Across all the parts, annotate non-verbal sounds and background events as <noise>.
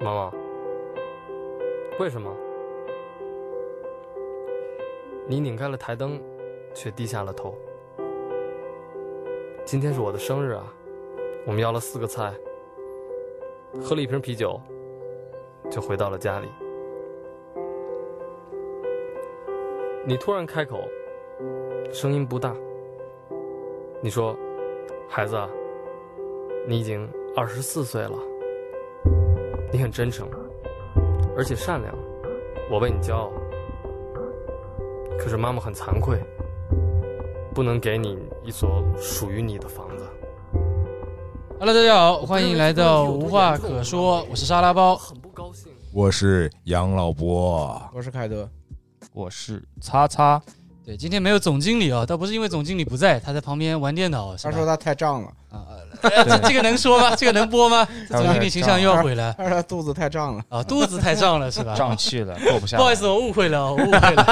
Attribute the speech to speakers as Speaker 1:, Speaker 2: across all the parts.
Speaker 1: 妈妈，为什么？你拧开了台灯，却低下了头。今天是我的生日啊！我们要了四个菜，喝了一瓶啤酒，就回到了家里。你突然开口，声音不大。你说：“孩子啊，你已经二十四岁了，你很真诚，而且善良，我为你骄傲。可是妈妈很惭愧，不能给你一所属于你的房子。
Speaker 2: Hello，大家好，欢迎来到无话可说，我是沙拉包，
Speaker 1: 很不高兴。
Speaker 3: 我是杨老伯，
Speaker 4: 我是凯德，
Speaker 5: 我是
Speaker 2: <laughs>
Speaker 5: 叉叉，
Speaker 2: 对，今天没有总经理啊，倒不是因为总经理不在，他在旁边玩电脑。
Speaker 4: 他
Speaker 2: 是吧
Speaker 4: 说他太胀 <laughs> 了，
Speaker 2: 啊，呃 <laughs> 这这个能说吗？这个能播吗？这总经理形象又要毁了
Speaker 4: 他说他肚子太胀了，
Speaker 2: 啊，肚子太胀了是吧？
Speaker 5: 胀气了，过不下。
Speaker 2: 不好意思，，我误会了，我误会了，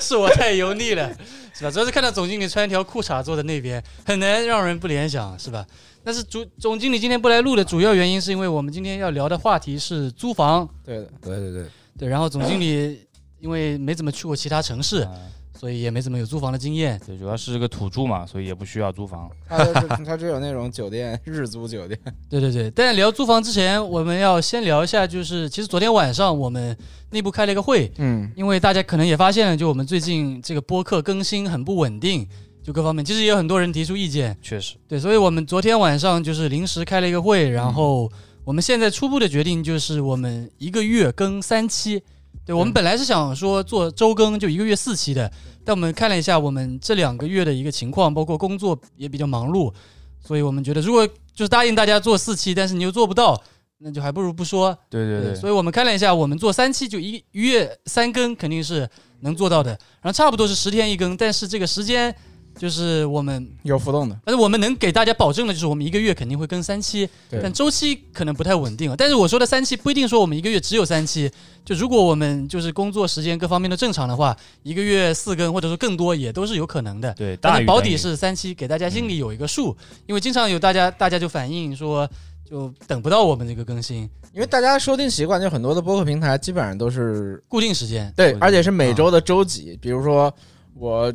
Speaker 2: 是我太油腻了，是吧？主要是看到总经理穿一条裤衩坐在那边，很难让人不联想，是吧？但是主总经理今天不来录的主要原因，是因为我们今天要聊的话题是租房，
Speaker 4: 对的，
Speaker 3: 对对对，
Speaker 2: 对，然后总经理因为没怎么去过其他城市，
Speaker 5: 嗯
Speaker 2: 所以也没怎么有租房的经验。
Speaker 5: 对，主要是个土著嘛，所以也不需要租房。
Speaker 4: 他就是他只有那种酒店日租酒店，
Speaker 2: 对对对，但聊租房之前，我们要先聊一下，就是其实昨天晚上我们内部开了一个会，
Speaker 4: 嗯，
Speaker 2: 因为大家可能也发现了，就我们最近这个播客更新很不稳定，就各方面，其实也有很多人提出意见，
Speaker 5: 确实，
Speaker 2: 对，所以我们昨天晚上就是临时开了一个会，
Speaker 5: 嗯
Speaker 2: 然后我们现在初步的决定就是我们一个月更三期。对，我们本来是想说做周更，就一个月四期的，但我们看了一下我们这两个月的一个情况，包括工作也比较忙碌，所以我们觉得如果就是答应大家做四期，但是你又做不到，那就还不如不说。
Speaker 5: 对对
Speaker 2: 所
Speaker 5: 对，
Speaker 2: 以我们看了一下，我们做三期就一一月三更肯定是能做到的，然后差不多是十天一更，但是这个时间就是我们
Speaker 4: 有浮动的，
Speaker 2: 但是我们能给大家保证的就是，我们一个月肯定会更三期，
Speaker 4: 对
Speaker 2: 但周期可能不太稳定啊。但是我说的三期不一定说我们一个月只有三期，就如果我们就是工作时间各方面都正常的话，一个月四更或者说更多也都是有可能的。
Speaker 5: 对，
Speaker 2: 但
Speaker 5: 大
Speaker 2: 是
Speaker 5: 于
Speaker 2: 保
Speaker 5: 等于
Speaker 2: 底是三期，给大家心里有一个数，因为经常有大家大家就反映说，就等不到我们这个更新，
Speaker 4: 因为大家收听习惯，就很多的播客平台基本上都是
Speaker 2: 固定时间。
Speaker 4: 对嗯
Speaker 5: 对，
Speaker 4: 而且是每周的周几，比如说我。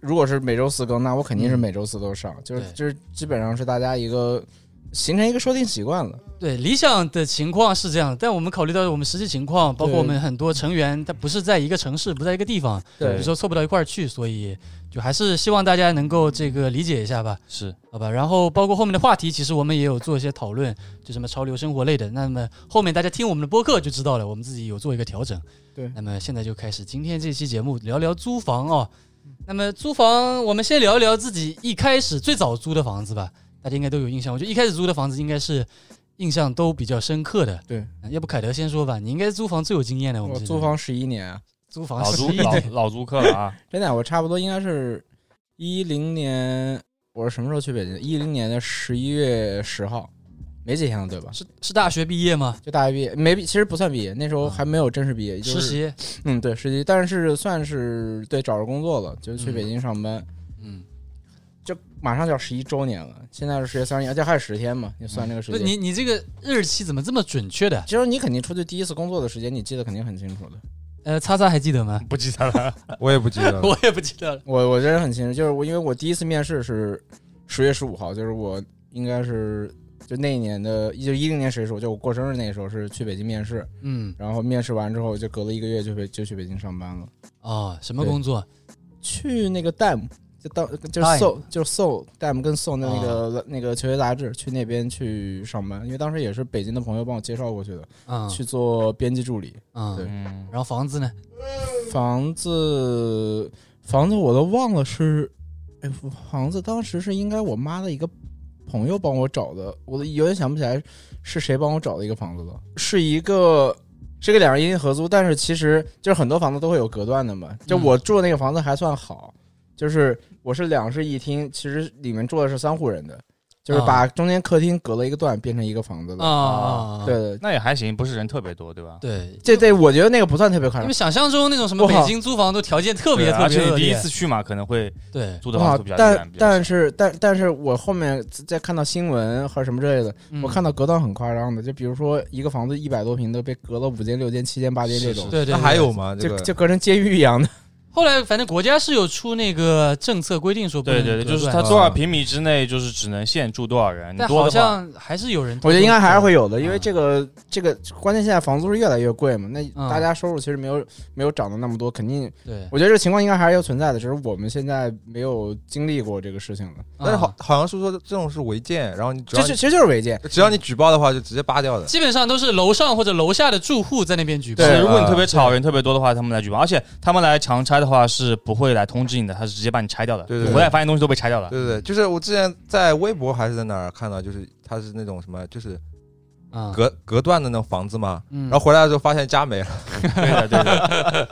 Speaker 4: 如果是每周四更，那我肯定是
Speaker 2: 嗯
Speaker 4: 每周四都上，就是
Speaker 2: 对
Speaker 4: 就是基本上是大家一个形成一个收听习惯了。
Speaker 2: 对，理想的情况是这样，但我们考虑到我们实际情况，包括
Speaker 4: 对
Speaker 2: 我们很多成员他不是在一个城市，不在一个地方，
Speaker 5: 对
Speaker 2: 比如说凑不到一块儿去，所以就还是希望大家能够这个理解一下吧，
Speaker 5: 是
Speaker 2: 好吧。然后包括后面的话题，其实我们也有做一些讨论，就什么潮流生活类的。那么后面大家听我们的播客就知道了，我们自己有做一个调整。
Speaker 4: 对
Speaker 2: 那么现在就开始今天这期节目，聊聊租房哦。
Speaker 4: 嗯
Speaker 2: 那么租房，我们先聊一聊自己一开始最早租的房子吧，大家应该都有印象。我觉得一开始租的房子应该是印象都比较深刻的。
Speaker 4: 对
Speaker 2: 呃，要不凯德先说吧，你应该租房最有经验的。我们
Speaker 4: 我
Speaker 2: 这
Speaker 4: 租
Speaker 2: 边
Speaker 4: 房十一年啊，
Speaker 2: 租房
Speaker 5: 老
Speaker 2: 十
Speaker 5: 租
Speaker 2: 哦一
Speaker 5: 老
Speaker 2: 年
Speaker 5: 老租客了啊，
Speaker 4: 真的，我差不多应该是一零年，我是什么时候去北京？一零年的十一月十号，没几天了，对吧？
Speaker 2: 是是大学毕业吗？
Speaker 4: 就大学毕业，没毕，其实不算毕业，那时候
Speaker 2: 啊
Speaker 4: 还没有正式毕业，就
Speaker 2: 实
Speaker 4: 是
Speaker 2: 习，
Speaker 4: 嗯，对，实习，但是算是对找着工作了，就去
Speaker 2: 嗯
Speaker 4: 北京上班，
Speaker 2: 嗯，
Speaker 4: 就马上就要十一周年了，现在是十月三十一，而且还有十天嘛，你算这个时
Speaker 2: 不是嗯
Speaker 4: 间。
Speaker 2: 你你这个日期怎么这么准确的？
Speaker 4: 其实你肯定出去第一次工作的时间，你记得肯定很清楚的。
Speaker 2: 呃，叉叉还记得吗？
Speaker 5: 不记得了。
Speaker 3: 我也不记得了。
Speaker 2: <laughs> 我也不记得了。
Speaker 4: 我我真的很清楚，就是我因为我第一次面试是十月十五号，就是我应该是就那一年的，就一零年十月十五，就我过生日那时候是去北京面试，
Speaker 2: 嗯，
Speaker 4: 然后面试完之后就隔了一个月就北就去北京上班了，
Speaker 2: 哦，什么工作？
Speaker 4: 去那个 Dam 就到就是
Speaker 2: Dime
Speaker 4: So 就是 So Dam 跟 So 的那个、那个球鞋杂志去那边去上班，因为当时也是北京的朋友帮我介绍过去的，
Speaker 2: 嗯
Speaker 4: 去做编辑助理，对
Speaker 2: 嗯，
Speaker 5: 嗯，
Speaker 2: 然后房子呢？
Speaker 4: 房子，房子我都忘了是，哎，房子当时是应该我妈的一个朋友帮我找的，我都有点想不起来是谁帮我找的一个房子了，是一个。是个两人一厅合租，但是其实就是很多房子都会有隔断的嘛。就
Speaker 2: 嗯
Speaker 4: 我住的那个房子还算好，就是我是两室一厅，其实里面住的是三户人的，就是
Speaker 2: 啊
Speaker 4: 把中间客厅隔了一个段，变成一个房子了。
Speaker 2: 啊，
Speaker 4: 对嗯对，
Speaker 5: 那也还行，不是人特别多，对吧？
Speaker 2: 对，
Speaker 4: 这这我觉得那个不算特别夸
Speaker 2: 因
Speaker 4: 张
Speaker 2: 为。想象中那种什么北
Speaker 4: 不好
Speaker 2: 京租房都条件特别
Speaker 5: 对
Speaker 2: 特
Speaker 5: 而
Speaker 2: 别恶
Speaker 5: 且你第一
Speaker 2: 劣，
Speaker 5: 次去嘛，可能啊会
Speaker 2: 对，
Speaker 5: 租的
Speaker 4: 哇
Speaker 5: 房子比较
Speaker 4: 但
Speaker 5: 远。比较
Speaker 4: 但
Speaker 5: 小
Speaker 4: 是但但是我后面再看到新闻或者什么之类的，
Speaker 2: 嗯
Speaker 4: 我看到隔断很夸张的，就比如说一个房子一百多平的被隔了五间、六间、七间、八间这种，
Speaker 2: 对对，
Speaker 3: 那
Speaker 2: 对
Speaker 3: 还有吗？这
Speaker 4: 就
Speaker 3: 个
Speaker 4: 就隔成监狱一样的。
Speaker 2: 后来反正国家是有出那个政策规定说不能
Speaker 5: 对对对，
Speaker 2: 隔
Speaker 5: 就是
Speaker 2: 断
Speaker 5: 它
Speaker 3: 啊
Speaker 5: 多少平米之内，就是只能限住多少人，你
Speaker 2: 但
Speaker 5: 多
Speaker 2: 好
Speaker 5: 的话，
Speaker 2: 像还是有人偷偷，
Speaker 4: 我觉得应该还是会有的，
Speaker 2: 嗯
Speaker 4: 因为这个这个关键现在房租是越来越贵嘛，那
Speaker 2: 嗯
Speaker 4: 大家收入其实没有没有涨的那么多，肯定
Speaker 2: 对，
Speaker 4: 我觉得这个情况应该还是要存在的，只是我们现在没有经历过这个事情了。
Speaker 2: 啊
Speaker 3: 但是好好像是说这种是违建，然后你只
Speaker 4: 这
Speaker 3: 要
Speaker 4: 是其实就是
Speaker 3: <laughs>
Speaker 4: 违建，
Speaker 3: 你只要你举报的话，就直接扒掉的。
Speaker 2: 基本上都是楼上或者楼下的住户在那边举报，
Speaker 4: 对
Speaker 5: 是如果你特
Speaker 3: 啊
Speaker 5: 别吵，人特别多的话，他们来举报，而且他们来强拆的话是不会来通知你的，他是直接把你拆掉的。
Speaker 3: 对对对
Speaker 5: 你回来发现东西都被拆掉了。
Speaker 3: 对对对，就是我之前在微博还是在哪儿看到，就是它是那种什么，就是
Speaker 2: 啊，
Speaker 3: 隔隔断的那种房子嘛，
Speaker 2: 嗯
Speaker 3: 然后，回来的时候发现家 <laughs> 没了，
Speaker 5: 对的对的，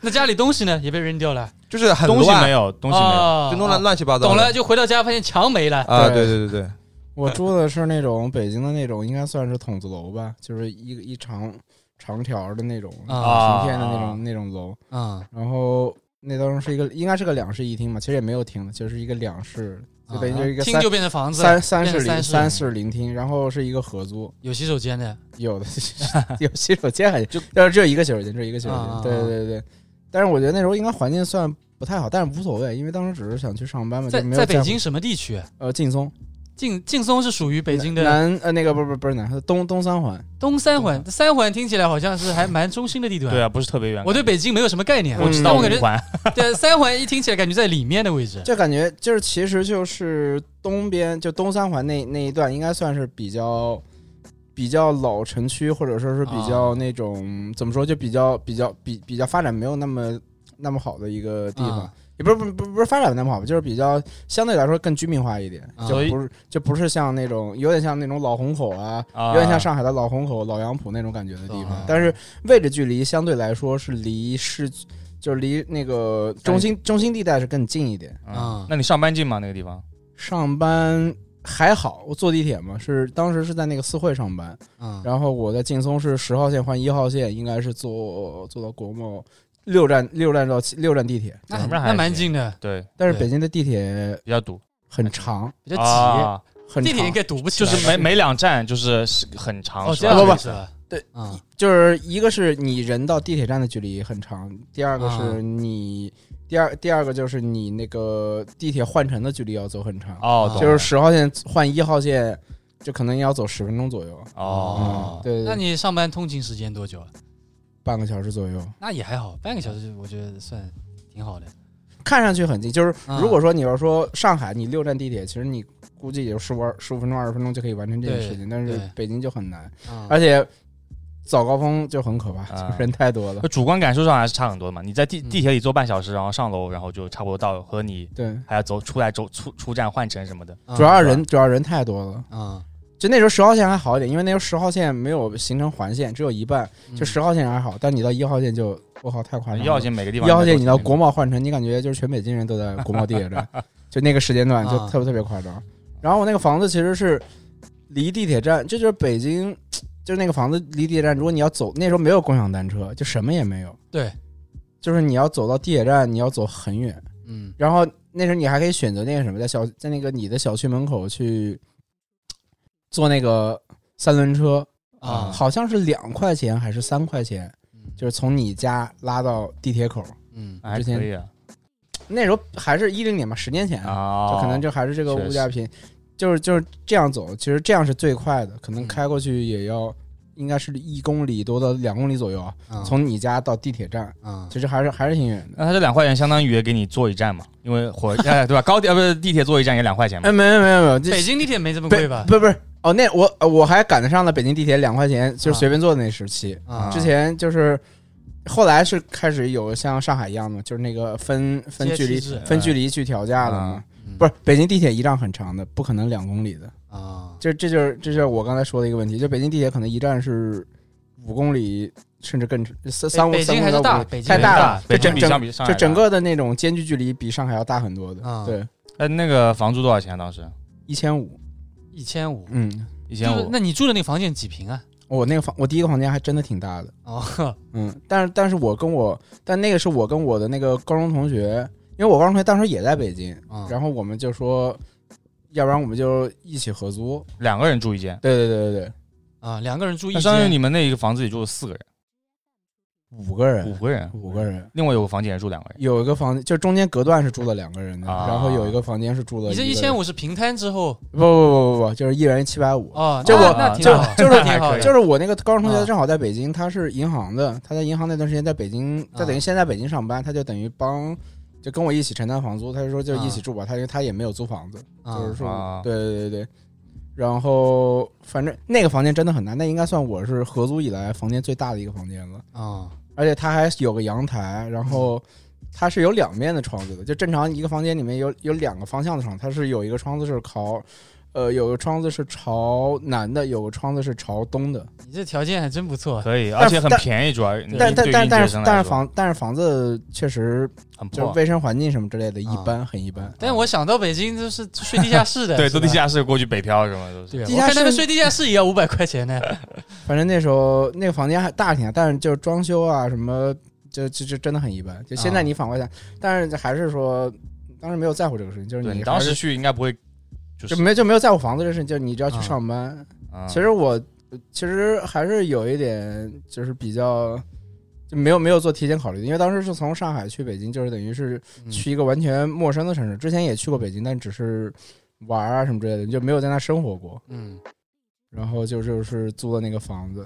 Speaker 2: 那家里东西呢也被扔掉了，
Speaker 3: 就是很
Speaker 5: 东西没
Speaker 3: 乱，
Speaker 5: 有，东西没有。
Speaker 2: 哦
Speaker 3: 就弄得
Speaker 2: 哦
Speaker 3: 乱七八糟。
Speaker 2: 懂了，就回到家发现墙没了，
Speaker 3: 啊，
Speaker 4: 对
Speaker 3: 对对对对，
Speaker 4: 我住的是那种北京的那种，应该算是筒子楼吧，就是一个一长长条的那种
Speaker 2: 啊
Speaker 4: 平片的那
Speaker 5: 啊
Speaker 4: 种那种楼。
Speaker 2: 嗯，
Speaker 4: 然后那当中是一个应该是个两室一厅嘛，其实也没有厅的，就是一个两室，就等于就是一个
Speaker 2: 厅
Speaker 4: 三
Speaker 2: 就变成房子了，
Speaker 4: 三三室
Speaker 2: 变成三
Speaker 4: 零
Speaker 2: 室
Speaker 4: 三室零厅，然后是一个合租，
Speaker 2: 有洗手间的，<laughs>
Speaker 4: 有的 <laughs> 有洗 <laughs> 手间还就但是只有一个洗手间，只有一个洗手
Speaker 2: 啊
Speaker 4: 间，对对对。但是我觉得那时候应该环境算不太好，但是无所谓，因为当时只是想去上班嘛，
Speaker 2: 在
Speaker 4: 就没有
Speaker 2: 在北
Speaker 4: 乎
Speaker 2: 京什么地区？
Speaker 4: 呃劲松
Speaker 2: 劲劲松是属于北京的
Speaker 4: 南呃那个不是不是不是南东东三环，
Speaker 2: 东三环，三环听起来好像是还蛮中心的地段。
Speaker 5: 对啊，不是特别远。
Speaker 2: 我对北京没有什么概念，
Speaker 4: 我知
Speaker 5: 到
Speaker 2: 但
Speaker 4: 道
Speaker 2: 我感
Speaker 5: 五
Speaker 2: 觉
Speaker 5: 环，
Speaker 2: 对三环一听起来感觉在里面的位置。
Speaker 4: 就感觉就是其实就是东边就东三环那那一段应该算是比较比较老城区，或者说是比较
Speaker 2: 啊
Speaker 4: 那种、怎么说就比较比较比比较发展没有那么那么好的一个地方。
Speaker 2: 啊
Speaker 4: 也不是不是不是不是发展得那么好，就是比较相对来说更居民化一点，
Speaker 2: 啊
Speaker 4: 就不是就不是像那种有点像那种老虹口啊，有
Speaker 5: 啊
Speaker 4: 点像上海的老虹口、老杨浦那种感觉的地
Speaker 2: 啊
Speaker 4: 方，但是位置距离相对来说是离市就是离那个中心中心地带是更近一点。
Speaker 5: 嗯
Speaker 2: 啊，
Speaker 5: 那你上班近吗？那个地方？
Speaker 4: 上班还好，我坐地铁嘛，是当时是在那个四惠上班，
Speaker 2: 嗯，
Speaker 4: 然后我在劲松是十号线换一号线，应该是坐坐到国贸六站六站到七六站地铁，
Speaker 2: 那
Speaker 5: 怎
Speaker 2: 很
Speaker 5: 么着还
Speaker 2: 那蛮
Speaker 5: 行
Speaker 2: 近的，
Speaker 5: 对，
Speaker 4: 但是
Speaker 2: 对
Speaker 4: 北京的地铁
Speaker 5: 比较堵，
Speaker 4: 很长，
Speaker 2: 比较挤，
Speaker 5: 啊，
Speaker 4: 很
Speaker 2: 地铁应
Speaker 4: 长。
Speaker 2: 该堵不起
Speaker 5: 就
Speaker 2: 来。
Speaker 5: 是每每两站就是是很长，
Speaker 2: 哦，
Speaker 5: 是
Speaker 2: 这
Speaker 5: 吧
Speaker 2: 样
Speaker 4: 不不
Speaker 2: 子啊，
Speaker 4: 对
Speaker 2: 啊，
Speaker 4: 就是一个是你人到地铁站的距离很长，第二个
Speaker 2: 啊
Speaker 4: 是你、第二第二个就是你那个地铁换乘的距离要走很长，
Speaker 5: 哦，懂
Speaker 4: 啊就是
Speaker 5: 了
Speaker 4: 十号线换一号线，就可能要走十分钟左右，
Speaker 5: 哦，
Speaker 4: 对对
Speaker 2: 那
Speaker 4: 对，
Speaker 2: 你上班通勤时间多久啊？
Speaker 4: 半个小时左右。
Speaker 2: 那也还好，半个小时我觉得算挺好的。
Speaker 4: 看上去很近，就是
Speaker 2: 嗯
Speaker 4: 如果说你要说上海，你六站地铁，其实你估计也就十五十五分钟、二十分钟就可以完成这件
Speaker 2: 对
Speaker 4: 事情，但是
Speaker 2: 对
Speaker 4: 北京就很难，
Speaker 2: 啊
Speaker 4: 而且早高峰就很可怕，<laughs>
Speaker 5: 啊
Speaker 4: 就人太多了
Speaker 5: 那。主观感受上还是差很多嘛。你在地
Speaker 2: 嗯
Speaker 5: 地铁里坐半小时，然后上楼，然后就差不多到和你
Speaker 2: 嗯
Speaker 4: 对，
Speaker 5: 还要走出来走出出站换乘什么的。
Speaker 2: 啊
Speaker 4: 主要人主要人太多了。
Speaker 2: 啊，
Speaker 4: 就那时候十号线还好一点，因为那时候十号线没有形成环线，只有一半，
Speaker 2: 嗯
Speaker 4: 就十号线还好，但你到一号线就我靠太夸张了。
Speaker 5: 一号线每个地
Speaker 4: 嗯
Speaker 5: 方
Speaker 4: 一
Speaker 5: 都有
Speaker 4: 号
Speaker 5: 这
Speaker 4: 线
Speaker 5: 种情况，
Speaker 4: 你到国贸换乘，你感觉就是全北京人都在国贸地铁站，就那个时间段就
Speaker 2: 啊
Speaker 4: 特别特别夸张。然后我那个房子其实是离地铁站，这就是北京，就是那个房子离地铁站，如果你要走，那时候没有共享单车，就什么也没有，
Speaker 2: 对，
Speaker 4: 就是你要走到地铁站，你要走很远。
Speaker 2: 嗯
Speaker 4: 然后那时候你还可以选择那个什么，在小在那个你的小区门口去坐那个三轮车，
Speaker 2: 啊，
Speaker 4: 好像是两块钱还是三块钱，就是从你家拉到地铁口。
Speaker 2: 嗯
Speaker 5: 还
Speaker 4: 之前
Speaker 5: 可以啊，
Speaker 4: 那时候还是一零年吧，十年前，就
Speaker 5: 就
Speaker 4: 可能就还是这个物价便宜，就是就是这样走，其实这样是最快的，可能
Speaker 2: 嗯
Speaker 4: 开过去也要应该是一公里多到两公里左右啊，
Speaker 2: 啊
Speaker 4: 从你家到地铁站，
Speaker 2: 啊
Speaker 4: 其实还是还是挺远的。
Speaker 5: 那他这两块钱相当于给你坐一站嘛，因为火哎对吧？高铁呃不是地铁坐一站也两块钱嘛
Speaker 4: 哎，。没有没有没有，这
Speaker 2: 北京地铁没这么
Speaker 4: 不
Speaker 2: 贵吧？
Speaker 4: 不不是哦，那我呃我还赶得上了北京地铁两块钱，就是随便坐的那时期。
Speaker 2: 啊，
Speaker 4: 之前就是后来是开始有像上海一样的，就是那个分分距
Speaker 2: 阶
Speaker 4: 离
Speaker 2: 梯制
Speaker 4: 分距离去调价了嘛
Speaker 5: 啊。
Speaker 2: 嗯
Speaker 4: 不是北京地铁一站很长的，不可能两公里的。
Speaker 2: 啊，
Speaker 4: 就这就是这就是我刚才说的一个问题，就北京地铁可能一站是五公里，甚至更三三五
Speaker 2: 北
Speaker 4: 三
Speaker 2: 京
Speaker 4: 公
Speaker 2: 还是
Speaker 4: 里到五
Speaker 2: 大，
Speaker 4: 公里
Speaker 2: 北京
Speaker 4: 太
Speaker 2: 还是
Speaker 4: 大
Speaker 5: 大
Speaker 4: 了，就
Speaker 5: 北京
Speaker 4: 整
Speaker 5: 比
Speaker 4: 整
Speaker 5: 相比上海
Speaker 4: 就
Speaker 5: 大
Speaker 4: 整个的那种间距距离比上海要大很多的
Speaker 2: 啊，
Speaker 5: 呃
Speaker 4: 对，
Speaker 5: 哎，那个房租多少钱啊当时？
Speaker 4: 一千五
Speaker 2: 一千五，
Speaker 4: 嗯，
Speaker 5: 一
Speaker 2: 就
Speaker 5: 千
Speaker 2: 是
Speaker 5: 五
Speaker 2: 那你住的那个房间几平啊？
Speaker 4: 我那个房，我第一个房间还真的挺大的，
Speaker 2: 哦，
Speaker 4: 嗯，但是但是我跟我，但那个是我跟我的那个高中同学，因为我高中同学当时也在北京，
Speaker 2: 啊
Speaker 4: 然后我们就说，要不然我们就一起合租，
Speaker 5: 两个人住一间，
Speaker 4: 对对对对对，
Speaker 2: 啊，两个人住一
Speaker 5: 那相当于
Speaker 2: 间，
Speaker 5: 你们那一个房子里住了四个人，
Speaker 4: 五个人，
Speaker 5: 五个人，
Speaker 4: 五个人，
Speaker 5: 另外有个房间也住两个人，
Speaker 4: 有一个房间，就中间隔断是住了两个人的，
Speaker 5: 啊
Speaker 4: 然后有一个房间是住了
Speaker 2: 你这
Speaker 4: 一
Speaker 2: 一
Speaker 4: 个
Speaker 2: 千
Speaker 4: 人，
Speaker 2: 五是平摊之后
Speaker 4: 不不不不不，就是一人七百五。
Speaker 2: 哦，
Speaker 4: 就
Speaker 2: 那
Speaker 4: 我
Speaker 2: 那挺
Speaker 5: 就
Speaker 2: 好，
Speaker 5: 就是
Speaker 2: <laughs> 那挺好
Speaker 5: 还可
Speaker 2: 的，
Speaker 5: 以
Speaker 4: 就是我那个高中同
Speaker 2: 啊
Speaker 4: 学正好在北京，他是银行的，他在银行那段时间在北京，他
Speaker 2: 啊
Speaker 4: 等于先在北京上班，他就等于帮就跟我一起承担房租，他就说就一起
Speaker 2: 啊
Speaker 4: 住吧，他因为他也没有租房子，
Speaker 2: 啊
Speaker 4: 就是说
Speaker 5: 啊
Speaker 4: 对对对对，然后反正那个房间真的很大，那应该算我是合租以来房间最大的一个房间了，
Speaker 2: 啊
Speaker 4: 而且它还有个阳台，然
Speaker 2: 嗯
Speaker 4: 后它是有两面的窗子的，就正常一个房间里面有有两个方向的窗，它是有一个窗子是朝。呃，有个窗子是朝南的，有个窗子是朝东的。
Speaker 2: 你这条件还真不错，
Speaker 5: 可以，
Speaker 4: 但
Speaker 5: 而且很
Speaker 4: 但
Speaker 5: 便宜，主要
Speaker 2: 对
Speaker 4: 但但但但是但是
Speaker 5: 房
Speaker 4: 房但是房子确实
Speaker 5: 很
Speaker 4: 就是
Speaker 5: 破，
Speaker 4: 卫生环境什么之类的，
Speaker 2: 啊
Speaker 4: 一般很一般。
Speaker 2: 但我想到北京就是睡地下室的，
Speaker 5: <laughs> 对，
Speaker 2: 是
Speaker 5: 都地
Speaker 2: 吧。
Speaker 5: 下室过去北漂什啊么都是。
Speaker 2: 对，啊
Speaker 4: 地
Speaker 2: 我
Speaker 4: 下
Speaker 2: 看他们
Speaker 4: 室
Speaker 2: 睡地下室也要五百块钱呢。
Speaker 4: 反正那时候那个房间还大挺大，啊但是就是装修啊什么，就就就真的很一般。就现在你反
Speaker 2: 啊
Speaker 4: 过来想，但是还是说当时没有在乎这个事情，就是
Speaker 5: 对
Speaker 4: 你
Speaker 5: 你当
Speaker 4: 还
Speaker 5: 时
Speaker 4: 是
Speaker 5: 去应该不会，就
Speaker 4: 就是没就没有在乎房子这事情，就是你只要去
Speaker 2: 啊
Speaker 4: 上班。
Speaker 5: 嗯
Speaker 4: 其实我其实还是有一点就是比较。就没有没有做提前考虑的，因为当时是从上海去北京，就是等于是
Speaker 2: 嗯
Speaker 4: 去一个完全陌生的城市。之前也去过北京，但只是玩儿啊什么之类的，就没有在那生活过。
Speaker 2: 嗯，
Speaker 4: 然后就就是租的那个房子，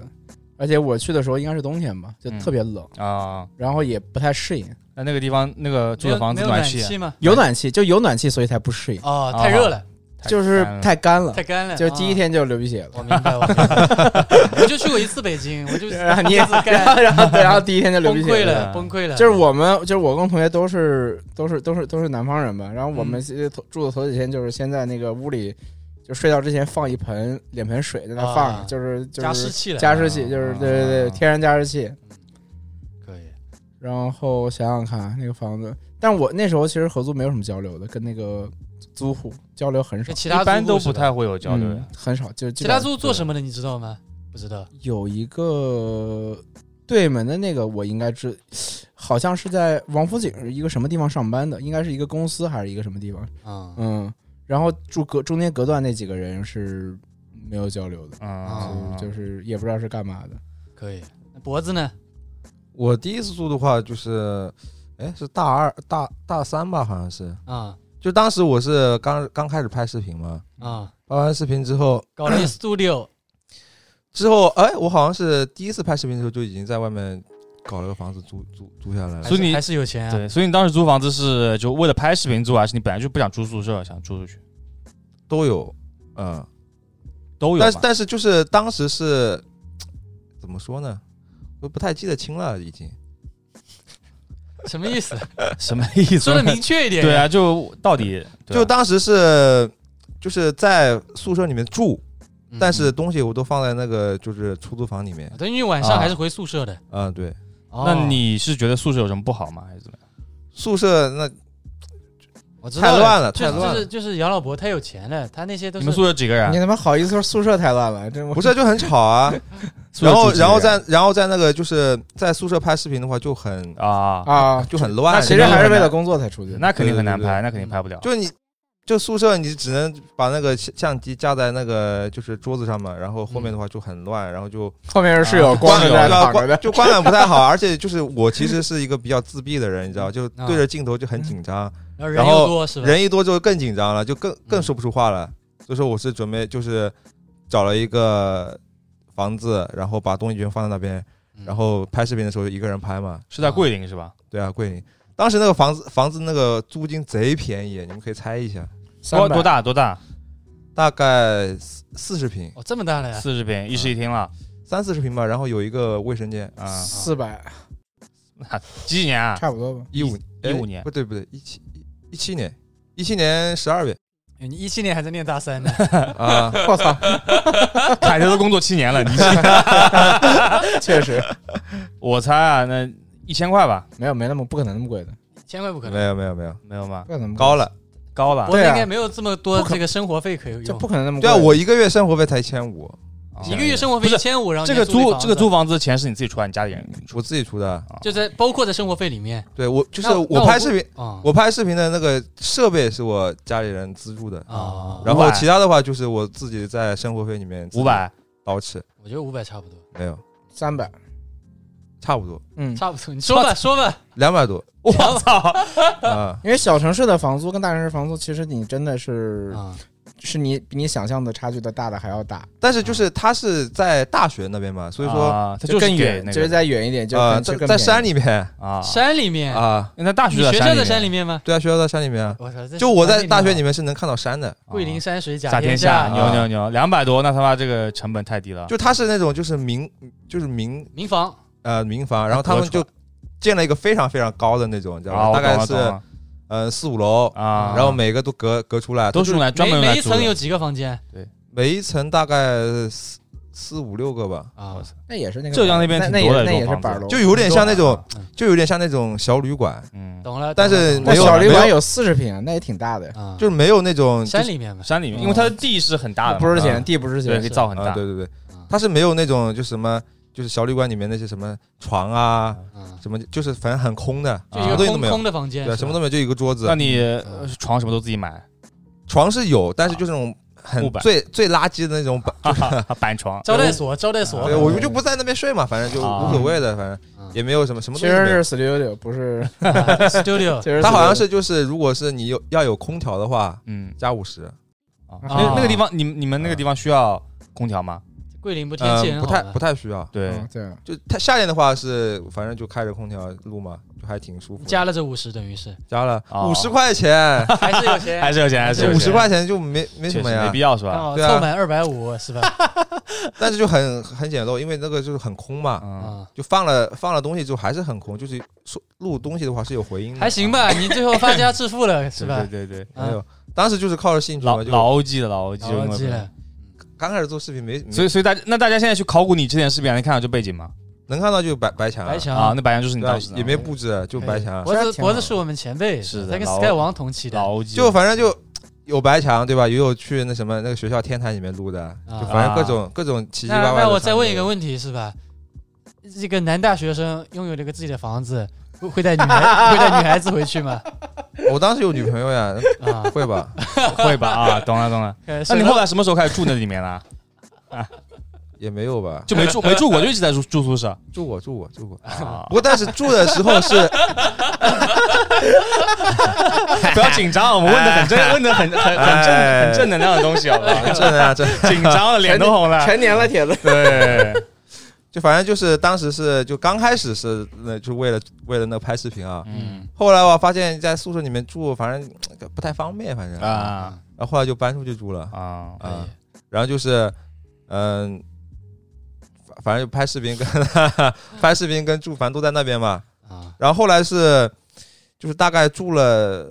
Speaker 4: 而且我去的时候应该是冬天吧，就
Speaker 5: 嗯
Speaker 4: 特别冷，
Speaker 5: 啊，
Speaker 4: 然后也不太适应。
Speaker 5: 那那个地方那个租
Speaker 2: 没有
Speaker 5: 的房子
Speaker 2: 没有暖
Speaker 5: 气
Speaker 2: 吗？
Speaker 4: 有暖气就有暖气，所以才不适应，
Speaker 2: 哎哦，
Speaker 5: 啊
Speaker 2: 太热了，
Speaker 4: 就是太干了
Speaker 2: 太，干了。
Speaker 4: 就第一
Speaker 2: 啊，
Speaker 4: 天就流鼻血了。
Speaker 2: 我明白，我明白我就去过一次北京，我就
Speaker 4: <laughs> 然啊后你也
Speaker 2: 自干
Speaker 4: 然后然后对然后第一天就 <laughs> 流
Speaker 2: 崩
Speaker 4: 鼻
Speaker 2: 溃
Speaker 4: 血了。
Speaker 2: 了，崩溃了。
Speaker 4: 就是我们，就是我跟同学都是都是都是都是南方人嘛，然后我
Speaker 2: 嗯
Speaker 4: 们头住的头几天就是先在那个屋里，就睡觉之前放一盆脸盆水在那放
Speaker 2: 啊
Speaker 4: 着，就是就
Speaker 2: 加湿
Speaker 4: 是
Speaker 2: 器了，
Speaker 4: 加湿器，就是对对对，
Speaker 5: 啊
Speaker 4: 天然加湿器。
Speaker 2: 可以。
Speaker 4: 然后想想看，那个房子，但我那时候其实合租没有什么交流的，跟那个租户交流很少
Speaker 2: 跟，其他
Speaker 5: 一般
Speaker 2: 租户
Speaker 5: 都
Speaker 2: 是吧
Speaker 5: 不太会有交流
Speaker 4: 嗯
Speaker 5: 的。
Speaker 4: 很少，就
Speaker 2: 其他租户做
Speaker 4: 么？
Speaker 2: 什么的，你知道吗？不知道。
Speaker 4: 有一个对门的那个，我应该知，好像是在王府井一个什么地方上班的，应该是一个公司还是一个什么地方？
Speaker 2: 啊，
Speaker 4: 嗯，然后住隔中间隔断那几个人是没有交流的，
Speaker 5: 嗯，
Speaker 4: 就就是也不知道是干嘛的。
Speaker 2: 可以。那脖子呢？
Speaker 3: 我第一次住的话就是，哎，是大二大大三吧，好像是。
Speaker 2: 啊
Speaker 3: 就当时我是刚刚开始拍视频嘛，
Speaker 2: 啊，
Speaker 3: 拍完视频之后，
Speaker 2: 搞了一 studio
Speaker 3: 之后哎，我好像是第一次拍视频的时候就已经在外面搞了个房子租租租下来了
Speaker 2: 还
Speaker 5: 所。以
Speaker 2: 是
Speaker 5: 你
Speaker 2: 还是有钱啊。
Speaker 5: 对，所以你当时租房子是就为了拍视频住，啊还是你本来就不想住宿舍，想住出去？
Speaker 3: 都有，嗯，
Speaker 5: 都有嘛。
Speaker 3: 但是但是就是当时是怎么说呢？我不太记得清了，已经。
Speaker 2: 什么意思？
Speaker 5: 什么意思？
Speaker 2: 说的明确一点。
Speaker 5: 对，啊，就到底对啊
Speaker 3: 就当时是就是在宿舍里面住，
Speaker 2: 嗯
Speaker 3: 但是东西我都放在那个就是出租房里面。
Speaker 2: 等于你晚上
Speaker 5: 啊
Speaker 2: 还是回宿舍的。哦
Speaker 3: 啊、对，
Speaker 5: 那你是觉得宿舍有什么不好吗？还是怎么样？
Speaker 3: 宿舍那
Speaker 2: 我知道
Speaker 3: 太乱了
Speaker 2: 就
Speaker 3: 太乱
Speaker 2: 就
Speaker 3: 了
Speaker 2: 是就是杨老伯太有钱了，他那些都
Speaker 5: 你
Speaker 2: 是
Speaker 5: 们宿舍几个人
Speaker 4: 你？他妈好意思说宿舍太烂了，真
Speaker 3: 不是就很吵啊。
Speaker 5: <laughs> 宿舍
Speaker 3: 然后
Speaker 5: 住几个人
Speaker 3: 然后在然后在那个就是在宿舍拍视频的话就很
Speaker 5: 啊，
Speaker 4: 啊！
Speaker 3: 就很乱，
Speaker 5: 那
Speaker 4: 其
Speaker 5: 肯
Speaker 4: 实
Speaker 5: 定
Speaker 4: 还是
Speaker 5: 很
Speaker 4: 为
Speaker 5: 难
Speaker 4: 了工作才出去的。
Speaker 5: 那肯定很难
Speaker 3: 对对对
Speaker 5: 拍，那肯定拍不了。
Speaker 3: 就你。就宿舍，你只能把那个相相机架在那个就是桌子上嘛，然后后
Speaker 2: 嗯
Speaker 3: 面的话就很乱，然后就
Speaker 4: 后面是室友
Speaker 5: 啊
Speaker 4: 光
Speaker 5: 室
Speaker 4: 着
Speaker 5: 友
Speaker 4: 在
Speaker 3: 对啊
Speaker 4: 躺着的
Speaker 3: 观，就观感不太好，而且就是我其实是一个比较自闭的人，你知道，就对着镜头就很紧张，
Speaker 2: 然后人
Speaker 3: 然
Speaker 2: 又
Speaker 3: 后
Speaker 2: 多啊嗯是吧？
Speaker 3: 人一多就更紧张了，就更更
Speaker 2: 嗯
Speaker 3: 说不出话了。所以说我是准备就是找了一个房子，然后把东西全放在那边，
Speaker 2: 嗯
Speaker 3: 然后拍视频的时候一个人拍嘛。
Speaker 5: 是在桂林是吧？
Speaker 3: 对啊，桂林当时那个房子房子那个租金贼便宜，你们可以猜一下，
Speaker 5: 多
Speaker 4: 300
Speaker 5: 多？大多大？
Speaker 3: 大概四四十平，
Speaker 2: 哦这么大了
Speaker 3: 哎
Speaker 2: 呀，
Speaker 5: 四十
Speaker 3: 嗯
Speaker 5: 平，一室一厅了。
Speaker 3: 三四十平吧，然后有一个卫生间。
Speaker 5: 啊，
Speaker 4: 四百，
Speaker 3: 嗯
Speaker 5: <laughs> 几几年啊？
Speaker 4: 差不多吧。
Speaker 3: 一五哎
Speaker 5: 15年
Speaker 3: 不对不对，一七一七年，一七年十二月
Speaker 2: 哎你一七年还在念大三呢，
Speaker 3: 啊，
Speaker 4: 我操，
Speaker 5: 凯特都工作七年
Speaker 3: <laughs>
Speaker 5: 了，你
Speaker 4: 确实
Speaker 5: 我猜啊，那一千块吧？
Speaker 4: 没有没那么不可能那么贵的，
Speaker 2: 千万不可能
Speaker 3: 没有没有没有，
Speaker 5: 没有吗
Speaker 4: 不？可能那么贵
Speaker 3: 高了
Speaker 5: 高了
Speaker 2: 国，内
Speaker 3: 对啊
Speaker 2: 应该没有这么多
Speaker 4: 不可
Speaker 2: 这个生活费可以用，哦
Speaker 4: 这不可能那么贵。
Speaker 3: 对啊，我一个月生活费才一千五，
Speaker 2: 一
Speaker 3: 嗯
Speaker 2: 个月生活费
Speaker 5: 不
Speaker 2: 一
Speaker 5: 是
Speaker 2: 千五，然后
Speaker 5: 哦这
Speaker 2: 你
Speaker 5: 个
Speaker 2: 还
Speaker 5: 租
Speaker 2: 房子
Speaker 5: 这个租房子的钱是你自己出还，你家里人出？
Speaker 3: 我自己出的。
Speaker 2: 就在包括在生活费里面
Speaker 3: 对我就是
Speaker 2: 啊那那
Speaker 3: 我
Speaker 2: 我
Speaker 3: 拍
Speaker 2: 不
Speaker 3: 视频，
Speaker 2: 啊
Speaker 3: 我拍视频的那个设备是我家里人资助的，
Speaker 2: 啊，
Speaker 3: 然
Speaker 5: 五
Speaker 3: 后
Speaker 5: 百
Speaker 3: 其他的话就是我自己在生活费里面
Speaker 5: 五百，
Speaker 3: 刀吃，
Speaker 2: 我觉得五百差不多，
Speaker 3: 没有，
Speaker 4: 三百，
Speaker 3: 差不多
Speaker 4: 嗯，。
Speaker 2: 差不多，你说吧说吧，
Speaker 3: 两百多
Speaker 5: 我操！
Speaker 3: 啊
Speaker 4: 因为小城市的房租跟大城市房租，其实你真的是
Speaker 2: 啊
Speaker 4: 是你比你想象的差距的大的还要大，
Speaker 3: 但是就是他是在大学那边嘛，所以说
Speaker 5: 啊它就是
Speaker 4: 更
Speaker 5: 给
Speaker 4: 远，
Speaker 5: 那
Speaker 4: 就是
Speaker 5: 个
Speaker 4: 再远一点，就
Speaker 3: 呃
Speaker 4: 更就
Speaker 3: 在
Speaker 4: 更
Speaker 3: 在
Speaker 4: 便宜
Speaker 3: 山里面
Speaker 5: 啊，
Speaker 2: 山里面，
Speaker 3: 啊，
Speaker 5: 那大
Speaker 2: 你
Speaker 5: 学
Speaker 2: 学校在
Speaker 5: 在
Speaker 2: 山
Speaker 5: 里
Speaker 2: 里
Speaker 5: 面
Speaker 2: 面吗？
Speaker 3: 对啊，学校在山里面啊，
Speaker 2: 我操，这
Speaker 3: 就我在
Speaker 2: 山
Speaker 3: 大学
Speaker 2: 面
Speaker 3: 里面是能看到山的，
Speaker 5: 啊
Speaker 2: 桂林山水
Speaker 5: 甲
Speaker 2: 天啊
Speaker 5: 天下，
Speaker 3: 你
Speaker 5: 牛牛牛，两百多，那他妈这个成本太低了。
Speaker 3: 就它是那种就是民就是民
Speaker 2: 民房
Speaker 3: 呃民房，然后他们就建了一个非常非常高的那种，你知道
Speaker 5: 啊，
Speaker 3: 吧？
Speaker 5: 我
Speaker 3: 大
Speaker 5: 懂
Speaker 3: 概
Speaker 5: 了
Speaker 3: 是
Speaker 5: 懂了
Speaker 3: 呃四五楼，
Speaker 5: 啊，
Speaker 3: 然后每个都隔隔出来，
Speaker 5: 都是用来专
Speaker 2: 每
Speaker 5: 门用
Speaker 2: 每
Speaker 5: 来
Speaker 2: 一
Speaker 5: 租的
Speaker 2: 层有几个房间
Speaker 3: 每一层大概四四五六个吧，
Speaker 2: 啊？
Speaker 4: 那也是那个
Speaker 5: 浙江那边
Speaker 4: 那
Speaker 5: 挺
Speaker 4: 那也
Speaker 5: 多的
Speaker 4: 那
Speaker 5: 这
Speaker 4: 也
Speaker 5: 种
Speaker 4: 是
Speaker 5: 房
Speaker 4: 板
Speaker 5: 子
Speaker 4: 楼，
Speaker 3: 就有点像那种
Speaker 5: 嗯，
Speaker 3: 就有点像那种小旅馆，
Speaker 5: 嗯，
Speaker 2: 懂了，
Speaker 3: 但是
Speaker 2: 懂了
Speaker 4: 那
Speaker 3: 没有
Speaker 4: 小旅
Speaker 3: 没
Speaker 4: 馆
Speaker 3: 有
Speaker 4: 有四十平，那也挺大的呀，
Speaker 2: 啊，
Speaker 3: 就是没有那种
Speaker 2: 山里面嘛，
Speaker 5: 山里面，因为它的
Speaker 3: 嗯
Speaker 5: 地是很大的嘛，
Speaker 4: 不是
Speaker 5: 啊
Speaker 4: 钱，地不是
Speaker 5: 对，可
Speaker 4: 钱
Speaker 5: 以，造很
Speaker 3: 啊、
Speaker 5: 大。嗯
Speaker 3: 对对对
Speaker 2: 啊，
Speaker 3: 它是没有那种就什么就是小旅馆里面那些什么床啊
Speaker 2: 嗯，
Speaker 3: 什么，就是反正很空的，啊
Speaker 2: 就
Speaker 3: 什么
Speaker 2: 一
Speaker 3: 东
Speaker 2: 个
Speaker 3: 西都
Speaker 2: 空
Speaker 3: 没有
Speaker 2: 空，的房间，
Speaker 3: 对，什么都没有，就一个桌子
Speaker 5: 那。你呃床什么都自己买，
Speaker 3: 床是有，但是就是那种很
Speaker 5: 木板
Speaker 3: 最最垃圾的那种板。
Speaker 5: 哈哈，板床。
Speaker 2: 招待所，招待所
Speaker 3: 对，，我 <laughs> 们就不在那边睡嘛，反正就
Speaker 5: 啊
Speaker 3: 无所谓的，反正
Speaker 2: 哦嗯
Speaker 3: 也没有什么什么
Speaker 4: 其
Speaker 3: 东西都
Speaker 4: 实
Speaker 3: 没有。
Speaker 4: 是 studio 不是，
Speaker 2: <laughs> studio
Speaker 4: 其实
Speaker 3: 它好像
Speaker 4: studio
Speaker 3: 是就是，如果是你有要有空调的话，
Speaker 5: 嗯，
Speaker 3: 加五十，
Speaker 5: 啊那
Speaker 2: 啊
Speaker 5: 那个地方，你你们那个地方需要空调吗？
Speaker 2: 桂林不天气很
Speaker 3: 嗯，不
Speaker 2: 好
Speaker 3: 太
Speaker 2: 吗
Speaker 3: 不太需要。
Speaker 5: 对，
Speaker 4: 嗯对，
Speaker 3: 就它夏天的话是，反正就开着空调录嘛，就还挺舒服的。
Speaker 2: 加了这五十，等于是
Speaker 3: 加了
Speaker 5: 哦
Speaker 3: 五十块钱，
Speaker 2: 还是有钱，
Speaker 5: <laughs> 还是有钱，还是有
Speaker 3: 五
Speaker 5: 钱
Speaker 3: 十块钱就没没什
Speaker 5: 确实
Speaker 3: 么
Speaker 5: 没
Speaker 3: 呀
Speaker 5: 必，要是
Speaker 2: 刚
Speaker 5: 吧？
Speaker 2: 好
Speaker 3: 对啊
Speaker 2: 哦凑满二百五是吧？
Speaker 3: 但是就很很简陋，因为那个就是很空嘛，
Speaker 5: 嗯，
Speaker 2: 啊，
Speaker 3: 就放了放了东西之后还是很空，就是说录东西的话是有回音的，
Speaker 2: 嗯
Speaker 3: 啊
Speaker 2: 还行吧，你最后发家致富了是吧？嗯
Speaker 5: 对对对，
Speaker 3: 没有。哎当时就是靠着兴趣
Speaker 5: 老
Speaker 3: 嘛，
Speaker 5: 老
Speaker 3: 就
Speaker 5: O G 了，老 O G
Speaker 2: 老记了，
Speaker 3: 刚开始做视频没，没
Speaker 5: 所以，所以大家那大家现在去考古你之前的视频还能看到这背景吗？
Speaker 3: 能看到就白白墙啊，
Speaker 2: 白墙
Speaker 5: 啊，那白羊就是你
Speaker 3: 对啊
Speaker 5: 当时，的嗯哎
Speaker 3: 也没布置，就白墙，啊
Speaker 2: 脖
Speaker 4: 其
Speaker 2: 子
Speaker 4: 实挺
Speaker 2: 脖
Speaker 4: 好
Speaker 2: 子是我们前辈，
Speaker 5: 是的
Speaker 2: 他跟
Speaker 5: 老
Speaker 2: Sky 王同期的啊
Speaker 5: 老，O G，
Speaker 3: 就反正就有白墙对吧？也有去那什么那个学校天台里面录的，
Speaker 2: 啊
Speaker 3: 就反正各种各种奇奇怪
Speaker 2: 那
Speaker 3: 怪的。
Speaker 2: 那我再问一个，问题，是吧？这个男大学生拥有了一个自己的房子，会会带女孩 <laughs> 会带女孩子回去吗？
Speaker 3: 我当时有女朋友呀，
Speaker 2: 啊，
Speaker 3: 会吧？ <laughs>
Speaker 5: 会吧啊，懂了懂了。
Speaker 2: 呃
Speaker 5: <laughs> 那
Speaker 2: 省
Speaker 5: 你
Speaker 2: 了
Speaker 5: 后来什么时候开始住那里面了？
Speaker 3: 也没有吧？
Speaker 5: 就没住没住过，就一直在住住宿舍。
Speaker 3: 住过住过住过，
Speaker 5: 啊
Speaker 3: 不过但是住的时候是 <laughs>
Speaker 5: 不要紧张，我们问的很真，问的很很很正
Speaker 3: 哎
Speaker 5: 很正能量的东西，好不好？
Speaker 3: 真的啊，真的
Speaker 5: 紧张了，脸都红了。
Speaker 4: 成年了铁子，
Speaker 5: 对，
Speaker 3: 就反正就是当时是就刚开始是那就为了为了那个拍视频啊，
Speaker 5: 嗯
Speaker 3: 后来我发现在宿舍里面住反正呃不太方便，反正
Speaker 5: 啊
Speaker 3: 然后后来就搬出去住了
Speaker 5: 啊
Speaker 2: 可以
Speaker 3: 啊，然后就是嗯。反反正就拍视频跟拍视频跟住，反正都在那边嘛。
Speaker 2: 啊
Speaker 3: 然后后来是，就是大概住了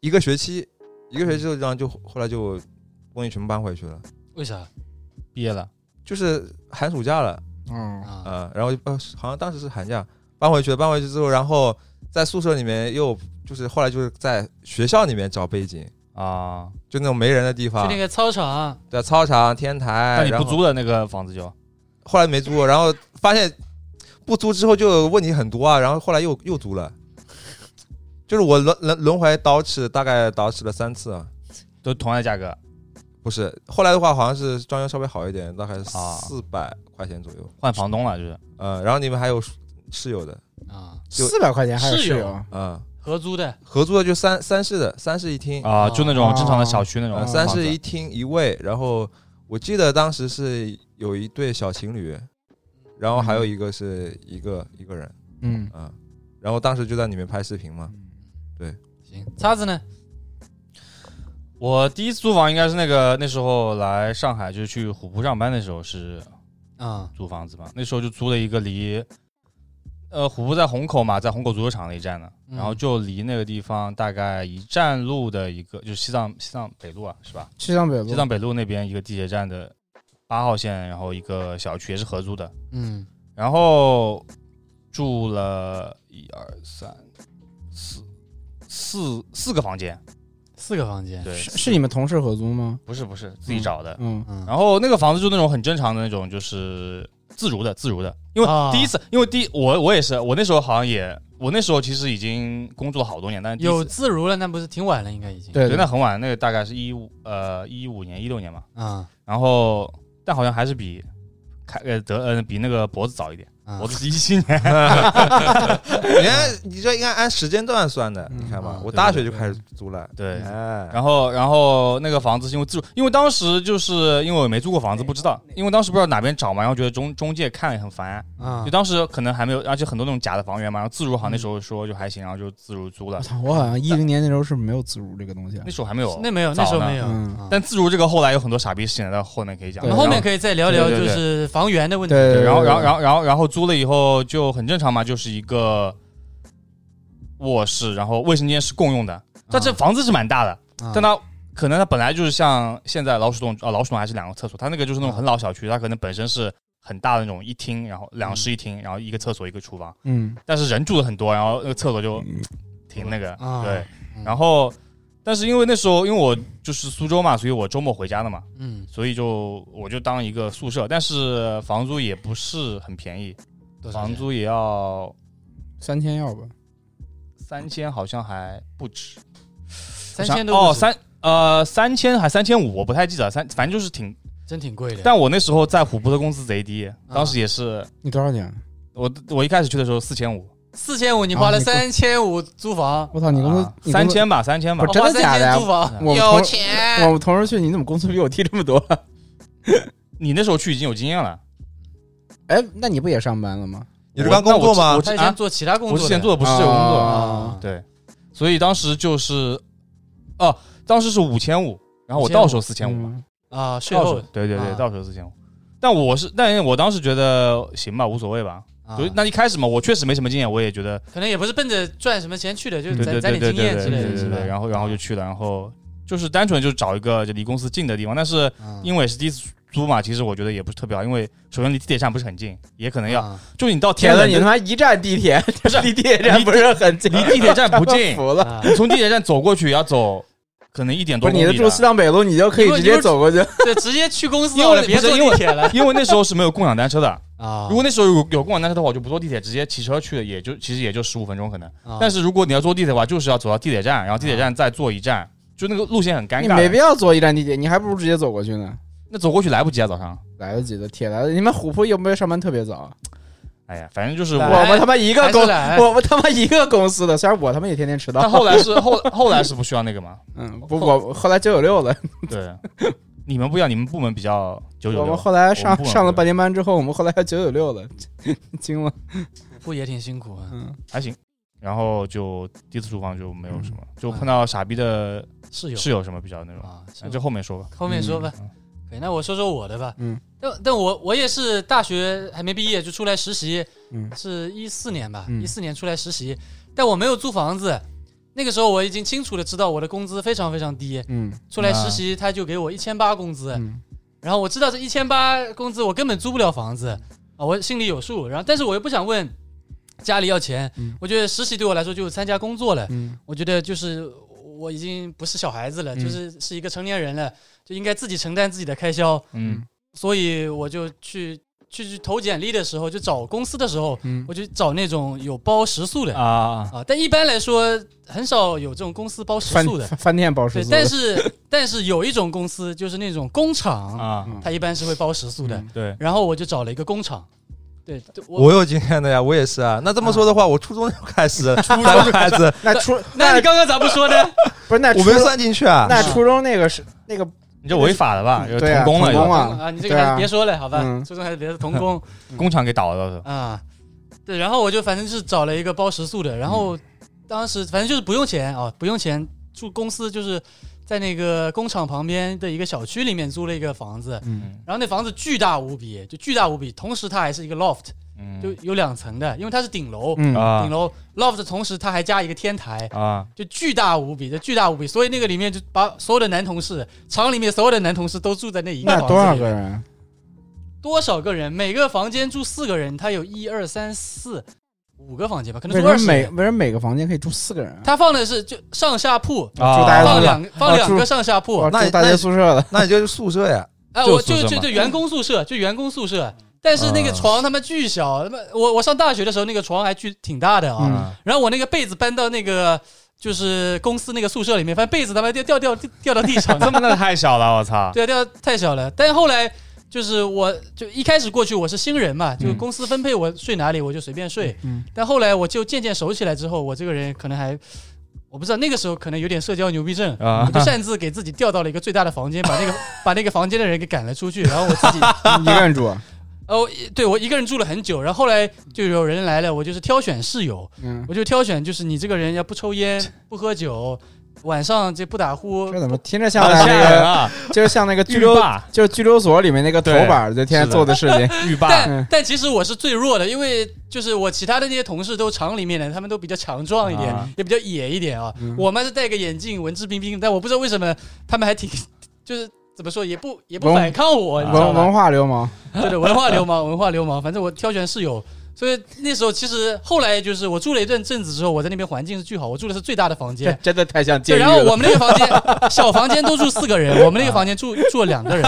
Speaker 3: 一个学期，一个学期之后，然后就后来就东西全部搬回去了，
Speaker 2: 为啥
Speaker 5: 毕业了，
Speaker 3: 就是寒暑假了。
Speaker 4: 嗯，
Speaker 2: 啊？
Speaker 3: 啊，然后呃，好像当时是寒假搬回去了，搬回去之后，然后在宿舍里面又就是后来就是在学校里面找背景，
Speaker 5: 啊，
Speaker 3: 就那种没人的地
Speaker 2: 去
Speaker 3: 方
Speaker 2: 那，个操场
Speaker 3: 对，啊操场、天
Speaker 5: 那
Speaker 3: 台，
Speaker 5: 你
Speaker 3: 然
Speaker 5: 不
Speaker 3: 后
Speaker 5: 租了那个房子就
Speaker 3: 后来没租，然后发现不租之后就问题很多啊，然后后来又又租了，就是我轮轮轮回捯饬，大概捯饬了三次啊。
Speaker 5: 都同样的价格
Speaker 3: 不是，后来的话好像是装修稍微好一点，大概
Speaker 5: 啊
Speaker 3: 四百块钱左右。
Speaker 5: 换房东了，就是
Speaker 3: 呃，然后你们还有室友的，
Speaker 2: 啊，
Speaker 3: 就
Speaker 4: 四百块钱还有
Speaker 2: 室
Speaker 4: 室
Speaker 2: 友
Speaker 4: 友，
Speaker 3: 嗯，
Speaker 2: 合租的
Speaker 3: 合租的就三三室的，三室一厅
Speaker 5: 啊，就那种正哦常的小区那种
Speaker 3: 呃，
Speaker 5: 房子。
Speaker 3: 哎三室一厅一卫，然后我记得当时是有一对小情侣，然后还有一个是一个一个人，
Speaker 4: 嗯，
Speaker 3: 啊，然后当时就在里面拍视频嘛，
Speaker 2: 行，叉子呢？
Speaker 5: 我第一次租房应该是那个那时候来上海，就是去虎扑上班的时候是
Speaker 2: 啊
Speaker 5: 租房子嘛，那时候就租了一个离，呃，虎扑在虹口嘛，在虹口足球场那一站呢，
Speaker 2: 嗯
Speaker 5: 然后就离那个地方大概一站路的一个，就是西藏西藏北路啊，是吧？
Speaker 4: 西藏北路
Speaker 5: 西，藏北路那边一个地铁站的八号线，然后一个小区也是合租的，
Speaker 2: 嗯
Speaker 5: 然后住了一二三四四四个房间，
Speaker 2: 四个房间，
Speaker 5: 对，
Speaker 4: 是是你们同事合租吗？
Speaker 5: 不是不是自己找的。
Speaker 4: 嗯，
Speaker 2: 嗯，
Speaker 5: 然后那个房子就那种很正常的那种，就是自如的自如的。因为
Speaker 2: 啊
Speaker 5: 第一次，因为第一我我也是，我那时候好像也，我那时候其实已经工作了好多年，但是第一次
Speaker 2: 有自如了，那不是挺晚了，应该已经
Speaker 4: 对
Speaker 5: 对，那很晚，那个大概是一五呃一五年一六年嘛。
Speaker 2: 啊
Speaker 5: 然后但好像还是比开呃德呃比那个脖子早一点，
Speaker 2: 啊
Speaker 5: 脖子是一七年。
Speaker 3: 人家你这应该按时间段算的，
Speaker 4: 嗯
Speaker 3: 你看吧
Speaker 2: 嗯，
Speaker 3: 我大学就开始租了，
Speaker 5: 对，
Speaker 2: <laughs>
Speaker 3: 哎，
Speaker 5: 然后，然后那个房子是因为自住，因为当时就是因为我没租过房子，不知道，因为当时不知道哪边找嘛，然后觉得中中介看了也很烦，
Speaker 2: 啊
Speaker 5: 就，当时可能还没有，而且很多那种假的房源嘛，然后自如好像那时候说就还行，然后就自如租了
Speaker 4: 我，操，我好像一零年那时候是没有自如这个东西啊
Speaker 5: 那。时候还没有，
Speaker 2: 那没有，那时候
Speaker 5: 早呢
Speaker 2: 没有，
Speaker 4: 嗯
Speaker 2: 啊
Speaker 5: 但自如这个后来有很多傻逼事情，到后面可以讲。
Speaker 2: 我
Speaker 4: 对
Speaker 2: 们
Speaker 5: 然
Speaker 2: 后面可以再聊聊，
Speaker 5: 对
Speaker 2: 就
Speaker 5: 对对
Speaker 2: 是房源的问题。
Speaker 4: 对，
Speaker 5: 然后，然后，然后，然后，然后租了以后就很正常嘛，就是一个卧室，然后卫生间是共用的，但这房子是蛮大的，
Speaker 2: 啊
Speaker 5: 但它可能它本来就是像现在老鼠洞啊，老鼠洞还是两个厕所，它那个就是那种很老小区，它可能本身是很大的那种一厅，然后两室一厅，然后一个厕所一个厨房，
Speaker 4: 嗯，
Speaker 5: 但是人住的很多，然后那个厕所就挺那个，
Speaker 2: 啊
Speaker 5: 对
Speaker 2: 嗯，
Speaker 5: 然后但是因为那时候因为我就是苏州嘛，所以我周末回家的嘛，
Speaker 2: 嗯，
Speaker 5: 所以就我就当一个宿舍，但是房租也不是很便宜，
Speaker 2: 多少
Speaker 5: 房
Speaker 2: 钱
Speaker 5: 租也要
Speaker 4: 三千要吧？
Speaker 5: 三千，好像还不止。
Speaker 2: 三千多
Speaker 5: 哦，
Speaker 2: 不止
Speaker 5: 三呃三千还三千五，我不太记得，三反正就是挺。
Speaker 2: 真挺贵的。
Speaker 5: 但我那时候在虎扑的工资贼低，当时也是
Speaker 4: 你多少钱？
Speaker 5: 我我一开始去的时候四千五，
Speaker 2: 四千五，你花了
Speaker 4: 啊你
Speaker 2: 三千五租房，
Speaker 4: 我操，你公司
Speaker 5: 啊三？千吧，三千吧
Speaker 4: 不
Speaker 2: 我
Speaker 4: 是。真
Speaker 2: 花
Speaker 4: 的假的
Speaker 2: 3000
Speaker 4: 呀
Speaker 2: 租房
Speaker 4: 你公司我
Speaker 2: 有
Speaker 4: 们同
Speaker 2: 钱，
Speaker 4: 我同事去，你怎么工资比我低这么多？ <laughs>
Speaker 5: 你那时候去已经有经验了，
Speaker 4: 哎，那你不也上班了吗？
Speaker 3: 你是刚工作
Speaker 5: 我
Speaker 3: 吗
Speaker 5: 我？
Speaker 2: 他以
Speaker 5: 啊
Speaker 2: 前做其他工
Speaker 5: 我
Speaker 2: 作
Speaker 5: 之
Speaker 2: 的，
Speaker 5: 前做的不是这个工作，
Speaker 2: 啊，
Speaker 5: 对，所以当时就是哦，当时是五千五，然后我到手四千五，
Speaker 4: 嗯
Speaker 2: 啊，税
Speaker 5: 到手
Speaker 2: 后
Speaker 5: 对对对，
Speaker 2: 啊
Speaker 5: 到手四千五。但我是，但我当时觉得行吧，无所谓吧。
Speaker 2: 啊
Speaker 5: 所以那一开始嘛，我确实没什么经验，我也觉得
Speaker 2: 可能也不是奔着赚什么钱去的，就是
Speaker 5: 对
Speaker 2: 攒
Speaker 5: 对
Speaker 2: 攒
Speaker 5: 对
Speaker 2: 点
Speaker 5: 对
Speaker 2: 经
Speaker 5: 对
Speaker 2: 验
Speaker 5: 对
Speaker 2: 之类
Speaker 5: 对
Speaker 2: 的，是
Speaker 5: 对
Speaker 2: 吧啊
Speaker 5: 对，？然后然后就去了，然后就是单纯就找一个就离公司近的地方，但是
Speaker 2: 啊
Speaker 5: 因为也是第一次租嘛，其实我觉得也不是特别好，因为首先离地铁站不是很近，也可能要、
Speaker 2: 啊
Speaker 5: 就你到
Speaker 4: 天
Speaker 5: 天
Speaker 4: 呐，
Speaker 5: 冷
Speaker 4: 你
Speaker 5: 的，
Speaker 4: 他妈一站地铁，
Speaker 5: 不是
Speaker 4: <laughs> 离地铁站不是很近，
Speaker 5: 离地铁站
Speaker 2: <laughs>
Speaker 5: 不近，
Speaker 4: 服了。
Speaker 2: 啊
Speaker 5: 你从地铁站走过去也要走可能一点
Speaker 4: 不
Speaker 5: 多
Speaker 4: 是
Speaker 5: 公
Speaker 4: 你
Speaker 5: 里
Speaker 4: 的住西藏北路，你就可以直接走过去。
Speaker 2: <laughs> 对，直接去公司
Speaker 5: 因为
Speaker 2: 好了，别坐地铁
Speaker 5: <laughs>
Speaker 2: 了
Speaker 5: 因为那时候是没有共享单车的，
Speaker 2: 啊
Speaker 5: 如果那时候有有共享单车的话，我就不坐地铁，直接骑车去了，也就其实也就十五分钟可能。
Speaker 2: 啊
Speaker 5: 但是如果你要坐地铁的话，就是要走到地铁站，然后地铁站再坐一站，就那个路线很尴
Speaker 4: 你
Speaker 5: 尬
Speaker 4: 没
Speaker 5: 的。
Speaker 4: 必要坐一站地铁，你还不如直接走过去呢。
Speaker 5: 那走过去来不及啊，早上。
Speaker 4: 来得及的，铁来的。你们虎扑有没有上班特别早啊？
Speaker 5: 哎呀，反正就是
Speaker 2: 来
Speaker 5: 我
Speaker 4: 我们他妈一个
Speaker 2: 还是
Speaker 4: 公，
Speaker 2: 来
Speaker 4: 我们他妈一个公司的，虽然我他妈也天天迟
Speaker 5: 但
Speaker 4: 到。
Speaker 5: 后来是后后来是不需要那个嘛？
Speaker 4: 嗯，不，我后来九九六了，
Speaker 5: 对，你们不一样，你们部门比较九九
Speaker 4: 我们
Speaker 5: 六。
Speaker 4: 后来
Speaker 5: 我们
Speaker 4: 上
Speaker 5: 不管
Speaker 4: 上了半年班之后，我们后来还九九六了，惊了。
Speaker 2: 不也挺辛苦啊？
Speaker 4: 嗯，
Speaker 5: 还行。然后就第一次租房就没有什么，
Speaker 4: 嗯
Speaker 5: 就碰到傻逼的
Speaker 2: 室友
Speaker 5: 室友什么比较那种。
Speaker 2: 啊，是
Speaker 5: 哎
Speaker 2: 有
Speaker 5: 这后面说吧。
Speaker 2: 后面说吧
Speaker 5: 嗯。
Speaker 2: 可以，那我说说我的吧。
Speaker 4: 嗯，
Speaker 2: 但但我我也是大学还没毕业就出来实习，
Speaker 4: 嗯
Speaker 2: 是一四年吧，
Speaker 4: 嗯
Speaker 2: 一四、年出来实习，但我没有租房子。那个时候我已经清楚的知道我的工资非常非常低，
Speaker 4: 嗯
Speaker 2: 出来实
Speaker 5: 啊
Speaker 2: 习他就给我一千八工资，
Speaker 4: 嗯
Speaker 2: 然后我知道这一千八工资我根本租不了房子啊，我心里有数。然后但是我又不想问家里要钱，
Speaker 4: 嗯
Speaker 2: 我觉得实习对我来说就是参加工作了，
Speaker 4: 嗯
Speaker 2: 我觉得就是我已经不是小孩子了，
Speaker 4: 嗯
Speaker 2: 就是是一个成年人了，就应该自己承担自己的开销。
Speaker 5: 嗯
Speaker 2: 所以我就去去去投简历的时候，就找公司的时候，
Speaker 4: 嗯
Speaker 2: 我就找那种有包食宿的啊
Speaker 5: 啊，
Speaker 2: 但一般来说很少有这种公司包食
Speaker 4: 饭
Speaker 2: 宿的。
Speaker 4: 饭店保
Speaker 2: 对，
Speaker 4: 食宿的，
Speaker 2: 但是但是有一种公司就是那种工厂，
Speaker 5: 啊，
Speaker 4: 嗯
Speaker 2: 它一般是会包食宿的。
Speaker 4: 嗯
Speaker 5: 对，
Speaker 2: 然后我就找了一个工厂，对对我。
Speaker 3: 我有经验的呀，我也是啊。那这么说的话，我初中就开始，初中就开始，
Speaker 4: 那初
Speaker 2: 那
Speaker 4: 那
Speaker 2: 你刚刚咋不说呢？
Speaker 4: 不是那
Speaker 3: 我
Speaker 4: 初
Speaker 3: 没有
Speaker 4: 中
Speaker 3: 算进去啊。
Speaker 4: 那初中那个是那个
Speaker 5: 你这违法了吧？有
Speaker 4: 对啊
Speaker 5: 童工了，
Speaker 4: 童工 <laughs>
Speaker 5: 有
Speaker 4: 啊
Speaker 2: 啊，你这个还是别说了，好吧？
Speaker 4: 嗯
Speaker 2: 初中还是别的童工，
Speaker 5: 工厂给倒了倒是。
Speaker 2: 啊，对，然后我就反正是找了一个包食宿的，然后
Speaker 4: 嗯
Speaker 2: 当时反正就是不用钱啊，不用钱住公司就是在那个工厂旁边的一个小区里面租了一个房子，
Speaker 4: 嗯
Speaker 2: 然后那房子巨大无比，就巨大无比，同时它还是一个 loft，
Speaker 5: 嗯
Speaker 2: 就有两层的，因为它是顶楼，
Speaker 4: 嗯
Speaker 5: 啊
Speaker 2: 顶楼 loft 的同时它还加一个天台。
Speaker 5: 啊，
Speaker 2: 就巨大无比，就巨大无比，所以那个里面就把所有的男同事，厂里面所有的男同事都住在那一个
Speaker 4: 那
Speaker 2: 房子
Speaker 4: 多
Speaker 2: 里
Speaker 4: 少
Speaker 2: 面
Speaker 4: 个人？
Speaker 2: 多少个人？每个房间住四个人，他有一二三四五个房间吧，可能
Speaker 4: 为什
Speaker 2: 住二
Speaker 4: 么
Speaker 2: 十
Speaker 4: 每
Speaker 2: 人。
Speaker 4: 为什么每个房间可以住四个人啊？
Speaker 2: 他放的是就上下铺，
Speaker 5: 啊
Speaker 4: 就大家都
Speaker 2: 放
Speaker 4: 是
Speaker 2: 两放两
Speaker 4: 啊
Speaker 2: 个
Speaker 4: 住
Speaker 2: 上下铺
Speaker 4: 哇，
Speaker 3: 那
Speaker 4: 住大
Speaker 3: 那
Speaker 4: 学宿舍的，
Speaker 3: 那你就是宿舍呀，
Speaker 2: 哎，
Speaker 5: 就
Speaker 2: 我
Speaker 5: 宿
Speaker 2: 就
Speaker 5: 舍
Speaker 2: 就
Speaker 5: 嘛
Speaker 2: 就员工宿舍，就员工宿舍。但是那个
Speaker 3: 啊
Speaker 2: 床他妈巨小，他妈我我上大学的时候那个床还巨挺大的啊。
Speaker 4: 嗯，
Speaker 2: 然后我那个被子搬到那个就是公司那个宿舍里面，发现被子他妈掉掉掉掉到地上，
Speaker 5: 这么的太小了，我操！
Speaker 2: 对啊，掉太小了。但后来就是我就一开始过去我是新人嘛，就公司分配我睡哪里我就随便睡。
Speaker 4: 嗯
Speaker 2: 但后来我就渐渐熟起来之后，我这个人可能还我不知道那个时候可能有点社交牛逼症。
Speaker 5: 啊
Speaker 2: 我就擅自给自己调到了一个最大的房间，把那个把那个房间的人给赶了出去，然后我自己，
Speaker 4: 嗯一个人住，啊
Speaker 2: 哦，对我一个人住了很久，然后后来就有人来了，我就是挑选室友， <laughs>
Speaker 4: 嗯，
Speaker 2: 我就挑选就是你这个人要不抽烟、不喝酒，晚上这不打呼，
Speaker 4: 这怎么听着像
Speaker 5: 好
Speaker 4: 那
Speaker 5: 吓人
Speaker 4: 个，
Speaker 5: 啊！
Speaker 4: 就是
Speaker 2: <laughs>
Speaker 4: 像那个拘
Speaker 5: 浴
Speaker 4: 留，
Speaker 5: 霸，
Speaker 4: 就是拘留所里面那个头板儿，就天天做的事
Speaker 2: <laughs>
Speaker 4: 情，
Speaker 5: 浴霸，
Speaker 2: 但
Speaker 4: <laughs> 嗯
Speaker 2: 但其实我是最弱的，因为就是我其他的那些同事都厂里面的，他们都比较强壮一点，
Speaker 5: 啊
Speaker 2: 也比较野一点啊。
Speaker 4: 嗯
Speaker 2: 我们是戴个眼镜，文质彬彬，但我不知道为什么他们还挺，就是怎么说也不也不
Speaker 4: 文
Speaker 2: 反抗我，你知道
Speaker 4: 文
Speaker 2: 吗
Speaker 4: 文？化流氓，
Speaker 2: 对对，文化流氓，文化流氓，反正我挑选室友。所以那时候其实后来就是我住了一段阵子之后，我在那边环境是巨好，我住的是最大的房
Speaker 4: 这
Speaker 2: 间。
Speaker 4: <laughs> 真的太像监
Speaker 2: 对，
Speaker 4: 狱
Speaker 2: 然后我
Speaker 4: 了。
Speaker 2: 们那个房
Speaker 4: <laughs>
Speaker 2: 间小房间都住四个人，我们那个房间住住了两个人。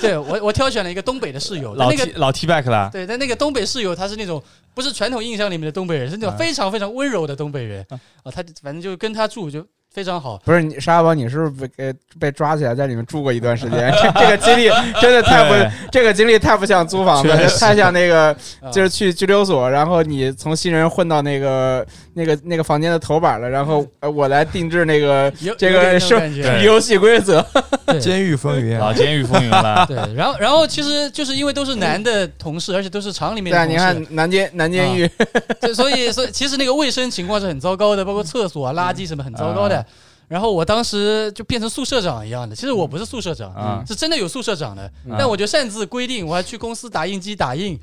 Speaker 2: 对我我挑选了一个东北的室友，
Speaker 5: 老
Speaker 2: 那个
Speaker 5: T 老 T back 了，
Speaker 2: 对，但那个东北室友他是那种不是传统印象里面的东北人，是
Speaker 4: 啊
Speaker 2: 那种非常非常温柔的东北人啊、他反正就跟他住就非常好。
Speaker 4: 不是你沙包，你是不是被被被抓起来在里面住过一段时间？这这个经历真的太
Speaker 5: 对
Speaker 4: 不，这个经历太不像租房子
Speaker 5: 确，实
Speaker 4: 太像那个
Speaker 2: 啊
Speaker 4: 就是去拘留所，然后你从新人混到那个那个那个房间的头板了，然后呃我来定制那个
Speaker 2: 有
Speaker 4: 这
Speaker 2: 有点
Speaker 4: 个
Speaker 2: 那种
Speaker 4: 是
Speaker 2: 感觉，
Speaker 5: 对
Speaker 4: 游戏规则。
Speaker 2: 对，
Speaker 3: 监狱风云。
Speaker 5: 老监狱风云了
Speaker 2: <laughs> 对。然后然后其实就是因为都是男的同事，而且都是厂里面
Speaker 4: 对啊，
Speaker 2: 的
Speaker 4: 你
Speaker 2: 同
Speaker 4: 看南监南监
Speaker 2: <laughs>
Speaker 4: 狱，
Speaker 2: 事，对所以所以其实那个卫生情况是很糟糕的，包括厕所啊、垃圾什么很糟糕的
Speaker 5: 嗯啊。
Speaker 2: 然后我当时就变成宿舍长一样的，其实我不是宿舍长，
Speaker 5: 啊
Speaker 2: 是真的有宿舍长的，
Speaker 5: 嗯
Speaker 2: 但我就擅自规定，我还去公司打印机打印，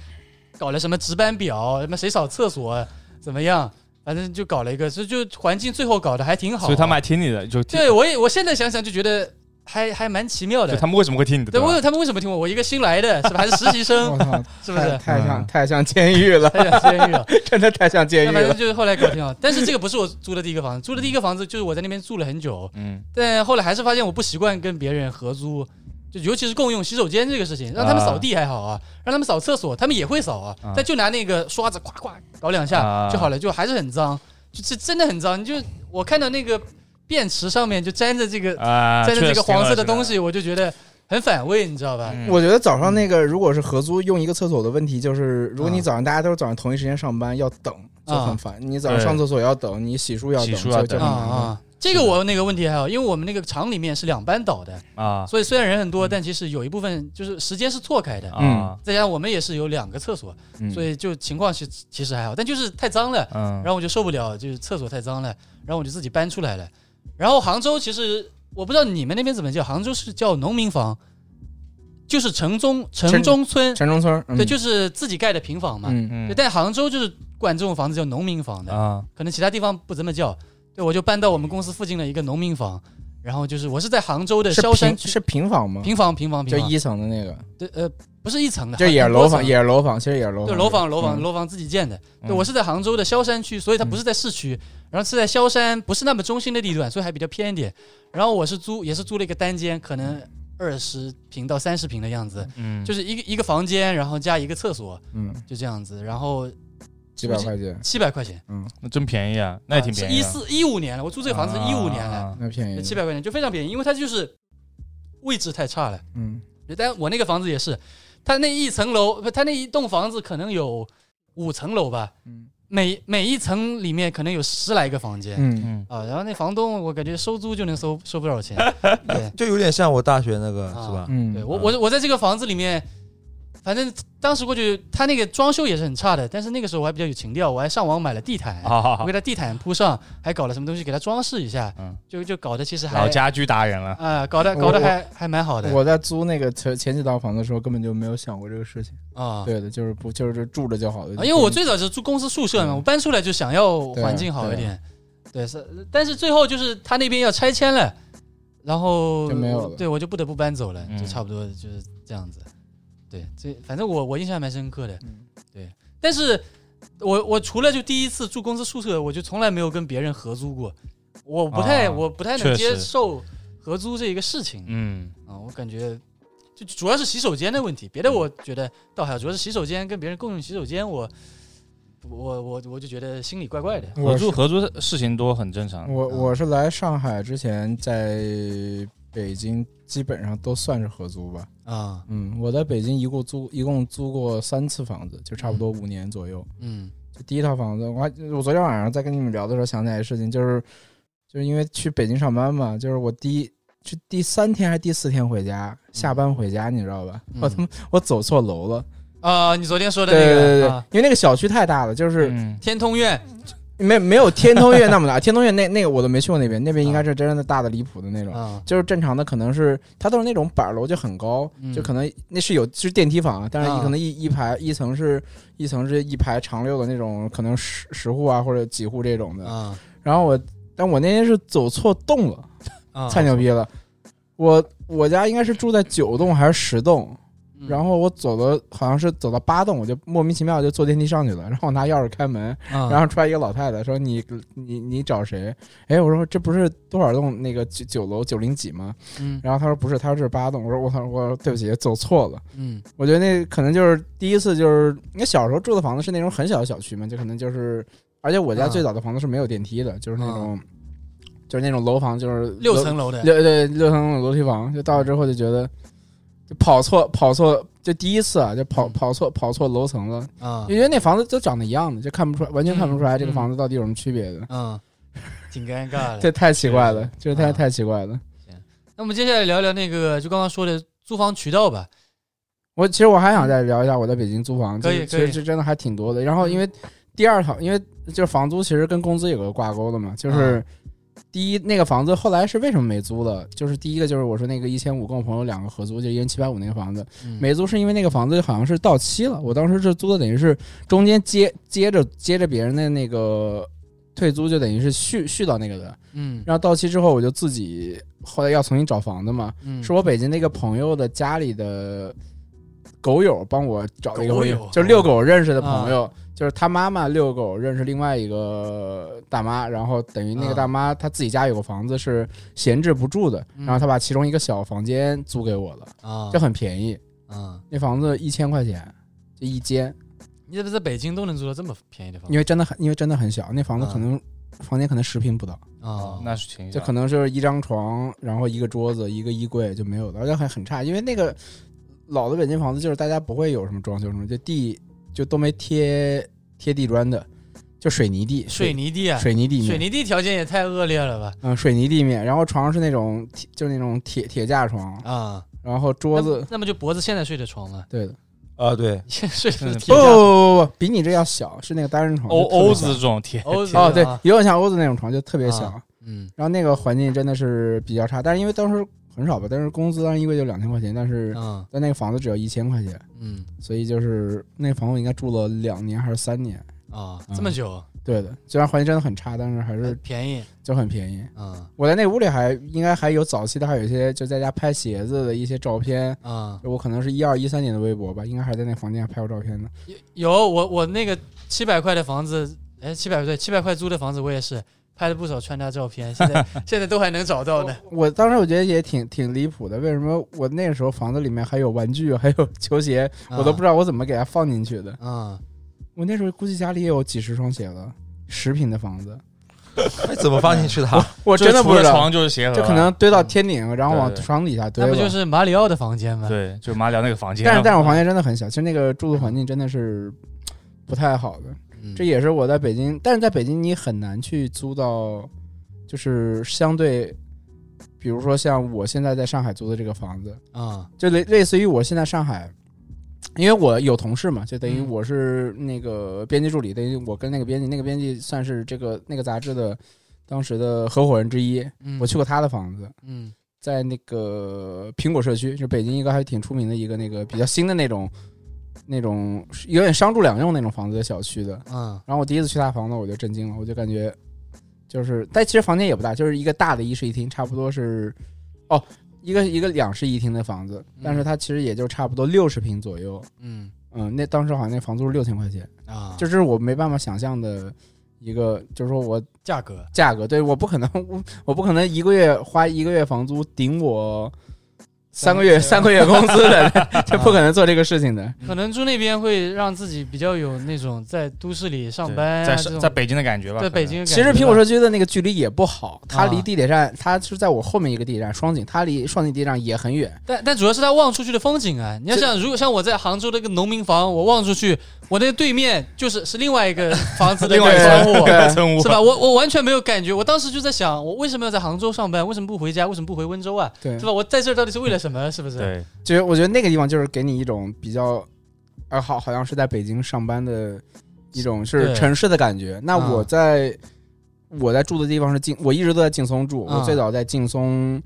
Speaker 2: 搞了什么值班表，什么谁扫厕所怎么样，反正就搞了一个，就就环境最后搞得还挺好。
Speaker 5: 所以他们还听你的，就听
Speaker 2: 对我也我现在想想就觉得还还蛮奇妙
Speaker 5: 就
Speaker 2: 的
Speaker 5: 他。们为什么会听你的？
Speaker 2: 对，
Speaker 5: 吧哦
Speaker 2: 我有他们为什么听我？我一个新来的，是吧？还是实习生
Speaker 4: 我，操，
Speaker 2: 嗯是不
Speaker 4: 太
Speaker 2: 是？
Speaker 4: 太像
Speaker 5: 嗯
Speaker 4: 太像监狱了，
Speaker 2: 哎呀，监狱了。
Speaker 4: 真的太像监
Speaker 2: 那
Speaker 4: 狱
Speaker 2: 反正
Speaker 4: 了。
Speaker 2: 就是后来搞挺好，但是这个不是我租的第一个房子，租的第一个房子就是我在那边住了很久，
Speaker 5: 嗯，
Speaker 2: 但后来还是发现我不习惯跟别人合租，就尤其是共用洗手间这个事情，让他们扫地还好啊，让他们扫厕所，他们也会扫啊，
Speaker 5: 啊
Speaker 2: 但就拿那个刷子咵咵搞两下
Speaker 5: 啊
Speaker 2: 就好了，就还是很脏，就是真的很脏。你就我看到那个便池上面就沾着这个
Speaker 5: 啊，
Speaker 2: 沾着这个黄色的东
Speaker 5: 确实，
Speaker 2: 西，我就觉得很反胃，你知道吧？
Speaker 5: 嗯
Speaker 4: 我觉得早上那个如果是合租用一个厕所的问题，就是如果
Speaker 5: 啊
Speaker 4: 你早上大家都是早上同一时间上班，要等就很烦。你早上上厕所要等，你洗漱要
Speaker 5: 洗
Speaker 4: 等，
Speaker 5: 漱要
Speaker 4: 就就
Speaker 5: 等
Speaker 2: 啊
Speaker 4: 很麻烦。
Speaker 2: 啊，这个我那个问题还好，因为我们那个厂里面是两班倒的，
Speaker 5: 啊
Speaker 2: 所以虽然人很多，但其实有一部分就是时间是错开的。
Speaker 5: 啊，
Speaker 2: 再加上我们也是有两个厕所，
Speaker 5: 嗯
Speaker 2: 所以就情况其其实还好，但就是太脏了，
Speaker 5: 嗯
Speaker 2: 然后我就受不了，就是厕所太脏了，然后我就自己搬出来了。然后杭州其实我不知道你们那边怎么叫，杭州是叫农民房，就是城中城中村，
Speaker 4: 城中村，嗯
Speaker 2: 对，就是自己盖的平房嘛。
Speaker 4: 嗯，
Speaker 5: 嗯
Speaker 2: 对，但杭州就是管这种房子叫农民房的，
Speaker 5: 啊
Speaker 2: 可能其他地方不这么叫。对，我就搬到我们公司附近的一个农民房，然后就是我是在杭州的
Speaker 4: 是
Speaker 2: 萧山
Speaker 4: 平
Speaker 2: 区
Speaker 4: 是平房吗？
Speaker 2: 平房平房
Speaker 4: 嗯就
Speaker 2: 平房，
Speaker 4: 一层
Speaker 2: <laughs>
Speaker 4: 的那个，
Speaker 2: 对呃不是一层的，
Speaker 4: 就也是
Speaker 2: 很多
Speaker 4: 楼房，
Speaker 2: 层
Speaker 4: 也是楼房，其实也是楼房。
Speaker 2: 对楼房楼房
Speaker 4: 嗯
Speaker 2: 楼房自己建的。对
Speaker 5: 嗯
Speaker 2: 我是在杭州的萧山区，所以它
Speaker 4: 嗯
Speaker 2: 不是在市区，然后是在萧山不是那么中心的地段，所以还比较偏一点。然后我是租也是租了一个单间，可能二十平到三十平的样子，
Speaker 5: 嗯，
Speaker 2: 就是是一个一个房间，然后加一个厕所，
Speaker 4: 嗯，
Speaker 2: 就这样子。然后
Speaker 4: 几百块钱，嗯
Speaker 2: 七百块钱，
Speaker 5: 真便宜啊，那也挺便宜
Speaker 2: 一
Speaker 5: 的，
Speaker 2: 四一五年了，我租这个房子一五年了，
Speaker 5: 啊，
Speaker 4: 那便宜。
Speaker 2: 七百块钱就非常便宜，因为它就是位置太差了。
Speaker 4: 嗯，
Speaker 2: 但我那个房子也是，它那一层楼，不它那一栋房子可能有五层楼吧，
Speaker 4: 嗯
Speaker 2: 每每一层里面可能有十来个房间、
Speaker 4: 嗯，
Speaker 5: 嗯
Speaker 2: 啊。然后那房东，我感觉收租就能收收不少
Speaker 5: <laughs>
Speaker 2: 钱。对
Speaker 3: 就有点像我大学那个，
Speaker 2: 啊
Speaker 3: 是吧？
Speaker 4: 嗯
Speaker 2: 对，我我我在这个房子里面，反正当时过去，他那个装修也是很差的，但是那个时候我还比较有情调，我还上网买了地毯。
Speaker 5: 好好
Speaker 2: 哎我
Speaker 5: 好
Speaker 2: 给，他地毯铺上，还搞了什么东西给他装饰一下，
Speaker 5: 嗯
Speaker 2: 就就搞得其实还
Speaker 5: 老家居达人了，
Speaker 2: 啊、搞得搞得还还蛮好的
Speaker 4: 我在租那个前前几套房子的时候，根本就没有想过这个事情。
Speaker 2: 啊。
Speaker 4: 对的，就是不就是住着就好了。
Speaker 2: 啊，因为我最早是住公司宿舍嘛，
Speaker 4: 嗯啊
Speaker 2: 我搬出来就想要环境好一点，对是，但是最后就是他那边要拆迁了，然后
Speaker 4: 就没有了
Speaker 2: 对我就不得不搬走了，
Speaker 5: 嗯
Speaker 2: 就差不多就是这样子。对，这反正我我印象还蛮深刻的，
Speaker 4: 嗯
Speaker 2: 对，但是我我除了就第一次住公司宿舍，我就从来没有跟别人合租过，我不太、
Speaker 5: 啊
Speaker 2: 我不太能
Speaker 5: 确实
Speaker 2: 接受合租这一个事情
Speaker 5: 嗯，
Speaker 2: 啊，我感觉就主要是洗手间的问题，别的
Speaker 4: 嗯
Speaker 2: 我觉得倒还好，主要是洗手间跟别人共用洗手间，我我我我就觉得心里怪怪的。
Speaker 5: 合
Speaker 4: 我是
Speaker 5: 租合租的事情多很正
Speaker 2: 啊
Speaker 5: 常。
Speaker 4: 我我是来上海之前，在北京基本上都算是合租吧。
Speaker 2: 啊，
Speaker 4: 嗯，我在北京一共租一共租过三次房子，就差不多五年左右。
Speaker 2: 嗯
Speaker 4: 就第一套房子，我还我昨天晚上在跟你们聊的时候想起来事情，就是就是因为去北京上班嘛，就是我第一就第三天还是第四天回家，下班回家，你知道吧？
Speaker 2: 嗯
Speaker 4: 我他妈我走错楼了，
Speaker 2: 啊，你昨天说的
Speaker 4: 对
Speaker 2: 那个
Speaker 4: 对对对，
Speaker 2: 啊、
Speaker 4: 因为那个小区太大了，就是
Speaker 5: 嗯
Speaker 2: 天通苑
Speaker 4: 没没有天通苑
Speaker 2: <laughs>
Speaker 4: 那么大，天通苑那那个我都没去过那边，那边应该是真的大的离谱的那种。
Speaker 2: 啊，
Speaker 4: 就是正常的，可能是它都是那种板楼，就很高，
Speaker 2: 嗯
Speaker 4: 就可能那是有是电梯房啊，但是
Speaker 2: 啊
Speaker 4: 你可能一一排一层是一层是一排长溜的那种，可能十十户啊或者几户这种的。
Speaker 2: 啊
Speaker 4: 然后我，但我那天是走错栋了，
Speaker 2: 啊，
Speaker 4: 太牛逼了！我我家应该是住在九栋还是十栋，
Speaker 2: 嗯
Speaker 4: 然后我走了好像是走到八栋，我就莫名其妙就坐电梯上去了，然后我拿钥匙开门，
Speaker 2: 啊
Speaker 4: 然后出来一个老太太说你：“你你找谁？”哎，我说这不是多少栋那个九九楼九零几吗？
Speaker 2: 嗯
Speaker 4: 然后她说不是，她说这是八栋。我说我操，我说对不起，走错了。
Speaker 2: 嗯
Speaker 4: 我觉得那可能就是第一次，就是因为小时候住的房子是那种很小的小区嘛，就可能就是，而且我家
Speaker 2: 啊
Speaker 4: 最早的房子是没有电梯的，就是那种、就是那种楼房，就是
Speaker 2: 嗯六
Speaker 4: 楼
Speaker 2: 层楼的
Speaker 4: 六对六层那种楼梯房，就到了之后就觉得就跑错跑错，就第一次啊，就跑
Speaker 2: 嗯
Speaker 4: 跑错跑错楼层了。
Speaker 2: 啊
Speaker 4: 因为那房子都长得一样的，就看不出来，完全看不出来
Speaker 2: 嗯
Speaker 4: 这个房子到底有什么区别的。
Speaker 2: 嗯，挺尴尬的。
Speaker 4: 这太奇怪了，这
Speaker 2: 啊
Speaker 4: 太太奇怪了。
Speaker 2: 那我们接下来聊聊那个就刚刚说的租房渠道吧。
Speaker 4: 我其实我还想再聊一下我在北京租房，
Speaker 2: 可以
Speaker 4: 其实
Speaker 2: 可以嗯
Speaker 4: 其实这真的还挺多的。然后因为第二套，因为就是房租其实跟工资有个挂钩的嘛，就是
Speaker 2: 嗯
Speaker 4: 第一那个房子后来是为什么没租了？就是第一个就是我说那个一千五跟我朋友两个合租，就一人七百五那个房子，
Speaker 2: 嗯
Speaker 4: 没租是因为那个房子好像是到期了，我当时是租的，等于是中间接接着接着别人的那个退租，就等于是续续到那个的。
Speaker 2: 嗯
Speaker 4: 然后到期之后，我就自己后来要重新找房子嘛，
Speaker 2: 嗯
Speaker 4: 是我北京那个朋友的家里的狗友帮我找了一个
Speaker 2: 狗
Speaker 4: 朋
Speaker 2: 友啊
Speaker 4: 友，就是遛狗认识的朋友，就是他妈妈遛狗认识另外一个大妈，然后等于那
Speaker 2: 啊
Speaker 4: 个大妈她自己家有个房子是闲置不住的，
Speaker 2: 嗯
Speaker 4: 然后她把其中一个小房间租给我了，
Speaker 2: 啊
Speaker 4: 就很便宜。
Speaker 2: 啊，
Speaker 4: 那房子一千块钱，就一间，
Speaker 2: 你怎么在北京都能租到这么便宜的房
Speaker 4: 因为真的很，因为真的很小，那房子可能、房间可能十平不到，
Speaker 2: 啊？
Speaker 5: 哦那是挺
Speaker 4: 就可能就是一张床，然后一个桌子，一个衣柜就没有了，而且还很差，因为那个老的北京房子就是大家不会有什么装修什么，就地就都没贴贴地砖的，就水泥地，
Speaker 2: 水泥地啊，
Speaker 4: 水泥地面，
Speaker 2: 水泥地条件也太恶劣了吧？
Speaker 4: 嗯，水泥地面，然后床上是那种呃铁就是那种铁铁架床，
Speaker 2: 啊，
Speaker 4: 然后桌子
Speaker 2: 那，那么就脖子现在睡的床了， <laughs>
Speaker 4: 对的，
Speaker 3: 啊，对，
Speaker 2: 你现在睡的是
Speaker 4: 不
Speaker 2: 铁
Speaker 4: 不
Speaker 2: 架
Speaker 4: 不不不，比你这要小，是那个单人床，
Speaker 5: 欧
Speaker 4: 就特别
Speaker 5: 欧
Speaker 4: 小
Speaker 5: 子这种铁
Speaker 2: 欧子
Speaker 4: 哦，对
Speaker 2: 啊，
Speaker 4: 有点像欧子那种床，就特别小。
Speaker 2: 啊嗯
Speaker 4: 然后那个环境真的是比较差，但是因为当时很少吧，但是工资当时一个月就两千块钱，但是
Speaker 2: 啊
Speaker 4: 在那个房子只要一千块钱，
Speaker 2: 嗯
Speaker 4: 所以就是那个房子应该住了两年还是三年。
Speaker 2: 啊，
Speaker 4: 嗯
Speaker 2: 这么久
Speaker 4: 对的，虽然环境真的很差，但是还
Speaker 2: 呃
Speaker 4: 是
Speaker 2: 便宜
Speaker 4: 就很便宜。
Speaker 2: 啊
Speaker 4: 我在那屋里还应该还有早期的，还有一些就在家拍鞋子的一些照片。
Speaker 2: 啊。
Speaker 4: 我可能是一二一三年的微博吧，应该还在那房间拍过照片呢。
Speaker 2: 有有我我那个七百块的房子，哎，七百对七百块租的房子，我也是拍了不少穿搭照片，现
Speaker 4: <laughs>
Speaker 2: 在现在都还能找到呢。
Speaker 4: 我当时我觉得也挺挺离谱的，为什么我那时候房子里面还有玩具，还有球鞋，我都不知道我怎么给它放进去的。
Speaker 2: 道啊，
Speaker 4: 我那时候估计家里也有几十双鞋了，十平的房子，
Speaker 3: 哎怎么放进去的啊？
Speaker 4: 我真的不
Speaker 5: 除
Speaker 4: 知
Speaker 5: 了
Speaker 4: 道，
Speaker 5: 床就是鞋盒，啊
Speaker 4: 就可能堆到天顶，然后往
Speaker 5: 对对对
Speaker 4: 床底下堆
Speaker 2: 呃嗯那
Speaker 4: 吧。
Speaker 2: 不就是马里奥的房间吗？
Speaker 5: 对，就马里奥那个房间。
Speaker 4: 但是但是我房间真的很小，其实那个住宿环境真的是不太好的。
Speaker 2: 嗯，
Speaker 4: 这也是我在北京，但是在北京你很难去租到，就是相对，比如说像我现在在上海租的这个房子，
Speaker 2: 啊
Speaker 4: 就类类似于我现在上海，因为我有同事嘛，就等于
Speaker 2: 嗯
Speaker 4: 我是那个编辑助理，等于我跟那个编辑，那个编辑算是这个那个杂志的当时的合伙人之一。
Speaker 2: 嗯，
Speaker 4: 我去过他的房子，
Speaker 2: 嗯
Speaker 4: 在那个苹果社区，是北京一个还挺出名的一个那个比较新的那种那种有点商住两用那种房子的小区的。
Speaker 2: 啊
Speaker 4: 然后我第一次去他房子，我就震惊了，我就感觉就是，但其实房间也不大，就是一个大的一室一厅，差不多是哦，一个一个两室一厅的房子，但是它其实也就差不多六十平左右
Speaker 2: 嗯
Speaker 4: 啊、嗯，那当时好像那房租是六千块钱，
Speaker 2: 啊，
Speaker 4: 就
Speaker 2: 就是
Speaker 4: 我没办法想象的一个，就是说我
Speaker 2: 价格
Speaker 4: 价格，对，我不可能， <laughs> 我我不可能一个月花一个月房租顶我三个月三个月工资的， <laughs> 这不可能做这个事情的。
Speaker 2: 可能住那边会让自己比较有那种在都市里上班啊
Speaker 5: 在
Speaker 2: 这种
Speaker 5: 在北京的感觉
Speaker 2: 在
Speaker 5: 吧，可能
Speaker 2: 北京的感
Speaker 4: 其
Speaker 2: 觉
Speaker 4: 实
Speaker 2: 吧，
Speaker 4: 苹果社区的那个距离也不好，它离
Speaker 2: 啊
Speaker 4: 地铁站，它是在我后面一个地铁站双井，它离双井地铁站也很远。
Speaker 2: 但但主要是它望出去的风景啊！你要像如果像我在杭州那个农民房，我望出去，我那对面就是是另外一个房子的
Speaker 5: 另外一
Speaker 2: 窗 <laughs>
Speaker 5: 层
Speaker 2: 户，啊
Speaker 4: <laughs>
Speaker 5: 外一层屋啊
Speaker 2: 是吧？我我完全没有感觉，我当时就在想，我为什么要在杭州上班？为什么不回家？为什么不回温州啊？
Speaker 4: 对
Speaker 2: 是吧？我在这儿到底是为了什么？是不是？
Speaker 5: 对，
Speaker 4: 就是我觉得那个地方就是给你一种比较，呃，好，好像是在北京上班的一种是
Speaker 2: 对
Speaker 4: 城市的感觉。那
Speaker 2: 啊
Speaker 4: 我在、我在住的地方是劲，我一直都在劲松住，
Speaker 2: 啊
Speaker 4: 我最早在劲松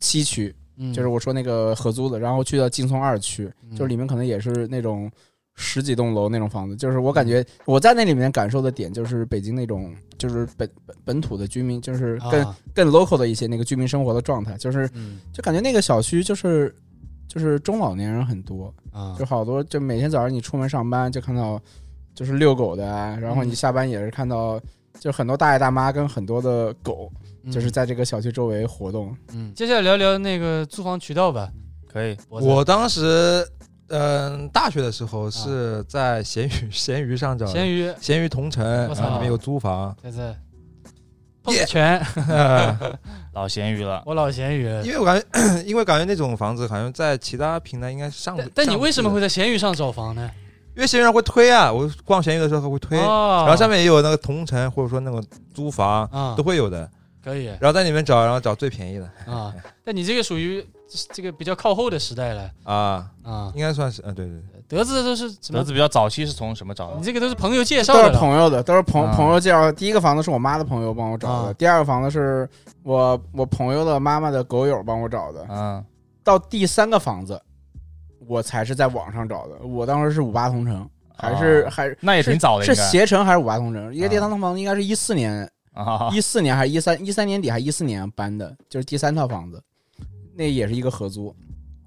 Speaker 4: 西区，
Speaker 2: 嗯，
Speaker 4: 就是我说那个合租的，然后去到劲松二区，
Speaker 2: 嗯
Speaker 4: 就是里面可能也是那种十几栋楼那种房子，就是
Speaker 2: 嗯
Speaker 4: 我感觉我在那里面感受的点就是北京那种就是本本本土的居民，就是更、
Speaker 2: 啊
Speaker 4: 更 local 的一些那个居民生活的状态，就是
Speaker 2: 嗯
Speaker 4: 就感觉那个小区就是就是中老年人很多，
Speaker 2: 啊
Speaker 4: 就好多就每天早上你出门上班就看到就是遛狗的啊，然后你
Speaker 2: 嗯
Speaker 4: 下班也是看到就很多大爷大妈跟很多的狗，就是在这个小区周围活动，
Speaker 2: 嗯嗯接下来聊聊那个租房渠道吧。
Speaker 5: 可以，
Speaker 2: 子
Speaker 3: 我当时，嗯、大学的时候是在闲鱼、闲鱼上找的，
Speaker 2: 啊咸鱼
Speaker 3: 闲鱼同城，
Speaker 2: 我
Speaker 3: 然
Speaker 2: 操，
Speaker 3: 后里面有租房
Speaker 2: <laughs>
Speaker 3: <laughs>
Speaker 2: 在这碰拳， <laughs>
Speaker 5: 老咸鱼了。
Speaker 2: 我老咸鱼。
Speaker 3: 因为我感觉， <clears throat> 因为感觉那种房子好像在其他平台应该上不
Speaker 2: 但。但你
Speaker 3: 上不
Speaker 2: 为什么
Speaker 3: 去
Speaker 2: 会
Speaker 3: 的？
Speaker 2: 在闲鱼上找房呢？
Speaker 3: 因为闲鱼上会推啊，我逛闲鱼的时候会推，
Speaker 2: 哦，
Speaker 3: 然后上面也有那个同城或者说那种租房
Speaker 2: 啊
Speaker 3: 都会有的，
Speaker 2: 可以
Speaker 3: 然后在里面找，然后找最便宜的
Speaker 4: <laughs>
Speaker 2: 啊，但你这个属于这个比较靠后的时代了
Speaker 3: 啊，
Speaker 2: 啊。
Speaker 3: 应该算是，嗯，对对对，
Speaker 2: 德子都是什
Speaker 5: 德
Speaker 2: 么？
Speaker 5: 子比较早期是从什么找
Speaker 2: 你
Speaker 4: <laughs>
Speaker 5: 的？
Speaker 2: 这个都是朋友介绍
Speaker 4: 都
Speaker 2: 的
Speaker 4: 是
Speaker 2: 了
Speaker 4: 朋友的，都是朋
Speaker 5: 啊
Speaker 4: 朋友介绍。第一个房子是我妈的朋友帮我找
Speaker 2: 啊
Speaker 4: 的，第二个房子是我我朋友的妈妈的狗友帮我找的，
Speaker 5: 嗯，
Speaker 4: 到第三个房子，我才是在网上找的。我当时是五八同城，还是
Speaker 5: 啊
Speaker 4: 还是
Speaker 5: 那也挺早的，
Speaker 4: 是
Speaker 5: 应该
Speaker 4: 携程还是五八同城？一个
Speaker 5: 啊
Speaker 4: 第三套房子应该是一四年，
Speaker 5: 啊，
Speaker 4: <laughs> 一四年还是一三一三年底还是一四年搬的，就是第三套房子，那也是一个合租。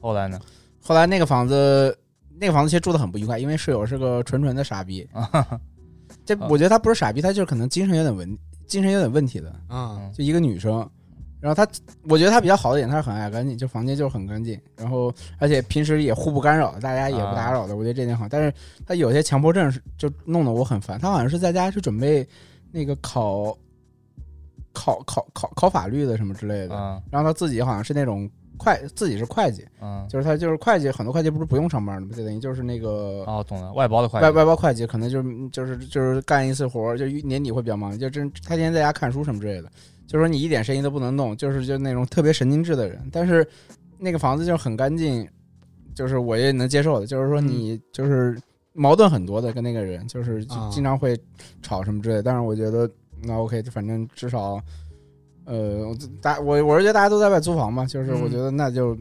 Speaker 5: 后来呢？
Speaker 4: 后来那个房子，那个房子其实住的很不愉快，因为室友是个纯纯的傻逼。这
Speaker 5: 啊
Speaker 4: 我觉得他不是傻逼，他就是可能精神有点问，精神有点问题的，
Speaker 2: 嗯
Speaker 4: 就一个女生。然后她，我觉得她比较好的一点，她是很爱干净，就房间就是很干净。然后，而且平时也互不干扰，大家也不打扰的，我觉得这点好。但是她有些强迫症是就弄得我很烦。她好像是在家是准备那个考考考考考法律的什么之类的。
Speaker 5: 嗯
Speaker 4: 然后她自己好像是那种会，自己是会计，
Speaker 5: 嗯，
Speaker 4: 就是她就是会计，很多会计不是不用上班的吗？就等于就是那个
Speaker 5: 哦，懂了，外包的会计
Speaker 4: 外，外包会计可能就是就是就是干一次活儿，就年底会比较忙，就真他天天在家看书什么之类的，就说你一点生意都不能弄，就是就那种特别神经质的人。但是那个房子就是很干净，就是我也能接受的，就是说
Speaker 2: 嗯
Speaker 4: 你就是矛盾很多的跟那个人，就是就
Speaker 2: 啊
Speaker 4: 经常会吵什么之类的。但是我觉得那 OK，反正至少呃，我大我我是觉得大家都在外租房嘛，就是我
Speaker 2: 嗯
Speaker 4: 觉得那就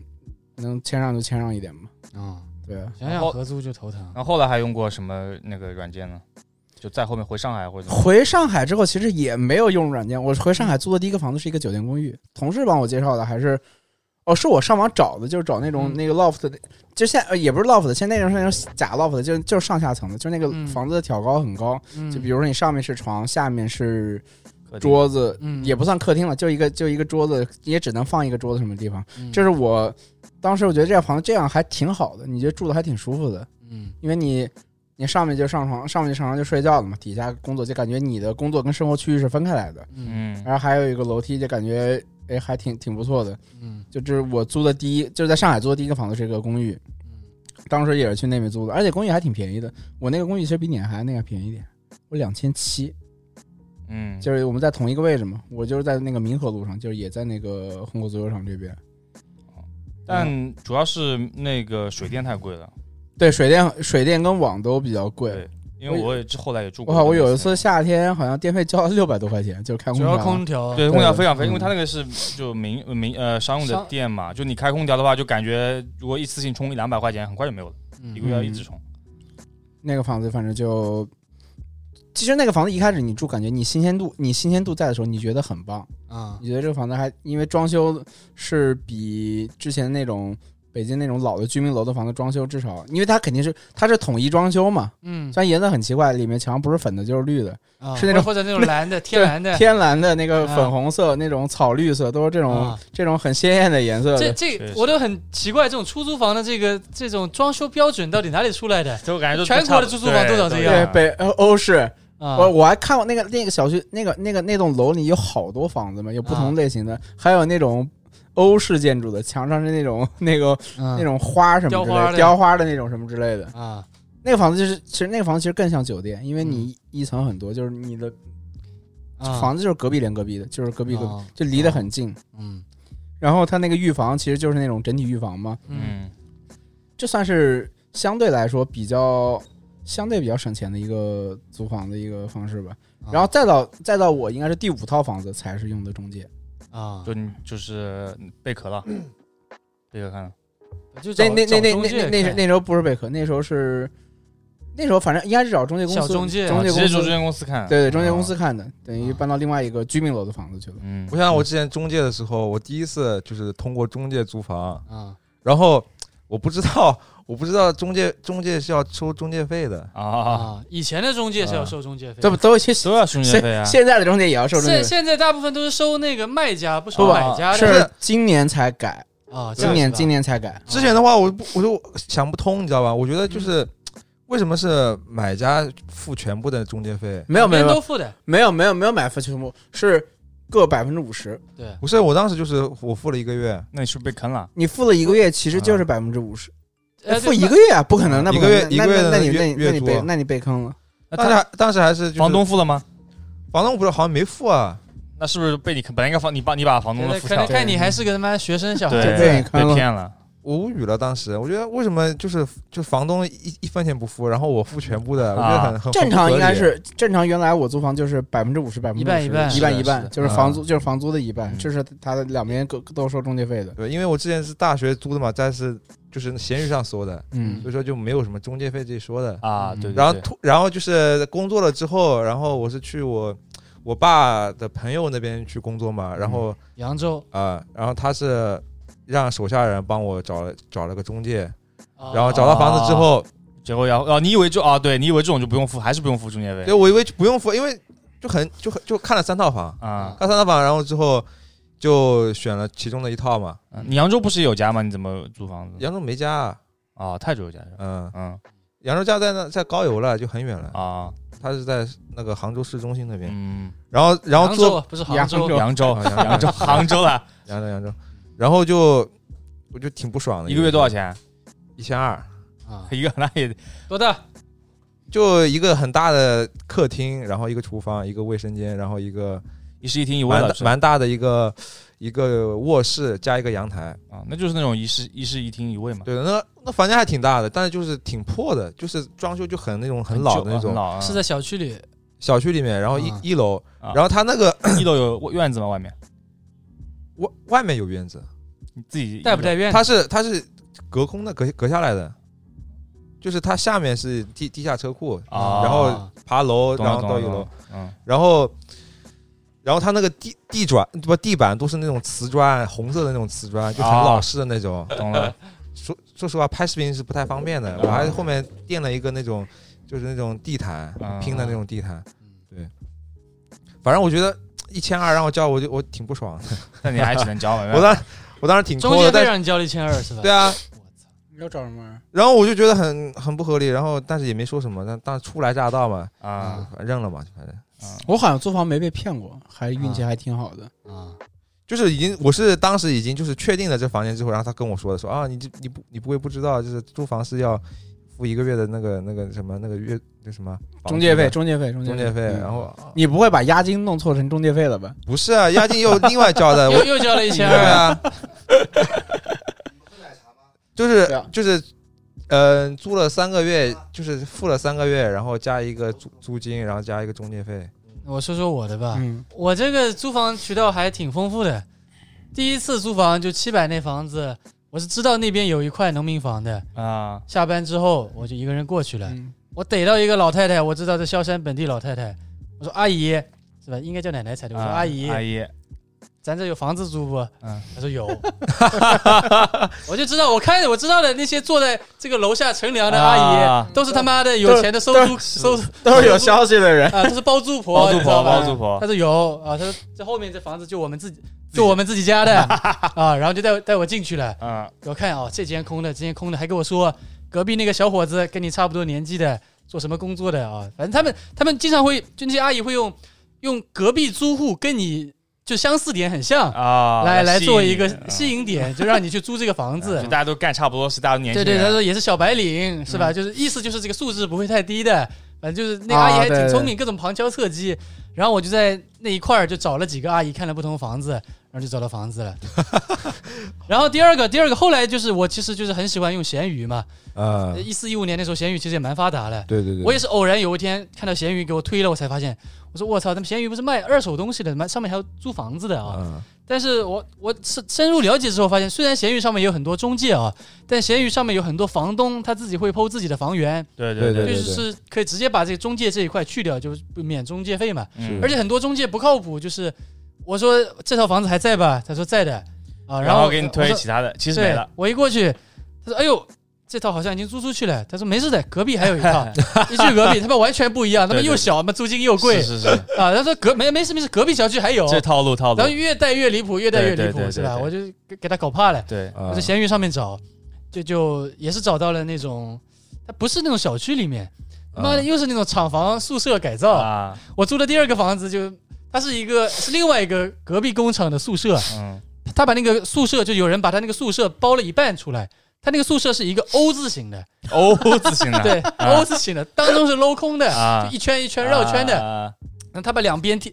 Speaker 4: 能谦让就谦让一点嘛，
Speaker 2: 嗯，
Speaker 4: 对啊。
Speaker 2: 想想合租就头疼
Speaker 4: 哦
Speaker 5: 然。后后来还用过什么那个软件呢？就在后面回上海或者怎么
Speaker 4: 回上海之后，其实也没有用软件。我回上海租的第一个房子是一个酒店公寓，同事帮我介绍的，还是哦，是我上网找的，就是找那种、
Speaker 2: 嗯
Speaker 4: 那个 loft 的，就现在呃也不是 loft 的，现在那种是那种假 loft 的，就就是上下层的，就是那个
Speaker 2: 嗯
Speaker 4: 房子的挑高很高，
Speaker 2: 嗯
Speaker 4: 就比如说你上面是床，下面是
Speaker 5: 客厅
Speaker 4: 桌子，
Speaker 2: 嗯
Speaker 4: 也不算客厅了，就一个就一个桌子，也只能放一个桌子什么地方。
Speaker 2: 嗯
Speaker 4: 这是我当时我觉得这房子这样还挺好的，你觉得住的还挺舒服的。
Speaker 2: 嗯
Speaker 4: 因为你你上面就上床，上面就上床就睡觉了嘛，底下工作就感觉你的工作跟生活区域是分开来的。
Speaker 2: 嗯
Speaker 5: 嗯
Speaker 4: 然后还有一个楼梯，就感觉哎还挺挺不错的。
Speaker 2: 嗯
Speaker 4: 就这是我租的第一，就是在上海租的第一个房子是一个公寓，当时也是去那边租的，而且公寓还挺便宜的。我那个公寓其实比你还那个便宜一点，我两千七，
Speaker 5: 嗯，
Speaker 4: 就是我们在同一个位置嘛，我就是在那个民和路上，就是也在那个虹口足球场这边。
Speaker 5: 但主要是那个水电太贵了，
Speaker 4: 对，水电水电跟网都比较贵
Speaker 5: 对。因为我也后来也住
Speaker 4: 我
Speaker 5: 过。
Speaker 4: 靠，我有一次夏天好像电费交了六百多块钱，就是开空
Speaker 2: 主
Speaker 4: 调。
Speaker 2: 要空调
Speaker 5: 对
Speaker 4: 对
Speaker 5: 空调非常费，
Speaker 4: 嗯
Speaker 5: 因为它那个是就民民呃商用的
Speaker 2: 商
Speaker 5: 电嘛，就你开空调的话，就感觉如果一次性充一两百块钱，很快就没有了，
Speaker 2: 嗯
Speaker 5: 一个月要一直充。
Speaker 4: 那个房子反正就，其实那个房子一开始你住，感觉你新鲜度，你新鲜度在的时候，你觉得很棒，
Speaker 2: 啊
Speaker 4: 你觉得这个房子还因为装修是比之前那种北京那种老的居民楼的房子装修，至少因为它肯定是它是统一装修嘛，
Speaker 2: 嗯，
Speaker 4: 虽然颜色很奇怪，里面墙不是粉的就是绿的，
Speaker 2: 啊
Speaker 4: 是那种
Speaker 2: 或者那种蓝的天蓝的。
Speaker 4: 天蓝的那个
Speaker 2: 啊
Speaker 4: 粉红色、那种草绿色，都是这种
Speaker 2: 啊
Speaker 4: 这种很鲜艳的颜色
Speaker 2: 这
Speaker 4: 的。
Speaker 5: 对
Speaker 2: 这
Speaker 5: 是
Speaker 2: 我都很奇怪，这种出租房的这个这种装修标准到底哪里出来的？
Speaker 5: 就感觉都
Speaker 2: 全国的住宿房都长这样
Speaker 4: 对，北欧欧式，
Speaker 2: 啊
Speaker 4: 我我还看过那个那个小区那个那个那栋楼里有好多房子嘛，有不
Speaker 2: 啊
Speaker 4: 同类型的，还有那种欧式建筑的，墙上是那种 <laughs> 那个
Speaker 2: 那
Speaker 4: 那种花什么
Speaker 2: 啊雕
Speaker 4: 之
Speaker 2: 花
Speaker 4: 类
Speaker 2: 的
Speaker 4: 的，雕花的那种什么之类的。
Speaker 2: 啊，
Speaker 4: 那个房子就是，其实那个房子其实更像酒店，因为你一层很多，就是你的
Speaker 2: 嗯啊
Speaker 4: 房子就是隔壁连隔壁的，就是隔壁隔壁，
Speaker 2: 啊
Speaker 4: 就离得很近。
Speaker 2: 嗯
Speaker 4: 然后它那个浴房其实就是那种整体浴房嘛，
Speaker 2: 嗯
Speaker 5: 嗯，
Speaker 4: 这算是相对来说比较相对比较省钱的一个租房的一个方式吧
Speaker 2: 啊。
Speaker 4: 然后再到再到我应该是第五套房子才是用的中介，
Speaker 2: 啊，
Speaker 5: 嗯
Speaker 3: 嗯
Speaker 5: 就你就是贝壳了，贝壳看了，
Speaker 2: 就找
Speaker 4: 那那那
Speaker 2: 找
Speaker 4: 那
Speaker 2: 中
Speaker 4: 那
Speaker 2: 介
Speaker 4: 那那时
Speaker 2: 看
Speaker 4: 那时候不是贝壳，那时候是那时候反正应该是找中介公司，
Speaker 2: 小中介
Speaker 4: 中
Speaker 5: 啊
Speaker 4: 介
Speaker 5: 直接
Speaker 4: 公
Speaker 5: 住中
Speaker 4: 司，
Speaker 5: 介公司看，
Speaker 4: 对对，中介公
Speaker 5: 啊，
Speaker 4: 司看的，等于搬到另外一个居民楼的房子去了。
Speaker 5: 嗯，
Speaker 3: 我想想，我之前中介的时候，我第一次就是通过中介租房，
Speaker 2: 啊
Speaker 3: 然后我不知道，我不知道中介中介是要收中介费的。
Speaker 5: 啊，
Speaker 2: 啊，以前的中介是要收中介费的，
Speaker 4: 这不都现
Speaker 5: 都要中介费啊，
Speaker 4: 现在的中介也要收中
Speaker 2: 现
Speaker 4: 介费，
Speaker 2: 现在大部分都是收那个卖家，不收
Speaker 5: 不
Speaker 2: 买家的
Speaker 3: 是
Speaker 4: 是今年才改，
Speaker 2: 啊。这
Speaker 4: 今
Speaker 2: 样
Speaker 4: 年
Speaker 2: 是吧
Speaker 4: 今年才改。
Speaker 3: 之前的话，我不我就想不通，你知道吧？我觉得就是为什么是买家付全部的中介费？
Speaker 4: 没有没
Speaker 2: 两边
Speaker 4: 有没有
Speaker 2: 啊都付的，
Speaker 4: 没有没有没有买付全部，是各百分之五十。
Speaker 2: 对
Speaker 3: 不是，我当时就是我付了一个月，
Speaker 5: 那你是不是被坑了？
Speaker 4: 你付了一
Speaker 3: 嗯
Speaker 4: 个月，其实就是百分之五十。
Speaker 2: 呃，
Speaker 4: 付
Speaker 2: 对
Speaker 4: 一个月啊，不可能，那
Speaker 3: 一
Speaker 4: 不
Speaker 3: 个
Speaker 4: 可
Speaker 3: 月
Speaker 4: 能，
Speaker 3: 一
Speaker 4: 那
Speaker 3: 个月的
Speaker 4: 那那你那
Speaker 3: 月
Speaker 4: 你那
Speaker 3: 月
Speaker 4: 你
Speaker 3: 租啊
Speaker 4: 被那你被坑了。
Speaker 5: 那
Speaker 3: 当时
Speaker 5: 他
Speaker 3: 还当时还是就是
Speaker 5: 房东付了吗？
Speaker 3: 房东不是好像没付啊？
Speaker 5: 那是不是被你坑？本来应该房你把你把房东的
Speaker 2: 对
Speaker 5: 付
Speaker 2: 可
Speaker 5: 掉
Speaker 2: 能，看你还是个他妈学生小孩，
Speaker 5: 对，
Speaker 4: 对坑
Speaker 5: 被
Speaker 4: 了
Speaker 5: 骗了，
Speaker 3: 我无语了，当时我觉得为什么就是就房东一一分钱不付，然后我付全部
Speaker 5: 啊
Speaker 3: 的，我觉得很很
Speaker 4: 正常应该
Speaker 3: 很
Speaker 4: 是正常，原来我租房就是百分之五十，百分之
Speaker 2: 一半一半
Speaker 4: 一
Speaker 5: 是
Speaker 4: 半
Speaker 5: 的
Speaker 4: 一
Speaker 5: 是的
Speaker 4: 半，就是
Speaker 3: 嗯
Speaker 4: 房租就是房租的一半
Speaker 5: 嗯，
Speaker 4: 这是他的两边各都收中介费的
Speaker 3: 不。合理对，因为我之前是大学租的嘛，但是就是闲鱼上搜的，
Speaker 4: 嗯
Speaker 3: 所以说就没有什么中介费这一说的。
Speaker 5: 啊，
Speaker 2: 嗯
Speaker 5: 对，对
Speaker 3: 然后
Speaker 5: 对
Speaker 3: 突然后就是工作了之后，然后我是去我我爸的朋友那边去工作
Speaker 5: 嗯
Speaker 3: 嘛，然后
Speaker 2: 扬州，
Speaker 3: 啊、然后他是让手下人帮我找了找了个中介，
Speaker 2: 啊
Speaker 5: 哦
Speaker 3: 然后找到房子之后，
Speaker 5: 结果然后啊，你以为就啊，对你以为这种就不用付，还是不用付中介费
Speaker 3: 对我以为不用付，因为就很就很就看了三套房，
Speaker 5: 啊？
Speaker 3: 看三套房，然后之后就选了其中的一套嘛，
Speaker 5: 嗯你扬州不是有家吗？你怎么租房子？
Speaker 3: 扬州没家，
Speaker 5: 啊，泰州有家是吧？
Speaker 3: 嗯，
Speaker 5: 嗯
Speaker 3: 扬州家在那在高邮了，就很远了，
Speaker 5: 啊，
Speaker 3: 他是在那个杭州市中心那边，
Speaker 5: 嗯，
Speaker 3: 然后然后
Speaker 2: 扬
Speaker 3: 做
Speaker 2: 州不是杭
Speaker 4: 扬
Speaker 2: 州
Speaker 4: 州
Speaker 5: 扬州，
Speaker 3: 啊
Speaker 5: <laughs> 扬
Speaker 3: 扬 <laughs>
Speaker 5: 州，杭州啊了，
Speaker 3: 扬州扬州，然后就我就挺不爽的，
Speaker 5: 一个月多少？钱？
Speaker 3: 一千二。
Speaker 2: 啊，
Speaker 5: 一个那也
Speaker 2: 多
Speaker 3: 啊
Speaker 2: 大？
Speaker 3: 就一个很大的客厅，然后一个厨房，一个卫生间，然后一个
Speaker 5: 一室一厅一卫
Speaker 3: 蛮
Speaker 5: 了
Speaker 3: 大
Speaker 5: 是吧
Speaker 3: 蛮大的一个一个卧室加一个阳台。
Speaker 5: 啊，那就是那种一室一室一厅一卫嘛，
Speaker 3: 对，那那房间还挺大的，但是就是挺破的，就是装修就很那种很老
Speaker 5: 旧
Speaker 3: 的那
Speaker 5: 很
Speaker 3: 种
Speaker 5: 老啊
Speaker 2: 是在小区里
Speaker 3: 小区里面，然后一、
Speaker 2: 啊
Speaker 3: 一楼
Speaker 5: 啊，
Speaker 3: 然后它那个
Speaker 5: 一楼有院子吗？外面
Speaker 3: 外外面有院子，
Speaker 5: 你自己
Speaker 2: 带不带院子？
Speaker 3: 它是它是隔空的隔隔下来的，就是它下面是地地下车库，
Speaker 5: 啊？
Speaker 3: 然后爬楼
Speaker 5: 懂了
Speaker 3: 然后
Speaker 5: 懂
Speaker 3: 到
Speaker 5: 了
Speaker 3: 一
Speaker 5: 懂
Speaker 3: 楼
Speaker 5: 了，，嗯，
Speaker 3: 然后，然后它那个地地砖不地板都是那种瓷砖，红色的那种瓷砖，就很
Speaker 5: 啊
Speaker 3: 老式的那种。嗯
Speaker 5: 懂了，
Speaker 3: 说说实话，拍视频是不太方便的，我还后面垫了一个那种就是那种地毯
Speaker 5: 啊
Speaker 3: 拼的那种地毯。
Speaker 2: 嗯
Speaker 3: 对，反正我觉得一千二让我交，我就我挺不 <laughs> 爽的。？
Speaker 5: 那你还只能交嘛
Speaker 3: 我当我当时挺
Speaker 2: 中
Speaker 3: 抠的，
Speaker 2: 介
Speaker 3: 但
Speaker 2: 费
Speaker 3: 是
Speaker 2: 让你交了一千二是吧？
Speaker 3: 对啊，
Speaker 2: 我操，
Speaker 4: 你要找什么啊玩意儿？
Speaker 3: 然后我就觉得很很不合理，然后但是也没说什么，但但初来乍到嘛，
Speaker 5: 啊
Speaker 3: 反正认了嘛，反正。
Speaker 5: 啊，
Speaker 4: 我好像租房没被骗过，还运气还挺好的。
Speaker 2: 啊
Speaker 3: 就是已经，我是当时已经就是确定了这房间之后，然后他跟我说的，说啊，你这你不你不会不知道，就是租房是要付一个月的那个那 <laughs> 个什么那个月那什么房租的
Speaker 4: 中介费，中介费，中
Speaker 3: 中
Speaker 4: 介
Speaker 3: 介费，
Speaker 4: 嗯
Speaker 3: 然后啊
Speaker 4: 你不会把押金弄错成中介费了吧？
Speaker 3: 不是啊，押金又另外
Speaker 2: <laughs>
Speaker 3: 交的，我
Speaker 2: 又又交了一
Speaker 3: 对
Speaker 2: 千二，
Speaker 3: 啊，就是
Speaker 4: 对啊
Speaker 3: 就是。嗯、租了三个月，就是付了三个月，然后加一个租租金，然后加一个中介费。
Speaker 2: 我说说我的
Speaker 3: 啊
Speaker 2: 吧，
Speaker 4: 嗯，
Speaker 2: 我这个租房渠道还挺丰富的。第一次租房就七百那房子，我是知道那边有一块农民房的。
Speaker 5: 啊，
Speaker 2: 下班之后我就一个人过去了，
Speaker 4: 嗯
Speaker 2: 我逮到一个老太太，我知道这萧山本地老太太，我说阿姨是吧？应该叫奶奶才对。我说
Speaker 5: 啊
Speaker 2: 阿姨，
Speaker 5: 阿姨，
Speaker 2: 咱这有房子租不？
Speaker 5: 嗯，
Speaker 2: 他说有， <laughs> 我就知道，我看着我知道的那些坐在这个楼下乘凉的阿姨，
Speaker 5: 啊
Speaker 2: 都是他妈的有钱的收租收
Speaker 4: 都是有消息的人，
Speaker 2: 啊，都是包租婆，
Speaker 5: 包
Speaker 2: 你
Speaker 5: 租
Speaker 2: 知道
Speaker 5: 婆，
Speaker 2: 吧
Speaker 5: 包租婆
Speaker 2: 他，说有啊，他说这后面这房子就我们自己，就我们自己家
Speaker 5: <laughs>
Speaker 2: 的啊，然后就带我带我进去了。
Speaker 5: 嗯，
Speaker 2: 我看哦，这间空的，这间空的，还跟我说隔壁那个小伙子跟你差不多年纪的，做什么工作的啊？反正他们他们经常会，就那些阿姨会用用隔壁租户跟你就相似点很像，
Speaker 5: 啊，
Speaker 2: 来来
Speaker 5: 吸
Speaker 2: 做
Speaker 5: 引
Speaker 2: 一个
Speaker 5: 你啊嗯
Speaker 2: 吸引点，就让你去租这个房
Speaker 5: 就
Speaker 2: 子。
Speaker 5: 大家都干差不多，是大家都年轻
Speaker 2: 对对，他
Speaker 5: 人
Speaker 2: 说也是小白领是吧？就是意思就是这个素质不会太低的，反正就是那个
Speaker 4: 啊
Speaker 2: 阿姨还挺
Speaker 4: 对
Speaker 2: 聪明，各种旁敲侧击。然后我就在那一块儿就找了几个阿姨，看了不同房子，然后就找到房子了。然后第二个，第二个后来就是我其实就是很喜欢用闲鱼嘛，
Speaker 3: 啊，
Speaker 2: 一四一五年那时候闲鱼其实也蛮发达的。
Speaker 3: 对对对，
Speaker 2: 哎我也是偶然有一天看到闲鱼给我推了，我才发现，我说我操，他们闲鱼不是卖二手东西的，卖上面还有租房子的啊。
Speaker 3: 嗯
Speaker 2: 但是我我深深入了解之后发现，虽然闲鱼上面有很多中介啊，但闲鱼上面有很多房东他自己会剖自己的房源，
Speaker 5: 对
Speaker 3: 对
Speaker 5: 对
Speaker 3: 对
Speaker 2: 就是可以直接把这个中介这一块去掉，就是免中介费嘛。
Speaker 5: 嗯
Speaker 2: 而且很多中介不靠谱，就是我说这套房子还在吧，他说在的啊，
Speaker 5: 然
Speaker 2: 后
Speaker 5: 给你
Speaker 2: 我
Speaker 5: 推
Speaker 2: 说
Speaker 5: 其他的，其实没
Speaker 2: 对
Speaker 5: 了，，
Speaker 2: 我一过去，他说哎呦。这套好像已经租出去了，他说没事的，隔壁还有一
Speaker 5: <laughs>
Speaker 2: 套。一去隔壁，他妈完全不一样，他妈
Speaker 5: 对对
Speaker 2: 又
Speaker 5: 对
Speaker 2: 小，他妈租金又贵
Speaker 5: 是是是，
Speaker 2: 啊。他说隔没没事没事，隔壁小区还有。
Speaker 5: 这套路套路
Speaker 2: 然后，越带越离谱，越带越
Speaker 5: 对
Speaker 2: 离
Speaker 5: 对
Speaker 2: 谱，
Speaker 5: 对
Speaker 2: 是吧？
Speaker 5: 对对
Speaker 2: 我就给给他搞怕了，
Speaker 5: 对，
Speaker 3: 啊
Speaker 2: 我在闲鱼上面找，就就也是找到了那种，它不是那种小区里面，
Speaker 3: 啊
Speaker 2: 妈的又是那种厂房宿舍改造。
Speaker 5: 啊，
Speaker 2: 我租的第二个房子就它是一个是另外一个隔壁工厂的宿舍，
Speaker 5: 嗯，
Speaker 2: 他把那个宿舍就有人把他那个宿舍包了一半出来。他那个宿舍是一个 O 字形的，
Speaker 5: O 字形的，
Speaker 2: 对、o 字形的，当中是镂空的，
Speaker 5: 啊
Speaker 2: 就一圈一圈绕圈的，
Speaker 5: 的，
Speaker 2: 那他把两边铁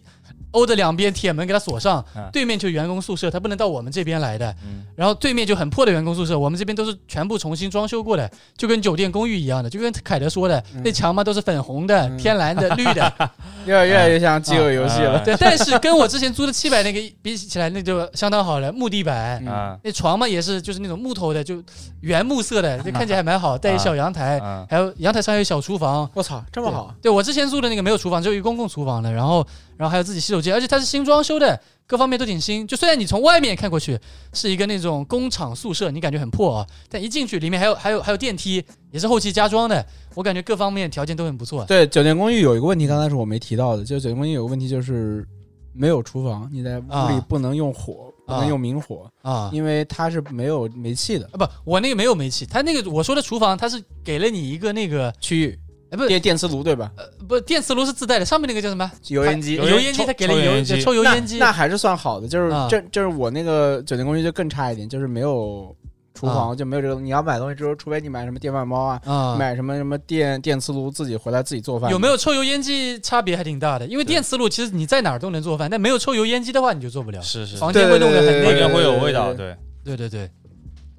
Speaker 2: 欧的两边铁门给他锁上，
Speaker 5: 嗯
Speaker 2: 对面就是员工宿舍，他不能到我们这边来的。
Speaker 5: 嗯
Speaker 2: 然后对面就很破的员工宿舍，我们这边都是全部重新装修过的，就跟酒店公寓一样的，就跟凯德说的，那墙嘛都是粉红的、
Speaker 4: 嗯
Speaker 2: 天蓝的、绿的。
Speaker 4: 越
Speaker 3: 哎
Speaker 4: 越来越像饥饿游戏
Speaker 3: 啊
Speaker 4: 了。
Speaker 2: 对，但是跟我之前租的七百那个比起来，那就相当好了，木地板。
Speaker 4: 嗯
Speaker 5: 啊
Speaker 2: 那床嘛也是就是那种木头的，就原木色的，就看起来还蛮好，带一小阳台，
Speaker 5: 啊，
Speaker 2: 还有阳台上有小厨房，
Speaker 4: 我操，这么好，啊
Speaker 2: 对我之前住的那个没有厨房，只有一个公共厨房的，然后然后还有自己洗手间，而且它是新装修的，各方面都挺新。就虽然你从外面看过去是一个那种工厂宿舍，你感觉很破啊，但一进去里面还有还有还有电梯，也是后期加装的，我感觉各方面条件都很不错。
Speaker 4: 对，酒店公寓有一个问题，刚才是我没提到的，就是酒店公寓有个问题就是没有厨房，你在屋里
Speaker 2: 啊
Speaker 4: 不能用火，不
Speaker 2: 啊
Speaker 4: 能用明火，
Speaker 2: 啊
Speaker 4: 因为它是没有煤气的
Speaker 2: 啊不，我那个没有煤气，它那个我说的厨房，它是给了你一个那个
Speaker 4: 区域，
Speaker 2: 哎不是
Speaker 4: 电电磁炉对吧？
Speaker 2: 呃不电磁炉是自带的，上面那个叫什么
Speaker 4: 油烟机
Speaker 5: 油
Speaker 2: 油烟机，
Speaker 5: 抽
Speaker 2: 它给了你
Speaker 5: 抽油
Speaker 2: 油
Speaker 5: 烟机
Speaker 2: 抽油烟机
Speaker 4: 那那还是算好的，就是
Speaker 2: 啊
Speaker 4: 这就是我那个酒店公寓就更差一点，就是没有厨房，就没有这个。你要买东西之后，除非你买什么电饭煲啊，
Speaker 2: 啊。
Speaker 4: 买什么什么电电磁炉，自己回来自己做饭。
Speaker 2: 有没有抽油烟机差别还挺大的，因为电磁炉其实你在哪儿都能做饭，但没有抽油烟机的话你就做不了。
Speaker 5: 是是，
Speaker 2: 房间会弄得很
Speaker 3: 对
Speaker 5: 完
Speaker 2: 那
Speaker 5: 全
Speaker 2: 个。
Speaker 5: 会有味道，对，
Speaker 2: 对对对，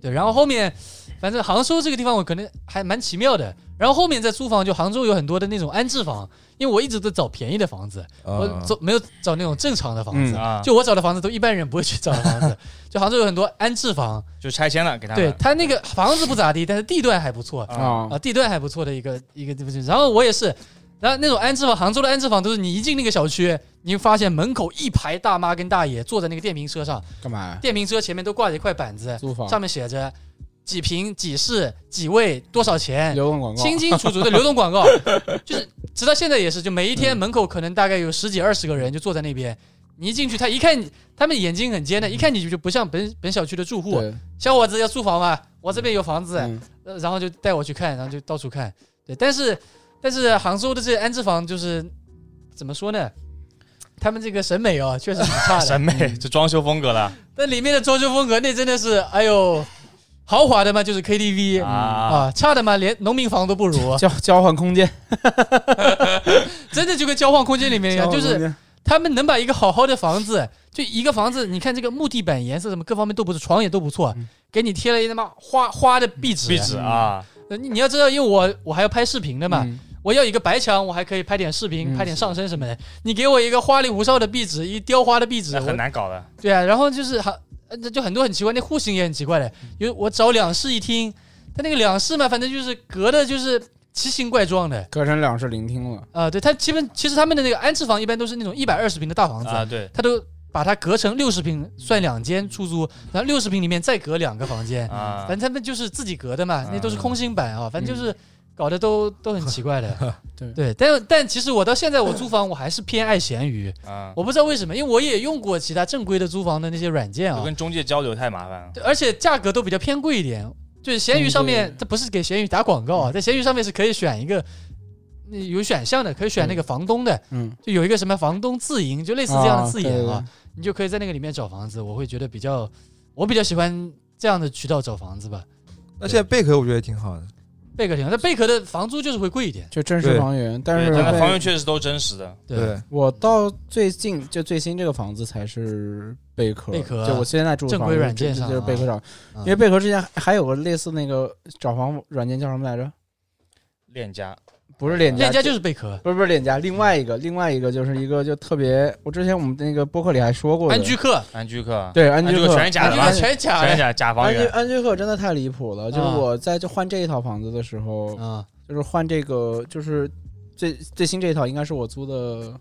Speaker 2: 对。然后后面，反正杭州这个地方我可能还蛮奇妙的。然后后面在租房，就杭州有很多的那种安置房，因为我一直都找便宜的房子，我
Speaker 3: 啊
Speaker 2: 找没有找那种正常的房子。
Speaker 4: 嗯
Speaker 5: 啊，就
Speaker 2: 就我找的房子都一般人不会去找的房子，就杭州有很多安置房，
Speaker 5: 就拆迁了给他
Speaker 2: 对
Speaker 5: 们，
Speaker 2: 它那个房子不咋地，但是地段还不错，
Speaker 5: 啊，
Speaker 4: 啊
Speaker 2: 啊，地段还不错的一个一个地方。然后我也是，然后那种安置房，杭州的安置房都是你一进那个小区，你会发现门口一排大妈跟大爷坐在那个电瓶车上，
Speaker 4: 干嘛呀？
Speaker 2: 电瓶车前面都挂着一块板子，
Speaker 4: 租房
Speaker 2: 上面写着几平几室几位多少钱，
Speaker 4: 流动广告
Speaker 2: 清清楚楚
Speaker 4: <laughs>
Speaker 2: 的流动广告，就是直到现在也是，就每一天门口可能大概有十几二十个人就坐在那边。你一进去，他一看你，他们眼睛很尖的，一看你就不像本本小区的住户。
Speaker 4: 对，
Speaker 2: 小伙子要租房嘛，我这边有房子，
Speaker 4: 嗯，
Speaker 2: 呃然后就带我去看，然后就到处看。对，但是但是杭州的这些安置房就是怎么说呢？他们这个审美哦，确实挺差的。
Speaker 5: <laughs> <laughs> 审美这装修风格了
Speaker 2: 但里面的装修风格那真的是，哎呦，豪华的嘛就是 KTV 啊
Speaker 5: 啊，
Speaker 2: 差的嘛连农民房都不如
Speaker 4: 交交换空间，
Speaker 2: 真的就跟交换空间里面一样，就
Speaker 4: 交换空
Speaker 2: 是
Speaker 4: 间
Speaker 2: 他们能把一个好好的房子，就一个房子，你看这个木地板颜色什么各方面都不错，床也都不错
Speaker 4: 嗯，
Speaker 2: 给你贴了一他妈花花的壁纸，
Speaker 5: 壁纸啊，
Speaker 2: 呃，你你要知道，因为我我还要拍视频的嘛，
Speaker 4: 嗯
Speaker 2: 我要一个白墙，我还可以拍点视频，
Speaker 4: 嗯
Speaker 2: 拍点上身什么的。你给我一个花里胡哨的壁纸，一雕花的壁纸，
Speaker 5: 那很
Speaker 2: 我
Speaker 5: 难搞的，
Speaker 2: 对啊。然后就是很，呃就很多很奇怪，那户型也很奇怪的。有我找两室一厅，它那个两室嘛，反正就是隔的就是奇形怪状的。呃
Speaker 4: 隔成两室聆听了。。
Speaker 2: 啊、对，它基本其实他们的那个安置房一般都是那种一百二十平的大房子，
Speaker 5: 啊，对，
Speaker 2: 它都把它隔成六十平，算两间出租，然后六十平里面再隔两个房间，
Speaker 5: 啊
Speaker 2: 反，正他们就是自己隔的嘛，那都是空心板啊，反正就是搞得都都很奇怪的
Speaker 4: 对
Speaker 2: 对，但但其实我到现在我租房我还是偏爱闲鱼，
Speaker 5: 啊，
Speaker 2: 我不知道为什么，因为我也用过其他正规的租房的那些软件啊
Speaker 5: 就，跟中介交流太麻烦了。
Speaker 2: 对而且价格都比较偏贵一点。就是闲鱼上面
Speaker 4: 嗯对，
Speaker 2: 它不是给闲鱼打广告啊，在闲鱼上面是可以选一个，那有选项的，可以选那个房东的，
Speaker 4: 嗯，
Speaker 2: 就有一个什么房东自营，就类似这样的字眼啊，
Speaker 4: 啊
Speaker 2: 你就可以在那个里面找房子。我会觉得比较，我比较喜欢这样的渠道找房子吧。
Speaker 3: 那现在贝壳我觉得也挺好的，
Speaker 2: 贝壳挺好，但贝壳的房租就是会贵一点。
Speaker 4: 就真实房源，但是
Speaker 5: 对但
Speaker 4: 会
Speaker 5: 房源确实都真实的，
Speaker 2: 对，
Speaker 4: 我到最近就最新这个房子才是贝壳，
Speaker 2: 贝壳啊
Speaker 4: 就我现在住的
Speaker 2: 正
Speaker 4: 房
Speaker 2: 规
Speaker 4: 子
Speaker 2: 软件
Speaker 4: 就
Speaker 2: 上
Speaker 4: 就是
Speaker 2: 啊
Speaker 4: 贝壳找，
Speaker 2: 嗯
Speaker 4: 因为贝壳之前还还有个类似那个找房软件叫什么来着？
Speaker 5: 链家
Speaker 4: 不是链家，
Speaker 2: 链家就是贝壳，
Speaker 4: 不是不是链家，另外一个另外一个就是一个就特别，我之前我们那个播客里还说过的
Speaker 2: 安居客，
Speaker 5: 安居客，
Speaker 4: 对安
Speaker 5: 安
Speaker 4: 居客
Speaker 5: 居客全是假的吧
Speaker 2: 安居客全假
Speaker 5: 全是
Speaker 2: 的
Speaker 5: 假假房
Speaker 4: 安居
Speaker 5: 源，
Speaker 4: 安居客真的太离谱了，就是
Speaker 2: 啊
Speaker 4: 我在就换这一套房子的时候，
Speaker 2: 啊，
Speaker 4: 就是换这个就是最最新这一套应该是我租的。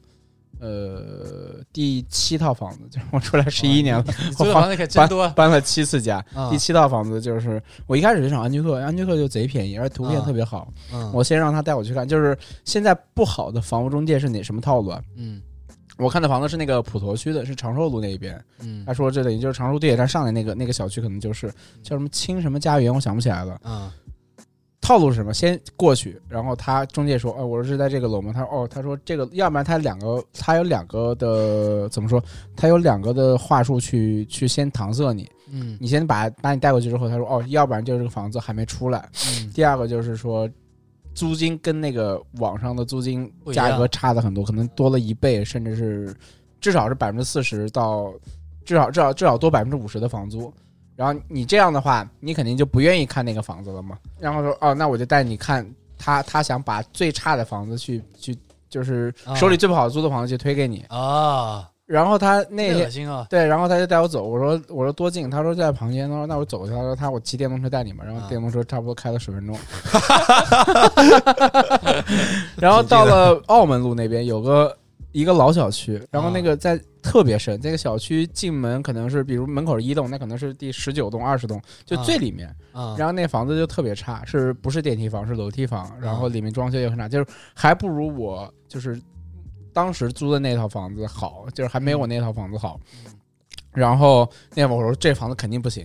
Speaker 4: 呃，第七套房子，就是我出来十一年了，
Speaker 2: 你租的房子可真多。
Speaker 4: 搬了七次家，
Speaker 2: 哦啊
Speaker 4: 第七套房子就是我一开始就找安居客，安居客就贼便宜，而且图片
Speaker 2: 啊
Speaker 4: 特别好。
Speaker 2: 嗯
Speaker 4: 我先让他带我去看，就是现在不好的房屋中介是哪什么套路啊？
Speaker 2: 嗯
Speaker 4: 我看的房子是那个普陀区的，是长寿路那一边。
Speaker 2: 嗯
Speaker 4: 他说这等于就是长寿地铁站上来那个那个小区，可能就是叫什么清什么家园，我想不起来了。
Speaker 2: 啊
Speaker 4: 套路是什么？先过去，然后他中介说：“哦，我说是在这个楼吗？”他说：“哦，他说这个，要不然他两个，他有两个的怎么说？他有两个的话术去去先搪塞你。
Speaker 2: 嗯
Speaker 4: 你先把把你带过去之后，他说：哦，要不然就是这个房子还没出来。
Speaker 2: 嗯
Speaker 4: 第二个就是说，租金跟那个网上的租金
Speaker 2: 不一样
Speaker 4: 价格差的很多，可能多了一倍，甚至是至少是百分之四十到至少至少至少多百分之五十的房租。然后你这样的话，你肯定就不愿意看那个房子了嘛。然后说哦，那我就带你看他他想把最差的房子去去就是
Speaker 2: 啊
Speaker 4: 手里最不好租的房子去推给你。
Speaker 2: 啊，
Speaker 4: 然后他那天
Speaker 2: 恶心啊，
Speaker 4: 对，然后他就带我走，我说我说多近，他说在旁边，他说那我走过去，他说他我骑电动车带你嘛，然后
Speaker 2: 啊
Speaker 4: 电动车差不多开了十分
Speaker 2: <laughs>
Speaker 4: 钟，然后到了澳门路那边有个一个老小区，然后
Speaker 2: 啊
Speaker 4: 那个在特别深，这个小区进门可能是比如门口是一栋，那可能是第十九栋、二十栋，就
Speaker 2: 啊
Speaker 4: 最里面，
Speaker 2: 啊
Speaker 4: 然后那房子就特别差，是不是电梯房是楼梯房，然
Speaker 2: 啊
Speaker 4: 后里面装修也很差，就是还不如我就是当时租的那套房子好，就是还没
Speaker 2: 嗯
Speaker 4: 有我那套房子好。然后那会儿我说这房子肯定不行，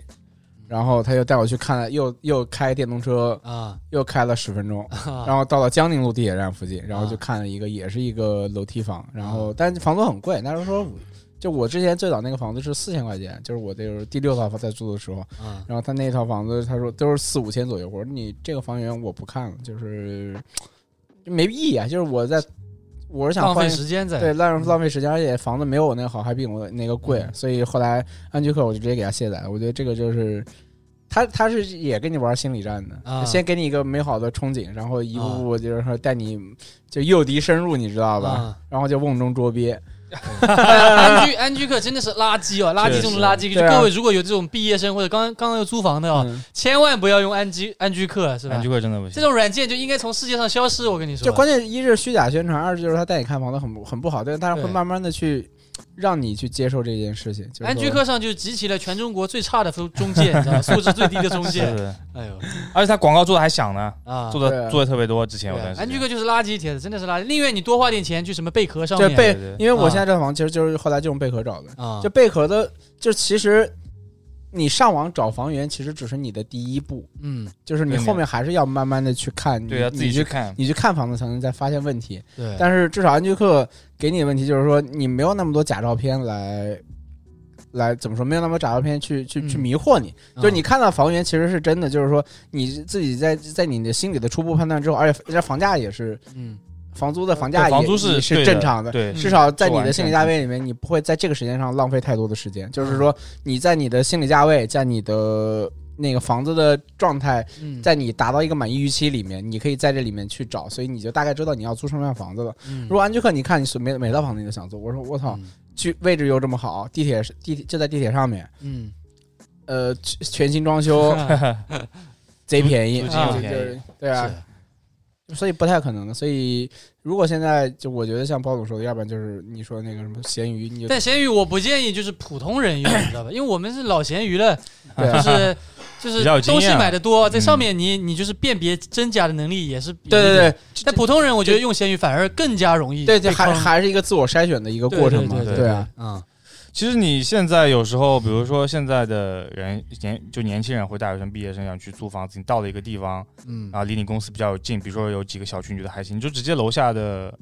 Speaker 4: 然后他就带我去看了，又又开电动车
Speaker 2: 啊
Speaker 4: 又开了十分钟，
Speaker 2: 啊，
Speaker 4: 然后到了江宁路地铁站附近，然后
Speaker 2: 啊
Speaker 4: 就看了一个也是一个楼梯房，然后但房租很贵，那时候说五就我之前最早那个房子是四千块钱，就是我这个第六套房在租的时候，
Speaker 2: 啊
Speaker 4: 然后他那套房子，他说都是四五千左右。我说你这个房源我不看了，就是就没意义啊。就是我在，我是想
Speaker 2: 浪
Speaker 4: 换
Speaker 2: 费
Speaker 4: 一
Speaker 2: 时间在
Speaker 4: 对浪浪费时间，而且房子没有我那个好，还比我那个贵。
Speaker 2: 嗯
Speaker 4: 所以后来安居客我就直接给他卸载了。我觉得这个就是他他是也跟你玩心理战的，
Speaker 2: 啊
Speaker 4: 就
Speaker 2: <laughs>
Speaker 4: 先给你一个美好的憧憬，然后一步步就是说带你就诱敌深入，你知道吧？
Speaker 2: 啊
Speaker 4: 然后就瓮中捉鳖。
Speaker 2: 安居安居客真的是垃圾哦，垃圾中的垃圾。
Speaker 4: 是
Speaker 2: 就
Speaker 4: 对啊
Speaker 2: 各位如果有这种毕业生或者刚刚刚要租房的哦，
Speaker 4: 嗯
Speaker 2: 千万不要用安居安居客，是
Speaker 5: 安
Speaker 2: 吧
Speaker 5: 居？客真的不
Speaker 2: 这
Speaker 5: 行。
Speaker 2: 种软件就应该从世界上消失，我跟你说。
Speaker 4: 就关键一是虚假宣传，二是就是他带你看房子很不很不好，但是他会
Speaker 2: 对
Speaker 4: 慢慢的去让你去接受这件事情。就是
Speaker 2: 安居
Speaker 4: 说
Speaker 2: 客上就集齐了全中国最差的中中介，你知道吗？素质最低的中
Speaker 5: 对
Speaker 2: 介。
Speaker 5: 对，
Speaker 2: 哎呦
Speaker 5: 而且他广告做的还响呢，
Speaker 2: 啊！
Speaker 4: 对
Speaker 5: 做的做的特别多。之前有
Speaker 2: 对啊
Speaker 4: 啊
Speaker 5: 段时
Speaker 2: 安居
Speaker 5: 间，
Speaker 2: 客就是垃圾帖子，真的是垃圾。宁愿你多花点钱去什么贝壳上
Speaker 4: 对
Speaker 2: 面。
Speaker 4: 贝
Speaker 5: 对对，
Speaker 4: 因为我现在这套房其实就是后来就用贝壳找的，
Speaker 2: 啊，
Speaker 4: 就贝壳的，就其实你上网找房源其实只是你的第一步，
Speaker 2: 嗯，
Speaker 4: 就是你
Speaker 5: 对
Speaker 4: 后面还是要慢慢的去看，
Speaker 5: 对啊，
Speaker 4: 你
Speaker 5: 自己
Speaker 4: 你
Speaker 5: 去
Speaker 4: 去
Speaker 5: 看，
Speaker 4: 你去看房子才能再发现问题。
Speaker 2: 对。
Speaker 4: 但是至少安居客给你的问题就是说，你没有那么多假照片来。来怎么说？没有那么多假照片去去去
Speaker 2: 嗯
Speaker 4: 迷惑你，
Speaker 2: 啊
Speaker 4: 就是你看到房源其实是真的，就是说你自己在在你的心里的初步判断之后，而且这房价也是
Speaker 2: 嗯
Speaker 4: 房租的房价也，
Speaker 5: 房租
Speaker 4: 也
Speaker 5: 是
Speaker 4: 是
Speaker 5: 对
Speaker 4: 正常的。
Speaker 5: 对
Speaker 2: 嗯，
Speaker 4: 至少在你的心理价位里面，你不会在这个时间上浪费太多的时间。就是说，你在你的心理价位，在你的那个房子的状态，
Speaker 2: 嗯，
Speaker 4: 在你达到一个满意预期里面，你可以在这里面去找，所以你就大概知道你要租什么样的房子了。
Speaker 2: 嗯
Speaker 4: 如果安居客，你看你是每每套房子你都想租，我说我操，
Speaker 2: 嗯
Speaker 4: 去位置又这么好，地铁是地铁就在地铁上面， <laughs>
Speaker 2: 嗯啊
Speaker 4: 呃，全全新装修，贼便宜，
Speaker 5: 嗯租
Speaker 2: 金又
Speaker 4: 啊
Speaker 5: 便宜
Speaker 4: 就是对啊
Speaker 2: 是，
Speaker 4: 所以不太可能的。所以如果现在就我觉得像包总说的，要不然就是你说那个什么咸鱼，你就
Speaker 2: 但咸鱼我不建议就是普通人用，你知道吧？因为我们是老咸鱼了，
Speaker 4: 对
Speaker 2: 就
Speaker 4: 啊 <laughs>
Speaker 2: 是就
Speaker 5: 比
Speaker 2: 是
Speaker 5: 较有经
Speaker 2: 东西
Speaker 5: 验
Speaker 2: 买的多，在上面你你就是辨别真假的能力也是有一
Speaker 4: 嗯对
Speaker 2: 点
Speaker 4: 对
Speaker 2: 但普通人我觉得用咸鱼反而更加容易
Speaker 4: 对对
Speaker 2: 被
Speaker 4: 对，还
Speaker 2: 坑
Speaker 4: 还是一个自我筛选的一个
Speaker 2: 对
Speaker 4: 过程嘛，
Speaker 2: 对对
Speaker 4: 啊，
Speaker 2: 嗯，
Speaker 5: 其实你现在有时候，比如说现在的人年就年轻人或大学生、毕业生想去租房子，你到了一个地方，
Speaker 4: 嗯
Speaker 5: 啊，离你公司比较有近，比如说有几个小区你觉得还行，你就直接楼下的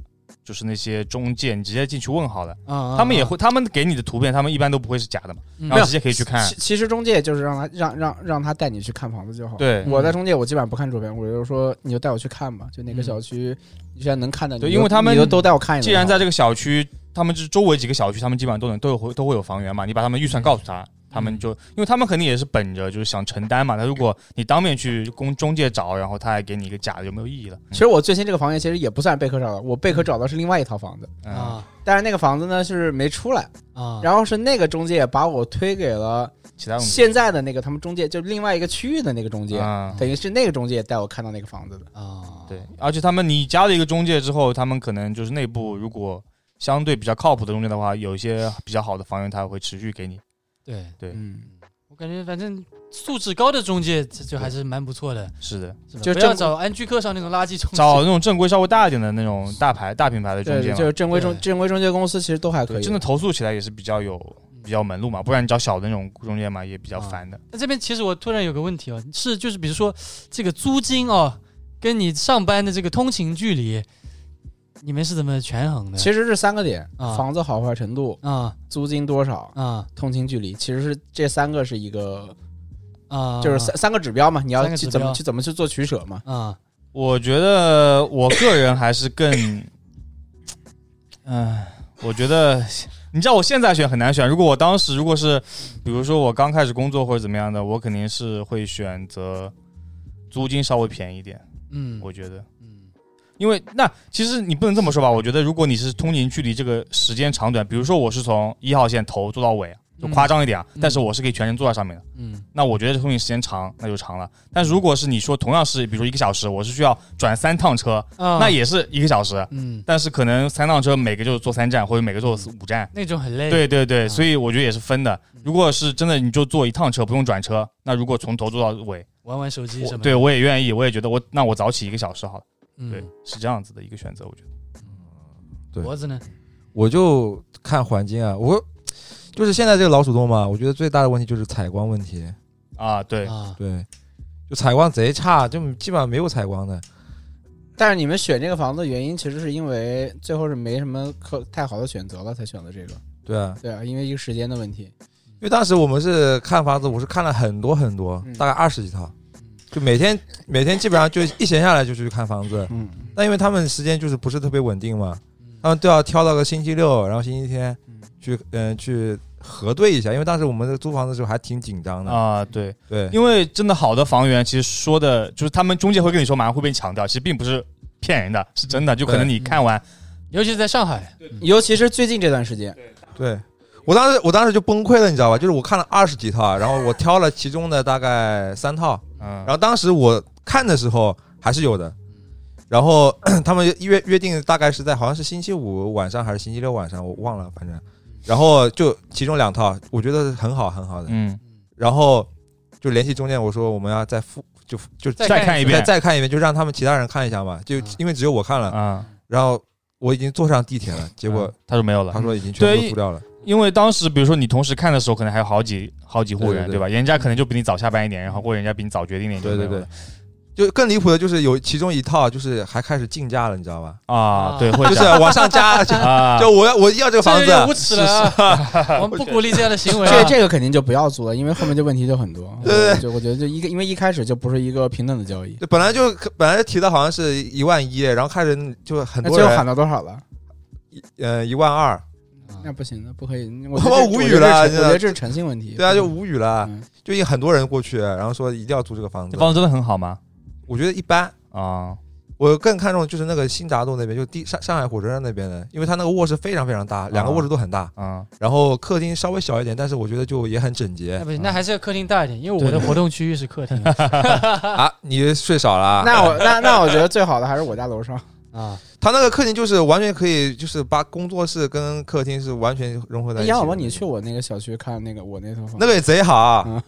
Speaker 5: 就是那些中介，你直接进去问好了，
Speaker 2: 嗯，
Speaker 5: 他们也
Speaker 2: 嗯
Speaker 5: 会，他们给你的图片，他们一般都不会是假的嘛，
Speaker 2: 嗯
Speaker 4: 啊
Speaker 5: 然后直接可以去看
Speaker 4: 其。其实中介就是让他让让让他带你去看房子就好。，
Speaker 5: 对
Speaker 4: 我在中介我基本上不看周边，我就说你就带我去看吧，就哪个小区你现在能看的，
Speaker 5: 对
Speaker 4: 你
Speaker 5: 因为
Speaker 4: 就
Speaker 5: 他们
Speaker 4: 你就都带我看一眼就好。
Speaker 5: 既然在这个小区，他们就是周围几个小区，他们基本上都能都有会都会有房源嘛，你把他们预算告诉
Speaker 4: 嗯
Speaker 5: 他。他们就，因为他们肯定也是本着就是想承担嘛。他如果你当面去公中介找，然后他还给你一个假的，有没有意义了？
Speaker 4: 其实我最新这个房源其实也不算贝壳找到，我贝壳找到是另外一套房子，
Speaker 5: 嗯，
Speaker 2: 啊
Speaker 4: 但是那个房子呢是没出来，
Speaker 2: 啊，
Speaker 4: 然后是那个中介把我推给了
Speaker 5: 其他东西
Speaker 4: 现在的那个他们中介，就另外一个区域的那个中介，
Speaker 5: 啊，
Speaker 4: 等于是那个中介带我看到那个房子的。
Speaker 2: 啊
Speaker 5: 对，而且他们你加了一个中介之后，他们可能就是内部如果相对比较靠谱的中介的话，有一些比较好的房源，他会持续给你。
Speaker 2: 对，
Speaker 4: 嗯，
Speaker 2: 我感觉反正素质高的中介这就还是蛮不错的，
Speaker 4: <laughs>
Speaker 5: 是的，
Speaker 2: 是吧
Speaker 4: 就
Speaker 2: 不要
Speaker 4: 正
Speaker 2: 找安居客上那种垃圾中介，
Speaker 5: 找那种正规稍微大一点的那种大牌、大品牌的中
Speaker 4: 对，
Speaker 5: 介
Speaker 4: 就
Speaker 5: 嘛，
Speaker 4: 是正规中
Speaker 2: 对
Speaker 4: 正规中介公司其实都还可
Speaker 5: 对，
Speaker 4: 以，
Speaker 5: 真的投诉起来也是比较有比较门路嘛，不然你找小的那种中介嘛，也比较烦的。
Speaker 2: 那这边其实我突然有个问题哦，是就是比如说这个租金哦，跟你上班的这个通勤距离，你们是怎么权衡的？
Speaker 4: 其实是三个点：
Speaker 2: 啊
Speaker 4: 房子好坏程度、
Speaker 2: 啊
Speaker 4: 租金多少、
Speaker 2: 啊
Speaker 4: 通勤距离。其实是这三个是一个，
Speaker 2: 啊，
Speaker 4: 就是三三个指标嘛，你要
Speaker 2: 三个
Speaker 4: 去
Speaker 2: 指
Speaker 4: 怎么
Speaker 2: 标
Speaker 4: 去怎么去做取舍嘛。
Speaker 2: 啊
Speaker 5: 我觉得我个人还是更， <sniffs> 嗯、我觉得你知道我现在选很难选。如果我当时如果是，比如说我刚开始工作或者怎么样的，我肯定是会选择租金稍微便宜一点。
Speaker 2: 嗯
Speaker 5: 我觉得，
Speaker 2: 嗯
Speaker 5: 因为那其实你不能这么说吧？我觉得如果你是通勤距离这个时间长短，比如说我是从一号线头坐到尾，就夸张一点啊，
Speaker 2: 嗯
Speaker 5: 但是我是可以全程坐在上面的。
Speaker 2: 嗯
Speaker 5: 那我觉得这通勤时间长，那就长了。但如果是你说同样是，比如说一个小时，我是需要转三趟车，
Speaker 2: 啊，
Speaker 5: 那也是一个小时，
Speaker 2: 嗯
Speaker 5: 但是可能三趟车每个就是坐三站，或者每个坐四五站。
Speaker 2: 那种很累，
Speaker 5: 对对对，
Speaker 2: 嗯
Speaker 5: 所以我觉得也是分的
Speaker 2: 嗯。
Speaker 5: 如果是真的，你就坐一趟车，不用转车。那如果从头坐到尾，
Speaker 2: 玩玩手机什
Speaker 5: 我
Speaker 2: 么的，
Speaker 5: 对我也愿意，我也觉得我那我早起一个小时好了。
Speaker 2: 嗯
Speaker 5: 对，是这样子的一个选择，我觉得。
Speaker 3: 对
Speaker 2: 脖子呢？
Speaker 3: 我就看环境啊，我就是现在这个老鼠洞嘛，我觉得最大的问题就是采光问题。
Speaker 5: 啊，对，
Speaker 2: 啊，
Speaker 3: 对，就采光贼差，就基本上没有采光的。
Speaker 4: 但是你们选这个房子的原因，其实是因为最后是没什么可太好的选择了，才选了这个。
Speaker 3: 对啊，
Speaker 4: 对啊，因为一个时间的问题。
Speaker 3: 因为当时我们是看房子，我是看了很多很多
Speaker 4: 嗯，
Speaker 3: 大概二十几套，就每天每天基本上就一闲下来就去看房子。
Speaker 4: 嗯，
Speaker 3: 那因为他们时间就是不是特别稳定嘛，
Speaker 2: 嗯
Speaker 3: 他们都要挑到个星期六，然后星期天
Speaker 4: 嗯
Speaker 3: 去嗯、去核对一下，因为当时我们租房子的时候还挺紧张的。
Speaker 5: 啊，对，
Speaker 3: 对，
Speaker 5: 因为真的好的房源，其实说的就是他们中介会跟你说马上会被抢掉，其实并不是骗人的，是真的。就
Speaker 2: 嗯
Speaker 5: 可能你看完，
Speaker 2: 尤其是在上海，
Speaker 4: 尤其是最近这段时间，
Speaker 3: 对我当时我当时就崩溃了，你知道吧？就是我看了二十几套，然后我挑了其中的大概三套，
Speaker 5: 嗯
Speaker 3: 然，后当时我看的时候还是有的，然后 <clears throat> 他们约约定大概是在好像是星期五晚上还是星期六晚上，我忘了，反正，然后就其中两套我觉得很好很好的，
Speaker 5: 嗯，
Speaker 3: 然后就联系中介我说我们要再复就就
Speaker 2: 再
Speaker 5: 再看一
Speaker 3: 再
Speaker 5: 遍，
Speaker 3: 再看一遍，就让他们其他人看一下嘛，就
Speaker 2: 嗯
Speaker 3: 因为只有我看了，
Speaker 5: 啊，
Speaker 3: 然后我已经坐上地铁了，结果
Speaker 5: 嗯他说没有了
Speaker 3: 他。说已经全部
Speaker 5: 对
Speaker 3: 都租掉了，
Speaker 5: 因为当时，比如说你同时看的时候，可能还有好几好几户人，
Speaker 3: 对对对
Speaker 5: 吧？人家可能就比你早下班一点，然后或者人家比你早决定一点，
Speaker 3: 对对
Speaker 5: 就没
Speaker 3: 对
Speaker 5: 有了。
Speaker 3: 就更离谱的就是有其中一套就是还开始竞价了，你知道吧？
Speaker 5: 啊，对，会
Speaker 3: 就是
Speaker 5: 这样
Speaker 3: 往上加，就 <laughs>
Speaker 5: 啊，
Speaker 3: 就我要我要这个房
Speaker 2: 这
Speaker 3: 子，
Speaker 2: 也无耻了啊， <laughs> 我们不鼓励这样的行为啊
Speaker 4: <laughs> 这。这个肯定就不要做了，因为后面这问题就很多。
Speaker 3: 对
Speaker 4: 就我觉得就一个，因为一开始就不是一个平等的交易。
Speaker 3: 对，本来就本来提的好像是一万一，然后开始就很
Speaker 4: 那
Speaker 3: 多
Speaker 4: 最后喊
Speaker 3: 人，
Speaker 4: 到多少
Speaker 5: 啊
Speaker 4: 了？
Speaker 3: 呃，一万二，
Speaker 4: 那不行的，不可以。我
Speaker 3: 我
Speaker 4: 觉得这
Speaker 3: 无
Speaker 4: 觉
Speaker 3: 语
Speaker 4: 得
Speaker 3: 了
Speaker 4: 这
Speaker 3: 真的
Speaker 4: 是我觉得这是诚信问题。
Speaker 3: 对啊，
Speaker 4: 不
Speaker 3: 就
Speaker 4: 能
Speaker 3: 无语了，
Speaker 4: 嗯
Speaker 3: 就有很多人过去，然后说一定要租这个房
Speaker 5: 这
Speaker 3: 子，
Speaker 5: 房子真的很好吗？
Speaker 3: 我觉得一般，
Speaker 5: 啊，
Speaker 3: 我更看重就是那个新闸洞那边，就第上上海火车站那边的，因为它那个卧室非常非常大，两个卧室都很大，
Speaker 5: 啊，
Speaker 3: 然后客厅稍微小一点，但是我觉得就也很整洁
Speaker 2: <laughs> 那哎不行，那还是要客厅大一点，因为我的活动区域是客厅
Speaker 3: 啊。你睡少了啊？<laughs>
Speaker 4: 那我那那我觉得最好的还是我家楼上，
Speaker 2: 啊。
Speaker 3: 他那个客厅就是完全可以，就是把工作室跟客厅是完全融合在一起的。
Speaker 4: 杨老伯，哎你去我那个小区看那个我那套房，
Speaker 3: 那个也贼好啊，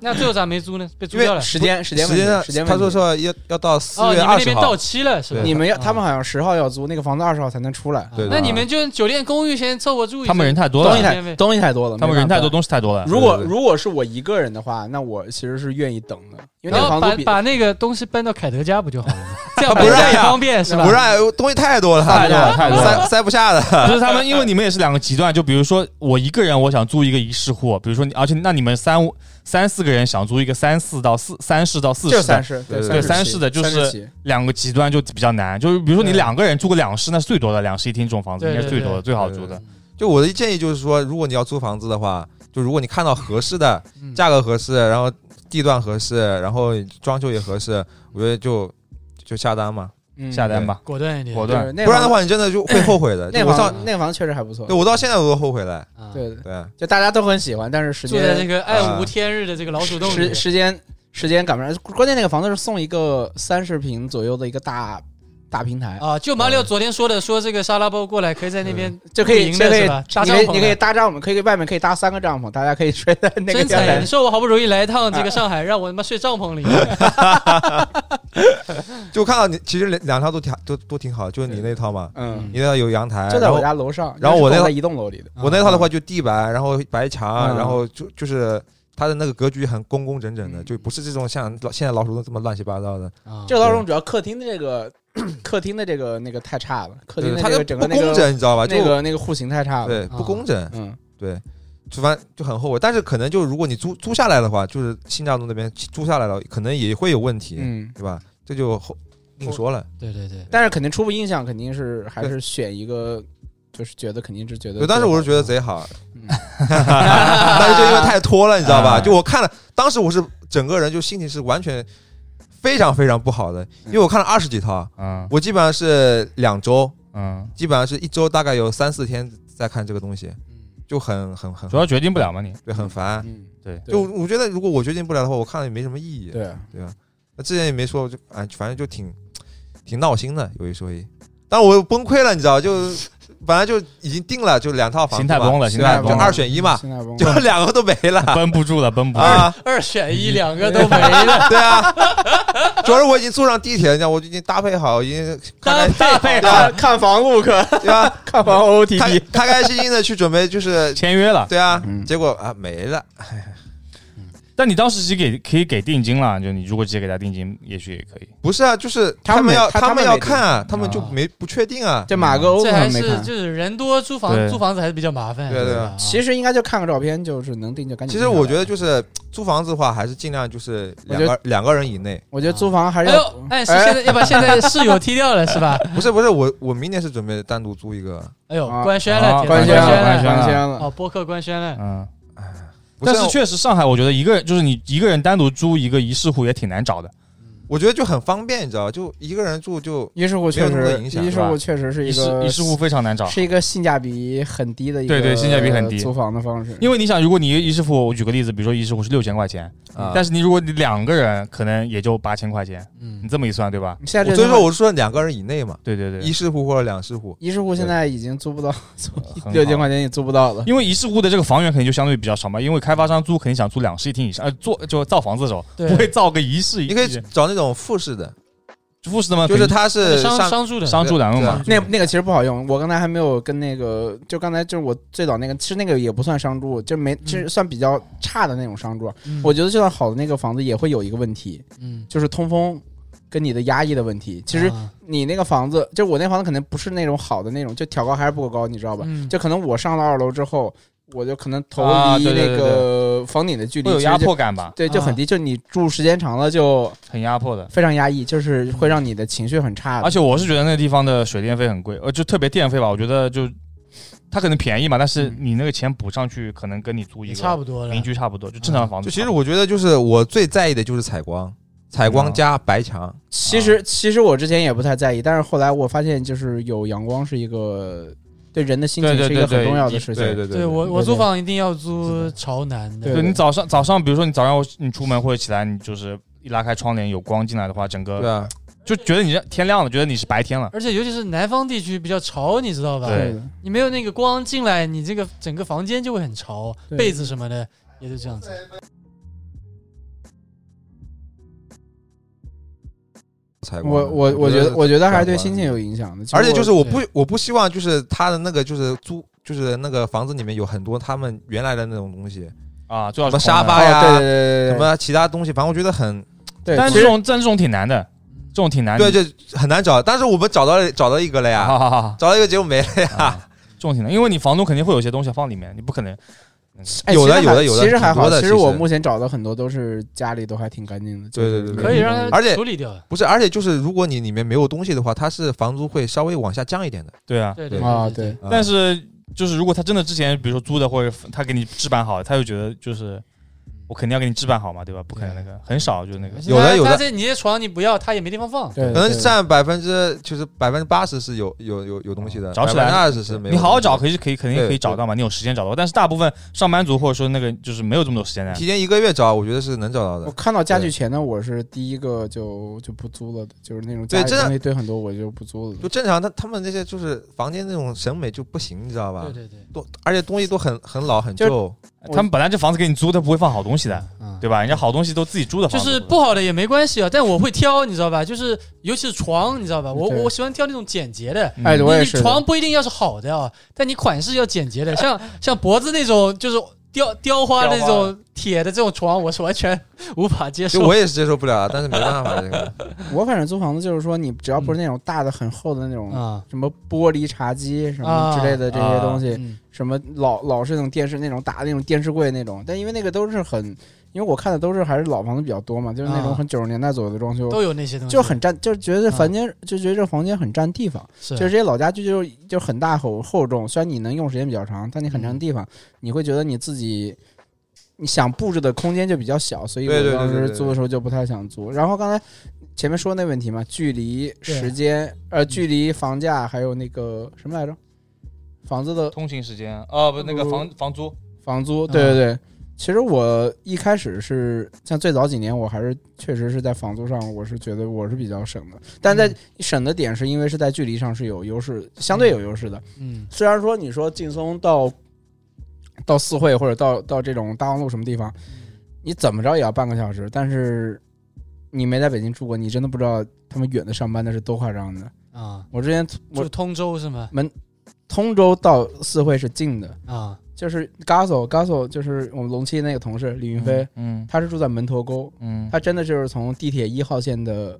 Speaker 2: 那最后咋没租呢？被租掉了。
Speaker 4: 时间时间
Speaker 3: 时
Speaker 4: 问
Speaker 3: 间
Speaker 4: 题
Speaker 3: 上
Speaker 4: 时间问题
Speaker 3: 他说说要要到四
Speaker 2: 哦，你
Speaker 3: 月
Speaker 2: 们
Speaker 3: 二
Speaker 2: 那
Speaker 3: 十
Speaker 2: 边
Speaker 3: 号
Speaker 2: 到，期了是吧？
Speaker 4: 你们要他们
Speaker 2: 啊
Speaker 4: 好像十号要租那个房子，二十号才能出来，
Speaker 3: 对
Speaker 2: 那
Speaker 3: 的
Speaker 2: 你们就酒店公寓先凑合住一下。
Speaker 5: 他们人太多
Speaker 4: 东
Speaker 5: 了
Speaker 4: 西，
Speaker 2: 没
Speaker 4: 太
Speaker 2: 没
Speaker 4: 东西太多了，
Speaker 5: 他们人
Speaker 4: 没办
Speaker 5: 太
Speaker 4: 法
Speaker 5: 多，。东西太多了。
Speaker 4: 如果
Speaker 3: 对对对
Speaker 4: 如果是我一个人的话，那我其实是愿意等的，因为
Speaker 2: 然
Speaker 4: 那个
Speaker 2: 后
Speaker 4: 房
Speaker 2: 把
Speaker 4: 租比
Speaker 2: 把那个东西搬到凯德家不就好了吗？
Speaker 4: <laughs>
Speaker 2: 这样
Speaker 3: 他不
Speaker 2: 搬家
Speaker 3: 让
Speaker 2: 也
Speaker 3: 呀
Speaker 2: 方便是吧？
Speaker 3: 不让东西太多了，
Speaker 5: 太多了太多了
Speaker 3: 塞塞不下的。
Speaker 5: 就是他们，因为你们也是两个极端。就比如说，我一个人我想租一个一室户，比如说你，而且那你们三五三四个人想租一个三四到四三室到四
Speaker 4: 就
Speaker 5: 室
Speaker 4: 是三
Speaker 5: 的，
Speaker 4: 室，
Speaker 3: 对
Speaker 4: 三
Speaker 5: 对三
Speaker 4: 室
Speaker 5: 室
Speaker 4: 起
Speaker 5: 的就
Speaker 4: 三室
Speaker 5: 是
Speaker 4: 起
Speaker 5: 两个极端就比较难。就是比如说你
Speaker 4: 对
Speaker 5: 两个人租个两室，那是最多的，两室一厅这种房子
Speaker 2: 对
Speaker 5: 应该是最
Speaker 2: 对
Speaker 5: 多的，
Speaker 2: 对
Speaker 5: 最好
Speaker 3: 对
Speaker 5: 租的。
Speaker 3: 就我的建议就是说，如果你要租房子的话，就如果你看到合适的
Speaker 2: 嗯，
Speaker 3: 价格合适，然后地段合适，然后装修也合适，我觉得就就下单嘛，
Speaker 4: 嗯
Speaker 5: 下单吧，
Speaker 2: 果断一点。
Speaker 5: 果
Speaker 4: 对
Speaker 5: 断。
Speaker 4: 那
Speaker 3: 不然的
Speaker 4: 房
Speaker 3: 话你真的就会后悔的。
Speaker 4: 那
Speaker 3: 就我到
Speaker 4: 房那嗯房确实还不错
Speaker 3: 对，我到现在我都后悔了。
Speaker 2: 啊，
Speaker 4: 对，啊
Speaker 3: 对，
Speaker 4: 就大家都很喜欢，但是时
Speaker 2: 住在这
Speaker 4: 间
Speaker 2: 个爱无天日的这个老鼠洞里
Speaker 4: 时。时间时间赶不上，关键那个房子是送一个三十平左右的一个大大平台，
Speaker 2: 啊，就马里奥昨天说的，说这个沙拉包过来可以在那边
Speaker 4: 就可以
Speaker 2: 露营
Speaker 4: 就
Speaker 2: 的
Speaker 4: 可以
Speaker 2: 是吧？搭
Speaker 4: 你
Speaker 2: 帐
Speaker 4: 可以
Speaker 2: 篷
Speaker 4: 你可以
Speaker 2: 的，
Speaker 4: 搭帐篷，可以外面可以搭三个帐篷，大家可以睡在那个
Speaker 2: 真
Speaker 4: 阳
Speaker 2: 惨！
Speaker 4: 台
Speaker 2: 你。说我好不容易来一趟这个上海，让我他妈睡帐篷里，
Speaker 3: 就看到你其实两两套都挺都都挺好，就是你那套嘛，
Speaker 4: 嗯，
Speaker 3: 你那套有阳台，
Speaker 4: 就
Speaker 3: 哎
Speaker 4: 在
Speaker 3: 然
Speaker 4: 我
Speaker 3: 后
Speaker 4: 家楼上，
Speaker 3: 然后我那
Speaker 4: 那
Speaker 3: 套嗯
Speaker 4: 在一栋楼里的，
Speaker 3: 我那套的话就地板，然后白墙，
Speaker 4: 嗯
Speaker 3: 然后就就是它的那个格局很工工整整的，
Speaker 4: 嗯
Speaker 3: 就不是这种像老现在老鼠洞这么乱七八糟的。
Speaker 2: 啊
Speaker 4: 这套中主要客厅的这个客厅的这个那个太差了，客厅
Speaker 3: 对，
Speaker 4: 的
Speaker 3: 它
Speaker 4: 这
Speaker 3: 就
Speaker 4: 个整个
Speaker 3: 不
Speaker 4: 那
Speaker 3: 工
Speaker 4: 个
Speaker 3: 整，你知道吧？就
Speaker 4: 那个那个户型太差了，
Speaker 3: 对不工整，
Speaker 4: 嗯，
Speaker 3: 对，就反正就很后悔。但是可能就如果你租租下来的话，就是新大东那边租下来了，可能也会有问题，
Speaker 4: 嗯，
Speaker 3: 对吧？这就后另说了。
Speaker 2: 对对对，
Speaker 4: 但是肯定初步印象肯定是还是选一个，就是觉得肯定是觉得。
Speaker 3: 对，当时我是觉得贼好，
Speaker 5: <laughs>
Speaker 4: 嗯
Speaker 3: <laughs> 但是就因为太拖了，你知道吧？
Speaker 5: 啊
Speaker 3: 就我看了，当时我是整个人就心情是完全非常非常不好的，因为我看了二十几套，
Speaker 5: 嗯
Speaker 3: 我基本上是两周，
Speaker 5: 嗯，
Speaker 3: 基本上是一周大概有三四天在看这个东西，
Speaker 2: 嗯
Speaker 3: 就很很很
Speaker 5: 主要决定不了嘛你。
Speaker 3: 对很烦。
Speaker 4: 嗯，
Speaker 5: 对，
Speaker 3: 就我觉得如果我决定不了的话，我看了也没什么意义，
Speaker 4: 对，
Speaker 3: 对吧？那之前也没说，就哎，反正就挺挺闹心的，有一说一。但我崩溃了，你知道，就 <laughs> 本来就已经定了，就两套房子嘛，
Speaker 5: 心态崩了，心
Speaker 3: 对
Speaker 5: 态
Speaker 3: 吧？就
Speaker 5: 崩
Speaker 3: 二
Speaker 5: 了，
Speaker 3: 选一嘛，
Speaker 4: 现在
Speaker 3: <laughs>
Speaker 4: 不
Speaker 3: 就两个都没了。
Speaker 4: 啊
Speaker 5: <laughs> 绷不住了，绷不住了。
Speaker 3: 啊，
Speaker 2: 二选一，两个都没了，
Speaker 3: 对啊，主要是我已经坐上地铁了，你知道，我已经搭配好，已经
Speaker 2: 搭
Speaker 3: 开
Speaker 2: 配
Speaker 3: 对吧
Speaker 4: 看？看房 look，
Speaker 3: 对吧？
Speaker 4: 看房
Speaker 3: 开
Speaker 4: OOTD，
Speaker 3: 开开心心的去准备，
Speaker 5: <laughs>
Speaker 3: 就是
Speaker 5: 签约了，
Speaker 3: 对啊
Speaker 4: 嗯，
Speaker 3: 结果啊没了，
Speaker 5: 但你当时其实给可以给定金了，就你如果直接给他定金，也许也可以。
Speaker 3: 不是啊，就是
Speaker 4: 他们
Speaker 3: 们要
Speaker 4: 他
Speaker 3: 他
Speaker 4: 他们
Speaker 3: 要
Speaker 4: 没定
Speaker 3: 看啊，他们就
Speaker 2: 啊
Speaker 3: 没不确定啊，
Speaker 4: 这马哥欧
Speaker 2: <laughs> 这还
Speaker 4: 肯没
Speaker 2: 是
Speaker 4: 看。
Speaker 2: 就是人多租房
Speaker 5: 对
Speaker 2: 租房子还是比较麻烦，
Speaker 3: 对对
Speaker 2: 吧？
Speaker 4: 其实应该就看个照片，就是能定就赶紧
Speaker 3: 其
Speaker 4: 定
Speaker 3: 实
Speaker 4: 下来。
Speaker 3: 我觉得就是租房子的话，还是尽量就是两
Speaker 4: 我
Speaker 3: 个两个人以内。
Speaker 4: 我觉得租房还是
Speaker 2: 哎
Speaker 4: 要
Speaker 2: 呦，哎，是现在要把现在室友踢掉了是吧？
Speaker 3: 不是不是，我我明年是准备单独租一个，
Speaker 2: 哎呦，
Speaker 4: 啊
Speaker 2: 官宣
Speaker 5: 啊
Speaker 2: 了，铁子
Speaker 4: 官宣
Speaker 5: 官宣
Speaker 2: 了
Speaker 5: 了
Speaker 4: 官
Speaker 5: 官宣了
Speaker 4: 宣了，
Speaker 2: 哦，播客官宣了，
Speaker 5: 嗯，
Speaker 3: 不啊
Speaker 5: 但是
Speaker 3: 我
Speaker 5: 确实上海，我觉得一个人就是你一个人单独租一个一室户也挺难找的。
Speaker 3: 我觉得就很方便，你知道吧，就一个人住就
Speaker 4: 一室户确
Speaker 3: 没有那么多
Speaker 4: 实，
Speaker 3: 影响
Speaker 4: 一
Speaker 3: 是
Speaker 4: 室
Speaker 5: 吧
Speaker 4: 户确实是
Speaker 5: 一
Speaker 4: 一
Speaker 5: 室
Speaker 4: 个
Speaker 5: 一室户非常难找，
Speaker 4: 是一个性价比很低的一个
Speaker 5: 对对性价比很低
Speaker 4: 租房的方式，
Speaker 5: 因为你想，如果你一个一室户，我举个例子，比如说一室户是六千块钱，
Speaker 3: 啊。
Speaker 5: 但是你如果你两个人，可能也就八千块钱，
Speaker 2: 嗯
Speaker 5: 你，这么一算，对吧？
Speaker 4: 你现在
Speaker 3: 我
Speaker 4: 这
Speaker 3: 所以说我是说两个人以内嘛，
Speaker 5: 对对对
Speaker 3: 一，室户或者两室户，
Speaker 4: 一室户现在已经租不到，租
Speaker 5: 好
Speaker 4: 六千块钱也租不到了。
Speaker 5: 因为一室户的这个房源肯定就相对比较少嘛，因为开发商租肯定想租两室一厅以上，呃，做就造房子的时候
Speaker 2: 对
Speaker 5: 不会造个一室一
Speaker 3: 你可以
Speaker 5: 厅
Speaker 3: 找那种复式的，
Speaker 5: 复式的嘛，
Speaker 3: 嗯就是
Speaker 5: 肯定
Speaker 3: 它是
Speaker 2: 商
Speaker 3: 上
Speaker 2: 商住的
Speaker 5: 商住两用嘛
Speaker 3: 对啊
Speaker 4: 那那个其实不好用，我刚才还没有跟那个，就刚才就是我最早那个，其实那个也不算商住，就没，其
Speaker 5: 嗯
Speaker 4: 实算比较差的那种商住。
Speaker 2: 嗯
Speaker 4: 我觉得就算好的那个房子也会有一个问题，
Speaker 2: 嗯，
Speaker 4: 就是通风跟你的压抑的问题。其实
Speaker 2: 啊
Speaker 4: 你那个房子，就我那房子可能不是那种好的那种，就挑高还是不够高，你知道吧？
Speaker 2: 嗯
Speaker 4: 就可能我上了二楼之后，我就可能头
Speaker 5: 啊
Speaker 4: 离
Speaker 5: 对对
Speaker 4: 那
Speaker 5: 对
Speaker 4: 个房顶的距离
Speaker 5: 会有
Speaker 4: 其
Speaker 5: 压
Speaker 4: 实就，
Speaker 5: 迫啊感吧，
Speaker 4: 对，就很低。就你住时间长了就
Speaker 5: 很压迫的。
Speaker 4: 非常压抑，就是会让你的情绪很
Speaker 3: 啊
Speaker 4: 差的。
Speaker 5: 而且我是觉得那个地方的水电费很贵，呃，就特别电费吧，我觉得就它可能便宜嘛，但是
Speaker 3: 嗯
Speaker 5: 你那个钱补上去，可能跟你租一
Speaker 2: 也
Speaker 5: 个
Speaker 2: 差不多了
Speaker 5: 民，居差不多，就正常的房子
Speaker 3: 就
Speaker 5: 差不多。
Speaker 3: 其实我觉得，就是我最在意的就是采光，采
Speaker 4: 嗯
Speaker 3: 光加白墙，
Speaker 4: 其实其实我之前也不太在意，但是后来我发现，就是有阳光是一个对人的心情
Speaker 5: 对对
Speaker 4: 是一个
Speaker 5: 对
Speaker 4: 很
Speaker 5: 对
Speaker 4: 重要
Speaker 5: 一
Speaker 4: 的事情。
Speaker 3: 对对对
Speaker 2: 对我我
Speaker 4: 对
Speaker 2: 租
Speaker 4: 对
Speaker 2: 房一定要租朝南的，
Speaker 5: 对
Speaker 4: 对
Speaker 5: 你早上早上，比如说你早上你出门或者起来，你就是一拉开窗帘有光进来的话，整
Speaker 3: 对
Speaker 5: 个
Speaker 3: 啊，
Speaker 5: 就觉得你这天亮了，觉得你是白天了。
Speaker 2: 而且尤其是南方地区比较潮，你知道吧？
Speaker 5: 对
Speaker 4: 的
Speaker 2: 你没有那个光进来，你这个整个房间就会很潮，
Speaker 4: 对
Speaker 2: 被子什么的也是这样子。
Speaker 3: 采光。
Speaker 4: 我我我觉得我觉得还是对心情
Speaker 3: 有。
Speaker 4: 有影响的。其实
Speaker 3: 而且就是
Speaker 4: 我
Speaker 3: 我不我不希望就是他的那个就是租就是那个房子里面有很多他们原来的那种东西，
Speaker 5: 啊，最好
Speaker 3: 什
Speaker 5: 是
Speaker 3: 么沙
Speaker 5: 空的
Speaker 3: 发
Speaker 4: 哦
Speaker 3: 呀，
Speaker 4: 对对对对对，
Speaker 3: 什么其他东西，反正我觉得很
Speaker 4: 对，
Speaker 5: 但是
Speaker 4: 其
Speaker 5: 这
Speaker 4: 实
Speaker 5: 种但是这种挺难的，这种挺难的。
Speaker 3: 对，就很难找。但是我们找到了找到一个了呀，
Speaker 5: 好好好，
Speaker 3: 找到一个结果没了 <laughs> 呀。
Speaker 5: 啊这种挺难，因为你房东肯定会有些东西放里面，你不可能。
Speaker 4: 哎
Speaker 3: 有的
Speaker 4: 其实
Speaker 3: 有
Speaker 4: 还
Speaker 3: 的有的
Speaker 4: 其实还
Speaker 3: 挺多
Speaker 4: 好。
Speaker 3: 的
Speaker 4: 其实我
Speaker 3: 其实
Speaker 4: 目前找的很多都是家里都还挺干净的。
Speaker 3: 对
Speaker 4: 就是
Speaker 3: 对对对
Speaker 2: 可以让
Speaker 3: 而且
Speaker 2: 它处理掉的。
Speaker 3: 不是，而且就是如果你里面没有东西的话，它是房租会稍微往下降一点的。
Speaker 5: 对啊，
Speaker 2: 对
Speaker 3: 对
Speaker 4: 啊，
Speaker 2: 对
Speaker 4: 对，，
Speaker 3: 嗯
Speaker 5: 但是就是如果他真的之前比如说租的或者他给你置办好，他就觉得就是我肯定要给你置办好嘛，对吧？不可能那个很少就是那个
Speaker 2: 而。且
Speaker 3: 有的
Speaker 2: 它
Speaker 3: 有的
Speaker 2: 它这你这床你不要，它也没地方放。
Speaker 5: 嗯
Speaker 4: 对，
Speaker 3: 可能
Speaker 4: 对
Speaker 3: 占百分之就是百分之八十是有有有有东西的，
Speaker 5: 哦找起来
Speaker 3: 二十是没有。
Speaker 5: 你好好找，，可以可以肯定可
Speaker 3: 对
Speaker 5: 以找到嘛，你有时间找到。但是大部分上班族或者说那个就是没有这么多时间的
Speaker 3: 提，前一个月找，我觉得是能找到
Speaker 4: 我
Speaker 3: 的。
Speaker 4: 看到家具前呢，我是第一个就就不租了的，就是那种
Speaker 3: 对
Speaker 4: 家里
Speaker 3: 真的
Speaker 4: 东西堆很多，我就不租了
Speaker 3: 就。正常，他他们那些就是房间那种审美就不行，你知道吧？
Speaker 2: 对对对，
Speaker 3: 多，而且东西都很很老很
Speaker 4: 就
Speaker 3: 旧。
Speaker 4: 我
Speaker 5: 他们本来这房子给你租，他不会放好东西
Speaker 4: 啊
Speaker 5: 的，
Speaker 2: 嗯，
Speaker 5: 对吧？人家好东西都自己租的
Speaker 2: 就
Speaker 5: 房子，
Speaker 2: 是不好的也没关系啊，但我会挑，你知道吧？就是尤其是床，你知道吧？我
Speaker 4: 嗯对
Speaker 2: 我喜欢挑那种简洁的。
Speaker 5: 嗯
Speaker 4: 哎，
Speaker 2: 你
Speaker 4: 我也
Speaker 2: 你
Speaker 4: 是的。
Speaker 2: 床不一定要是好的啊，但你款式要简洁的，像像脖子那种就是雕雕花的那
Speaker 5: 雕
Speaker 2: 种铁的这种床，我是完全无法接
Speaker 3: 就
Speaker 2: 受。
Speaker 3: 我也是接受不了啊，但是没办法，这个
Speaker 4: 我反正租房子就是说，你只要不是那种大的很厚的那种
Speaker 2: 啊，
Speaker 4: 什么玻璃茶几什么
Speaker 2: 啊
Speaker 4: 之类的这些东西，
Speaker 2: 嗯
Speaker 4: 什么老老是那种电视那种大的那种电视柜那种，但因为那个都是很，因为我看的都是还是老房子比较多嘛，就是那
Speaker 2: 啊
Speaker 4: 种很九十年代左右的装修，
Speaker 2: 都有那些东西，
Speaker 4: 就很占，就是觉得
Speaker 2: 啊
Speaker 4: 房间就觉得这房间很占地方。
Speaker 2: 是
Speaker 4: 就是这些老家具就就很大厚厚重，虽然你能用时间比较长，但你很长
Speaker 2: 嗯
Speaker 4: 地方，你会觉得你自己你想布置的空间就比较小，所以
Speaker 3: 对对对
Speaker 4: 我当
Speaker 3: 对
Speaker 4: 时
Speaker 3: 对
Speaker 4: 租的时候就不太想租。然后刚才前面说那问题嘛，距离、
Speaker 2: 对
Speaker 4: 时间，呃，
Speaker 3: 嗯
Speaker 4: 距离、房价，还有那个什么来着，房子的
Speaker 5: 通勤时间哦，不那个
Speaker 4: 嗯
Speaker 5: 房房租，
Speaker 4: 房租，
Speaker 2: 嗯
Speaker 4: 对对对。其实我一开始是像最早几年，我还是确实是在房租上，我是觉得我是比较省的，但在
Speaker 2: 嗯
Speaker 4: 省的点是因为是在距离上是有优势，相对有优势的。
Speaker 2: 嗯
Speaker 4: 虽然说你说劲松到到四惠或者到到这种大望路什么地方，你怎么着也要半个小时，但是你没在北京住过，你真的不知道他们远的上班那是多夸张的。
Speaker 2: 啊，
Speaker 4: 我之前我
Speaker 2: 住通州是吗？
Speaker 4: 通州到四惠是近的，
Speaker 2: 啊，
Speaker 4: 就是 Gaso Gaso 就是我们龙七那个同事李云飞，
Speaker 5: 嗯
Speaker 4: 他是住在门头沟，
Speaker 5: 嗯，
Speaker 4: 他真的就是从地铁一号线的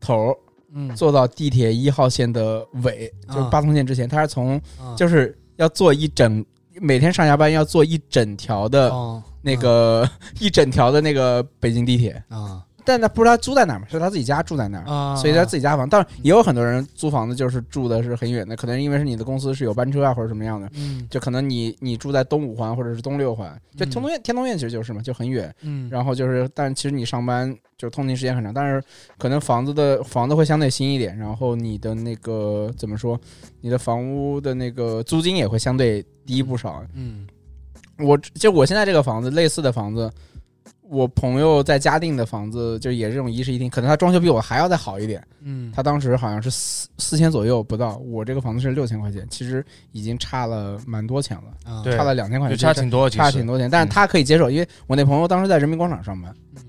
Speaker 4: 头儿
Speaker 2: 嗯，
Speaker 4: 坐到地铁一号线的尾，就是
Speaker 2: 啊
Speaker 4: 八通线之前，他是从
Speaker 2: 啊
Speaker 4: 就是要做一整，每天上下班要做一整条的
Speaker 2: 哦
Speaker 4: 那个、 <laughs> 一整条的那个北京地铁，
Speaker 2: 啊
Speaker 4: 但他不知道他租在哪儿嘛，是他自己家住在哪儿。
Speaker 2: 啊，嗯
Speaker 4: 嗯所以他自
Speaker 2: 己
Speaker 4: 己家房，当然也有很多人租房子，就是住的是很远的，可能因为是你的公司是有班车啊或者什么样的，
Speaker 2: 嗯
Speaker 4: 就可能你你住在东五环或者是东六环，就
Speaker 2: 嗯
Speaker 4: 天通苑天通苑其实就是嘛，就很远。
Speaker 2: 嗯，
Speaker 4: 然后就是，但其实你上班就通勤时间很长，但是可能房子的房子会相对新一点，然后你的那个怎么说，你的房屋的那个租金也会相对低不少。
Speaker 2: 嗯
Speaker 4: 我就我现在这个房子，类似的房子，我朋友在嘉定的房子，就也是这种一室一厅，可能他装修比我还要再好一点，
Speaker 2: 嗯，
Speaker 4: 他当时好像是四四千左右不到，我这个房子是六千块钱，其实已经差了蛮多钱了，
Speaker 2: 啊
Speaker 5: 对
Speaker 4: 差了两千块
Speaker 5: 就
Speaker 4: 钱，
Speaker 5: 差挺多，其
Speaker 4: 差
Speaker 5: 实嗯
Speaker 4: 挺多钱，但是他可以接受，因为我那朋友当时在人民广场上班。
Speaker 2: 嗯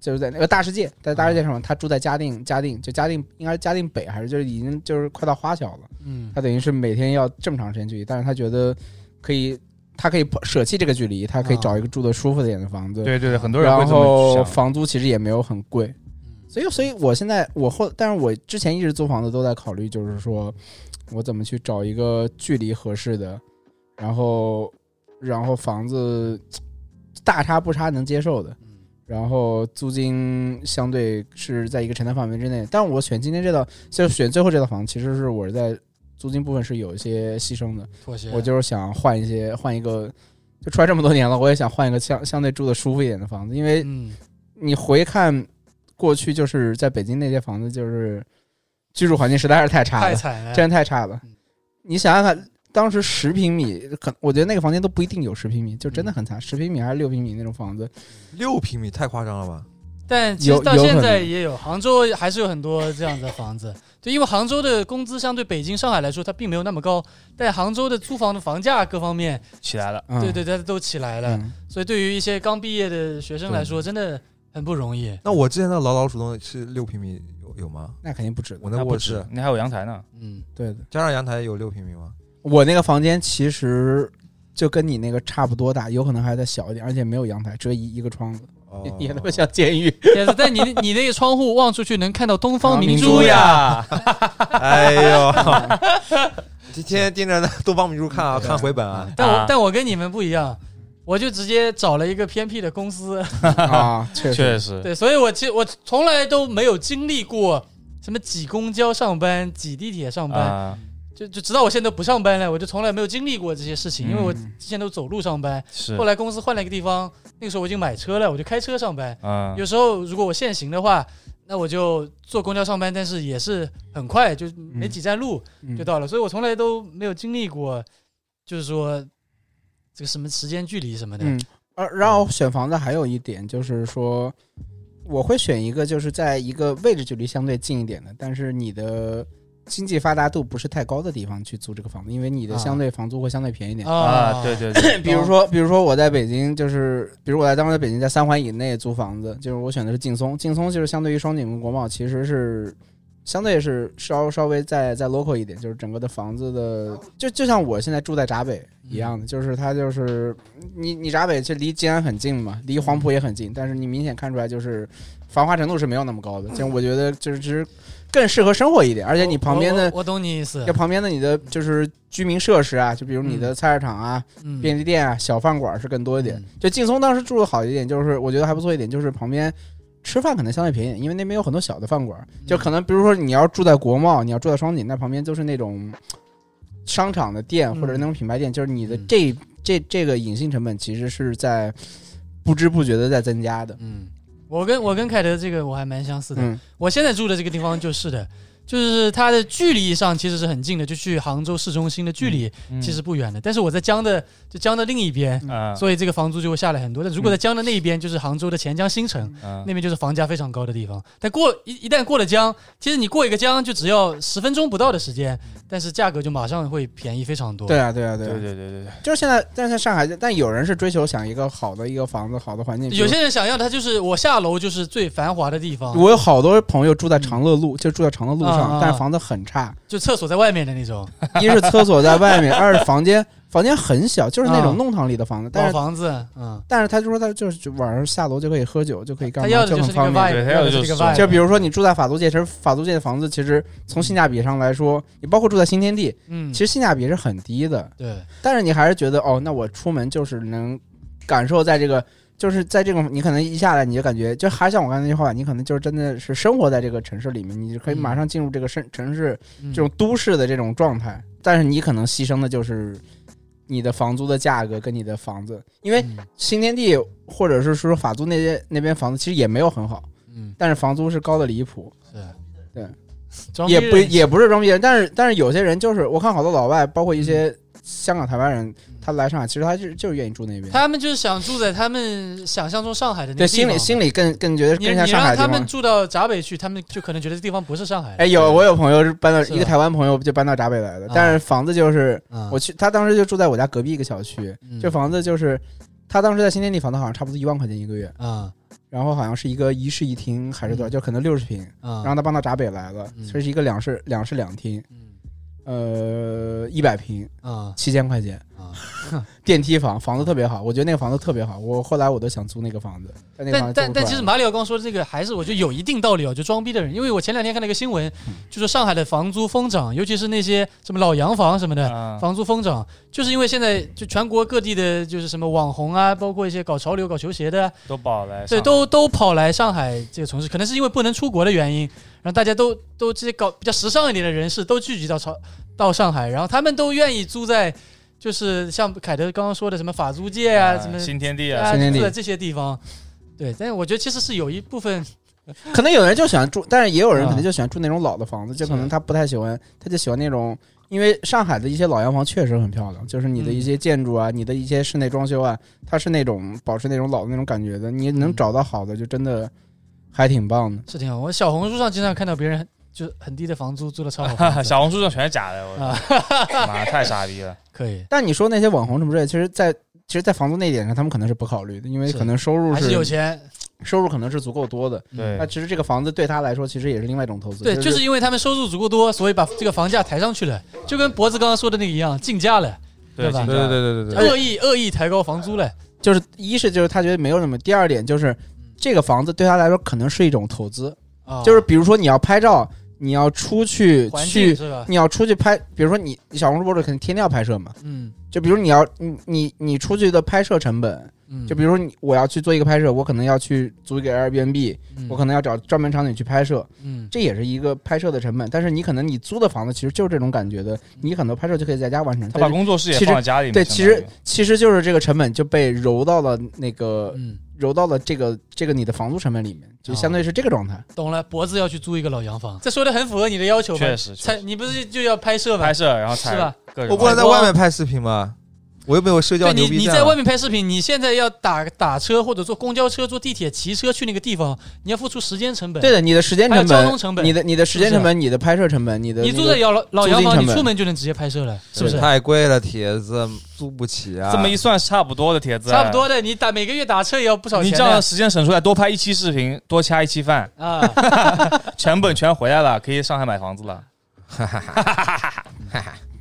Speaker 4: 就是在那个大世界，在大世界上面，他住在嘉定，嘉定就嘉定应该是嘉定北还是就是已经就是快到花桥了。
Speaker 2: 嗯
Speaker 4: 他等于是每天要这么长时间距离，但是他觉得可以，他可以舍弃这个距离，他可以
Speaker 2: 啊
Speaker 4: 找一个住的舒服一点的房子。，
Speaker 5: 对对对，很多人会
Speaker 4: 然
Speaker 5: 这么
Speaker 4: 后
Speaker 5: 想。
Speaker 4: 房租其实也没有很贵，
Speaker 2: 嗯
Speaker 4: 所以所以我现在我后，但是我之前一直租房子都在考虑，就是说我怎么去找一个距离合适的，然后然后房子大差不差能接受的。
Speaker 2: 嗯
Speaker 4: 然后租金相对是在一个承担范围之内。但我选今天这套，就选最后这套房，其实是我是在租金部分是有一些牺牲的。
Speaker 2: 妥协，
Speaker 4: 我就是想换一些，换一个，就出来这么多年了，我也想换一个相相对住的舒服一点的房子，因为
Speaker 2: 嗯
Speaker 4: 你回看过去就是在北京那些房子，就是居住环境实在是太差了
Speaker 2: 太，惨了，
Speaker 4: 真的太差了
Speaker 2: 嗯。
Speaker 4: 你想想看，当时十平米，可我觉得那个房间都不一定有十平米，就
Speaker 2: 嗯
Speaker 4: 真的很差，十平米还是六平米那种房子，
Speaker 3: 六平米太夸张了吧？
Speaker 2: 但其实
Speaker 4: 有
Speaker 2: 到
Speaker 4: 有
Speaker 2: 现
Speaker 4: 可
Speaker 2: 在
Speaker 4: 能
Speaker 2: 也有，杭州还是有很多这样的房子。对，因为杭州的工资相对北京、上海来说，它并没有那么高，但杭州的租房的房价各方面，
Speaker 5: 起来了。
Speaker 4: 嗯、
Speaker 2: 对对，它都起来了。
Speaker 4: 嗯
Speaker 2: 所以对于一些刚毕业的学生来说，真的很不容易。
Speaker 3: 那我之前的老老鼠洞是六平米有有吗？
Speaker 4: 那肯定不止的。
Speaker 3: 我那
Speaker 5: 不
Speaker 3: 卧
Speaker 5: 止
Speaker 3: 室，
Speaker 5: 你还有阳台呢。
Speaker 2: 嗯，
Speaker 4: 对的，
Speaker 3: 加上阳台有六平米吗？
Speaker 4: 我那个房间其实就跟你那个差不多大，有可能还再小一点，而且没有阳台，只有一一个窗子，
Speaker 3: 哦
Speaker 4: 也他妈像
Speaker 2: <laughs>
Speaker 4: 监狱。
Speaker 2: 也是。但你你那个窗户望出去能看到东方
Speaker 4: 啊
Speaker 2: 明
Speaker 4: 明
Speaker 2: 珠
Speaker 4: 珠
Speaker 2: 呀。
Speaker 5: 呀，
Speaker 3: 哎
Speaker 5: <laughs>
Speaker 3: 呦，天天盯着那东方明珠看啊，
Speaker 4: 对
Speaker 3: 看回本啊。
Speaker 2: 但我、
Speaker 5: 啊
Speaker 2: 但我跟你们不一样，我就直接找了一个偏僻的公司。
Speaker 4: 啊，确实，
Speaker 5: 确实，
Speaker 2: 对，所以我其实我从来都没有经历过什么挤公交上班、挤地铁上班，
Speaker 5: 啊，
Speaker 2: 就就直到我现在都不上班了，我就从来没有经历过这些事情，因为我
Speaker 4: 嗯
Speaker 2: 之前都走路上班，
Speaker 5: 是
Speaker 2: 后，来公司换了一个地方，那个时候我已经买车了，我就开车上班。
Speaker 5: 嗯，
Speaker 2: 有时候如果我限行的话，那我就坐公交上班，但是也是很快，就没几站路
Speaker 4: 嗯
Speaker 2: 就到了，所以我从来都没有经历过，就是说这个什么时间距离什么的。
Speaker 4: 嗯，而然后选房子还有一点就是说，我会选一个就是在一个位置距离相对近一点的，但是你的经济发达度不是太高的地方去租这个房子，因为你的
Speaker 2: 啊
Speaker 4: 相对房租会相对便宜一点。
Speaker 2: 哦
Speaker 5: 啊，对
Speaker 2: <coughs>
Speaker 5: 对对，
Speaker 4: 比如说，比如说我在北京，就是比如我在当时在北京在三环以内租房子，就是我选的是劲松，劲松就是相对于双井跟国贸其实是。相对是稍稍微再再 local 一点，就是整个的房子的，就就像我现在住在闸
Speaker 2: 嗯
Speaker 4: 北一样的，就是它就是你你闸北其实离静安很近嘛，离黄埔也很近，但是你明显看出来就是繁华程度是没有那么高
Speaker 2: 嗯
Speaker 4: 的，就是我觉得就是其实更适合生活一点，而且你旁边
Speaker 2: 我
Speaker 4: 的
Speaker 2: 我我懂你意思
Speaker 4: 这，旁边的你的就是居民设施啊，就比如你的菜市场啊，
Speaker 2: 嗯，
Speaker 4: 便利店啊、小饭馆是更多一点
Speaker 2: 嗯。
Speaker 4: 就劲松当时住的好一点，就是我觉得还不错一点，就是旁边吃饭可能相对便宜一点，因为那边有很多小的饭馆。就可能比如说你要住在国贸，你要住在双井，那旁边就是那种商场的店
Speaker 2: 嗯
Speaker 4: 或者那种品牌店，就是你的
Speaker 2: 嗯
Speaker 4: 这这这个隐性成本其实是在不知不觉的在增加的。
Speaker 2: 嗯，我跟我跟凯德这个我还蛮相似的，
Speaker 4: 嗯
Speaker 2: 我现在住的这个地方就是的。就是它的距离上其实是很近的，就去杭州市中心的距离
Speaker 5: 嗯
Speaker 2: 其实不远的。但是我在江的就江的另一边，
Speaker 5: 嗯，
Speaker 2: 所以这个房租就会下来很多。但
Speaker 4: 嗯
Speaker 2: 如果在江的那一边，就是杭州的钱江新城，
Speaker 5: 嗯
Speaker 2: 那边就是房价非常高的地方。但过一一旦过了江，其实你过一个江就只要十分钟不到的时间，
Speaker 5: 嗯
Speaker 2: 但是价格就马上会便宜非常多。
Speaker 4: 对，啊，对啊，对
Speaker 5: 对
Speaker 4: 啊，
Speaker 5: 对对对对，
Speaker 4: 就是现在，但是上海，但有人是追求想一个好的一个房子，好的环境。
Speaker 2: 有些人想要它就是我下楼就是最繁华的地方，
Speaker 4: 我有好多朋友住在长乐路，就住在长乐路
Speaker 2: 嗯啊啊
Speaker 4: 上，但是房子很差，
Speaker 2: 就厕所在外面的那种
Speaker 4: 一是厕所在外面， <laughs> 二是房间房间很小，就是那
Speaker 2: 啊
Speaker 4: 种弄堂里的房子。 <laughs> 但
Speaker 2: 老
Speaker 4: 是
Speaker 2: 房子，嗯，
Speaker 4: 但是他就说他就是就晚上下楼就可以喝酒，就可以干
Speaker 2: 他
Speaker 4: 嘛，
Speaker 2: 要的就
Speaker 4: 很
Speaker 2: 是那个
Speaker 4: 方便。
Speaker 5: 对
Speaker 2: vibe，
Speaker 5: 他
Speaker 2: 要
Speaker 5: 要
Speaker 2: 的
Speaker 5: 的
Speaker 2: 是
Speaker 5: 就
Speaker 2: 这
Speaker 5: 是
Speaker 2: 个
Speaker 5: 爽
Speaker 2: vibe。
Speaker 4: 就比如说你住在法租界，其实法租界的房子其实从性价比上来说，你包括住在新天地，
Speaker 2: 嗯，
Speaker 4: 其实性价比是很低的。
Speaker 2: 对，
Speaker 4: 但是你还是觉得哦，那我出门就是能感受在这个。就是在这种，你可能一下来你就感觉，就还是像我刚才那句话，你可能就是真的是生活在这个城市里面，你就可以马上进入这个城城市，
Speaker 2: 嗯
Speaker 4: 这种都市的这种状态，但是你可能牺牲的就是你的房租的价格跟你的房子，因为
Speaker 2: 嗯
Speaker 4: 新天地或者是说法租那些那边房子其实也没有很好，
Speaker 2: 嗯
Speaker 4: 但是房租是高的离谱，
Speaker 2: 是，
Speaker 4: 对，
Speaker 2: 装逼
Speaker 4: 也不
Speaker 2: 人
Speaker 4: 也不是装逼人，但是但是有些人就是我看好多老外，包括一些
Speaker 2: 嗯
Speaker 4: 香港、台湾人，他来上海其实他就就是愿意住那边，
Speaker 2: 他们就是想住在他们想象中上海的那
Speaker 4: 对
Speaker 2: 个地
Speaker 4: 心
Speaker 2: 方
Speaker 4: 里心里更更觉得
Speaker 2: 你
Speaker 4: 更像
Speaker 2: 你
Speaker 4: 上海
Speaker 2: 让
Speaker 4: 地
Speaker 2: 他
Speaker 4: 方
Speaker 2: 们。住到闸北去，他们就可能觉得这地方不是上海了。
Speaker 4: 哎，有我有朋友是搬到
Speaker 2: 是吧
Speaker 4: 一个台湾朋友就搬到闸北来的
Speaker 2: 啊，
Speaker 4: 但是房子就是
Speaker 2: 嗯，
Speaker 4: 我去，他当时就住在我家隔壁一个小区，
Speaker 2: 嗯
Speaker 4: 这房子就是他当时在新天地房子，好像差不多一万块钱一个月，
Speaker 2: 啊
Speaker 4: 然后好像是一个一室一厅还是多
Speaker 2: 嗯
Speaker 4: 少，就可能六十平。
Speaker 2: 啊，
Speaker 4: 然后他搬到闸北来了
Speaker 2: 嗯，
Speaker 4: 这是一个两室两室两厅，
Speaker 2: 嗯
Speaker 4: 呃，一百平，
Speaker 2: 啊
Speaker 4: 七千块钱，
Speaker 2: 啊，
Speaker 4: 电梯房，房子特别好，我觉得那个房子特别好，我后来我都想租那个房子，但那个房
Speaker 2: 但但
Speaker 4: 子租不出
Speaker 2: 但
Speaker 4: 来
Speaker 2: 其实马里奥刚说的这个还是我觉得有一定道理哦，就装逼的人，因为我前两天看了一个新闻，
Speaker 4: 嗯
Speaker 2: 就说上海的房租疯涨，尤其是那些什么老洋房什么
Speaker 4: 啊
Speaker 2: 的。
Speaker 5: 嗯
Speaker 2: 房租疯涨，就是因为现在就全国各地的，就是什么网红啊，包括一些搞潮流、搞球鞋的啊，
Speaker 5: 都保了，
Speaker 2: 对，都都跑来上海这个城市，可能是因为不能出国的原因，然后大家都都这些搞比较时尚一点的人士都聚集到潮到上海，然后他们都愿意租在就是像凯德刚刚说的什么法租界啊，什么
Speaker 5: 新天地
Speaker 2: 啊，
Speaker 5: 啊，
Speaker 4: 新天地
Speaker 2: 住在这些地方。对，但是我觉得其实是有一部分
Speaker 4: 可能有人就喜欢住，但是也有人可能
Speaker 2: 啊
Speaker 4: 就喜欢住那种老的房子，就是可能他不太喜欢，他就喜欢那种，
Speaker 2: 嗯
Speaker 4: 因为上海的一些老洋房确实很漂亮，就是你的一些建筑啊，你的一些室内装修啊，它是那种保持那种老的那种感觉的，你能
Speaker 2: 嗯
Speaker 4: 找到好的，就真的还挺棒的。
Speaker 2: 是挺好。啊我小红书上经常看到别人就是很低的房租租的超好房子，
Speaker 5: <laughs> 小红书上全是假的，我
Speaker 2: 啊
Speaker 5: 妈太傻
Speaker 2: <laughs>
Speaker 5: 逼了。
Speaker 2: 可以，
Speaker 4: 但你说那些网红什么之类，其实在，其实，在房租那一点上，他们可能是不考虑的，因为
Speaker 2: 是
Speaker 4: 可能收入
Speaker 2: 还
Speaker 4: 是
Speaker 2: 是有钱。嗯
Speaker 4: 收入可能是足够多的。
Speaker 5: 对
Speaker 4: 那其实这个房子对他来说，其实也是另外一种投资。
Speaker 2: 对，
Speaker 4: 就
Speaker 2: 就是因为他们收入足够多，所以把这个房价抬上去了，就跟脖子刚刚说的那个一样，竞价了，对吧
Speaker 5: 竞
Speaker 3: 对
Speaker 5: 价
Speaker 3: 对对对对对，
Speaker 2: 恶意恶意抬高房租了。
Speaker 4: 就是一是就是他觉得没有那么，第二点
Speaker 2: 嗯
Speaker 4: 就是这个房子对他来说可能是一种投资，
Speaker 2: 啊，
Speaker 4: 就是比如说你要拍照，你要出去
Speaker 2: 环境
Speaker 4: 去，
Speaker 2: 是吧？
Speaker 4: 你要出去拍，比如说你小红书博主肯定天天要拍摄嘛，
Speaker 2: 嗯
Speaker 4: 就比如你要你你你出去的拍摄成本，
Speaker 2: 嗯，
Speaker 4: 就比如说你我要去做一个拍摄，我可能要去租一个 Airbnb，
Speaker 2: 嗯
Speaker 4: 我可能要找专门场景去拍摄，
Speaker 2: 嗯
Speaker 4: 这也是一个拍摄的成本，但是你可能你租的房子其实就是这种感觉
Speaker 2: 嗯
Speaker 4: 的，你很多拍摄就可以在家完成，
Speaker 5: 他
Speaker 4: 但
Speaker 5: 把
Speaker 4: 是
Speaker 5: 工作室也
Speaker 4: 其实
Speaker 5: 放在家里面。
Speaker 4: 对，
Speaker 5: 相
Speaker 4: 其
Speaker 5: 当于
Speaker 4: 实其实就是这个成本就被揉到了那个
Speaker 2: 嗯，
Speaker 4: 揉到了这个这个你的房租成本里面，就相对是这个状态。
Speaker 2: 懂了，脖子要去租一个老洋房，这说的很符合你的要求嘛
Speaker 5: 确？实确
Speaker 2: 才
Speaker 5: 实
Speaker 2: 你不是就要拍摄吗
Speaker 5: 拍？摄，然后采
Speaker 2: 是吧
Speaker 5: 各种
Speaker 3: 我不能在外面拍视频吗？我又没有社
Speaker 2: 对
Speaker 3: 交牛
Speaker 2: 你，
Speaker 3: 逼
Speaker 2: 你
Speaker 3: 症
Speaker 2: 在
Speaker 3: 啊
Speaker 2: 外面拍视频，你现在要打打车或者坐公交车、坐地铁、骑车去那个地方，你要付出时间成本。
Speaker 4: 对的，你的时间
Speaker 2: 还有
Speaker 4: 成
Speaker 2: 交通
Speaker 4: 本、
Speaker 2: 成本
Speaker 4: 你的你的时间
Speaker 2: 是不
Speaker 4: 成
Speaker 2: 是
Speaker 4: 本、你的拍摄成本、你的
Speaker 2: 你住
Speaker 4: 那
Speaker 2: 在
Speaker 4: 个
Speaker 2: 老老
Speaker 4: 租
Speaker 2: 洋
Speaker 4: 金
Speaker 2: 房，
Speaker 4: 成
Speaker 2: 你
Speaker 4: 本
Speaker 2: 出门就能直接拍摄了，是不
Speaker 3: 对
Speaker 2: 是？
Speaker 3: 太贵了，铁子租不起啊！
Speaker 5: 这么一算，差不多的帖子，
Speaker 2: 差不多的，你打每个月打车也要不少
Speaker 5: 你
Speaker 2: 钱
Speaker 5: 这
Speaker 2: 的
Speaker 5: 样时间省出来，多拍一期视频，多掐一期饭，
Speaker 2: 啊。
Speaker 5: 成本全回来了，可以上海买房子了。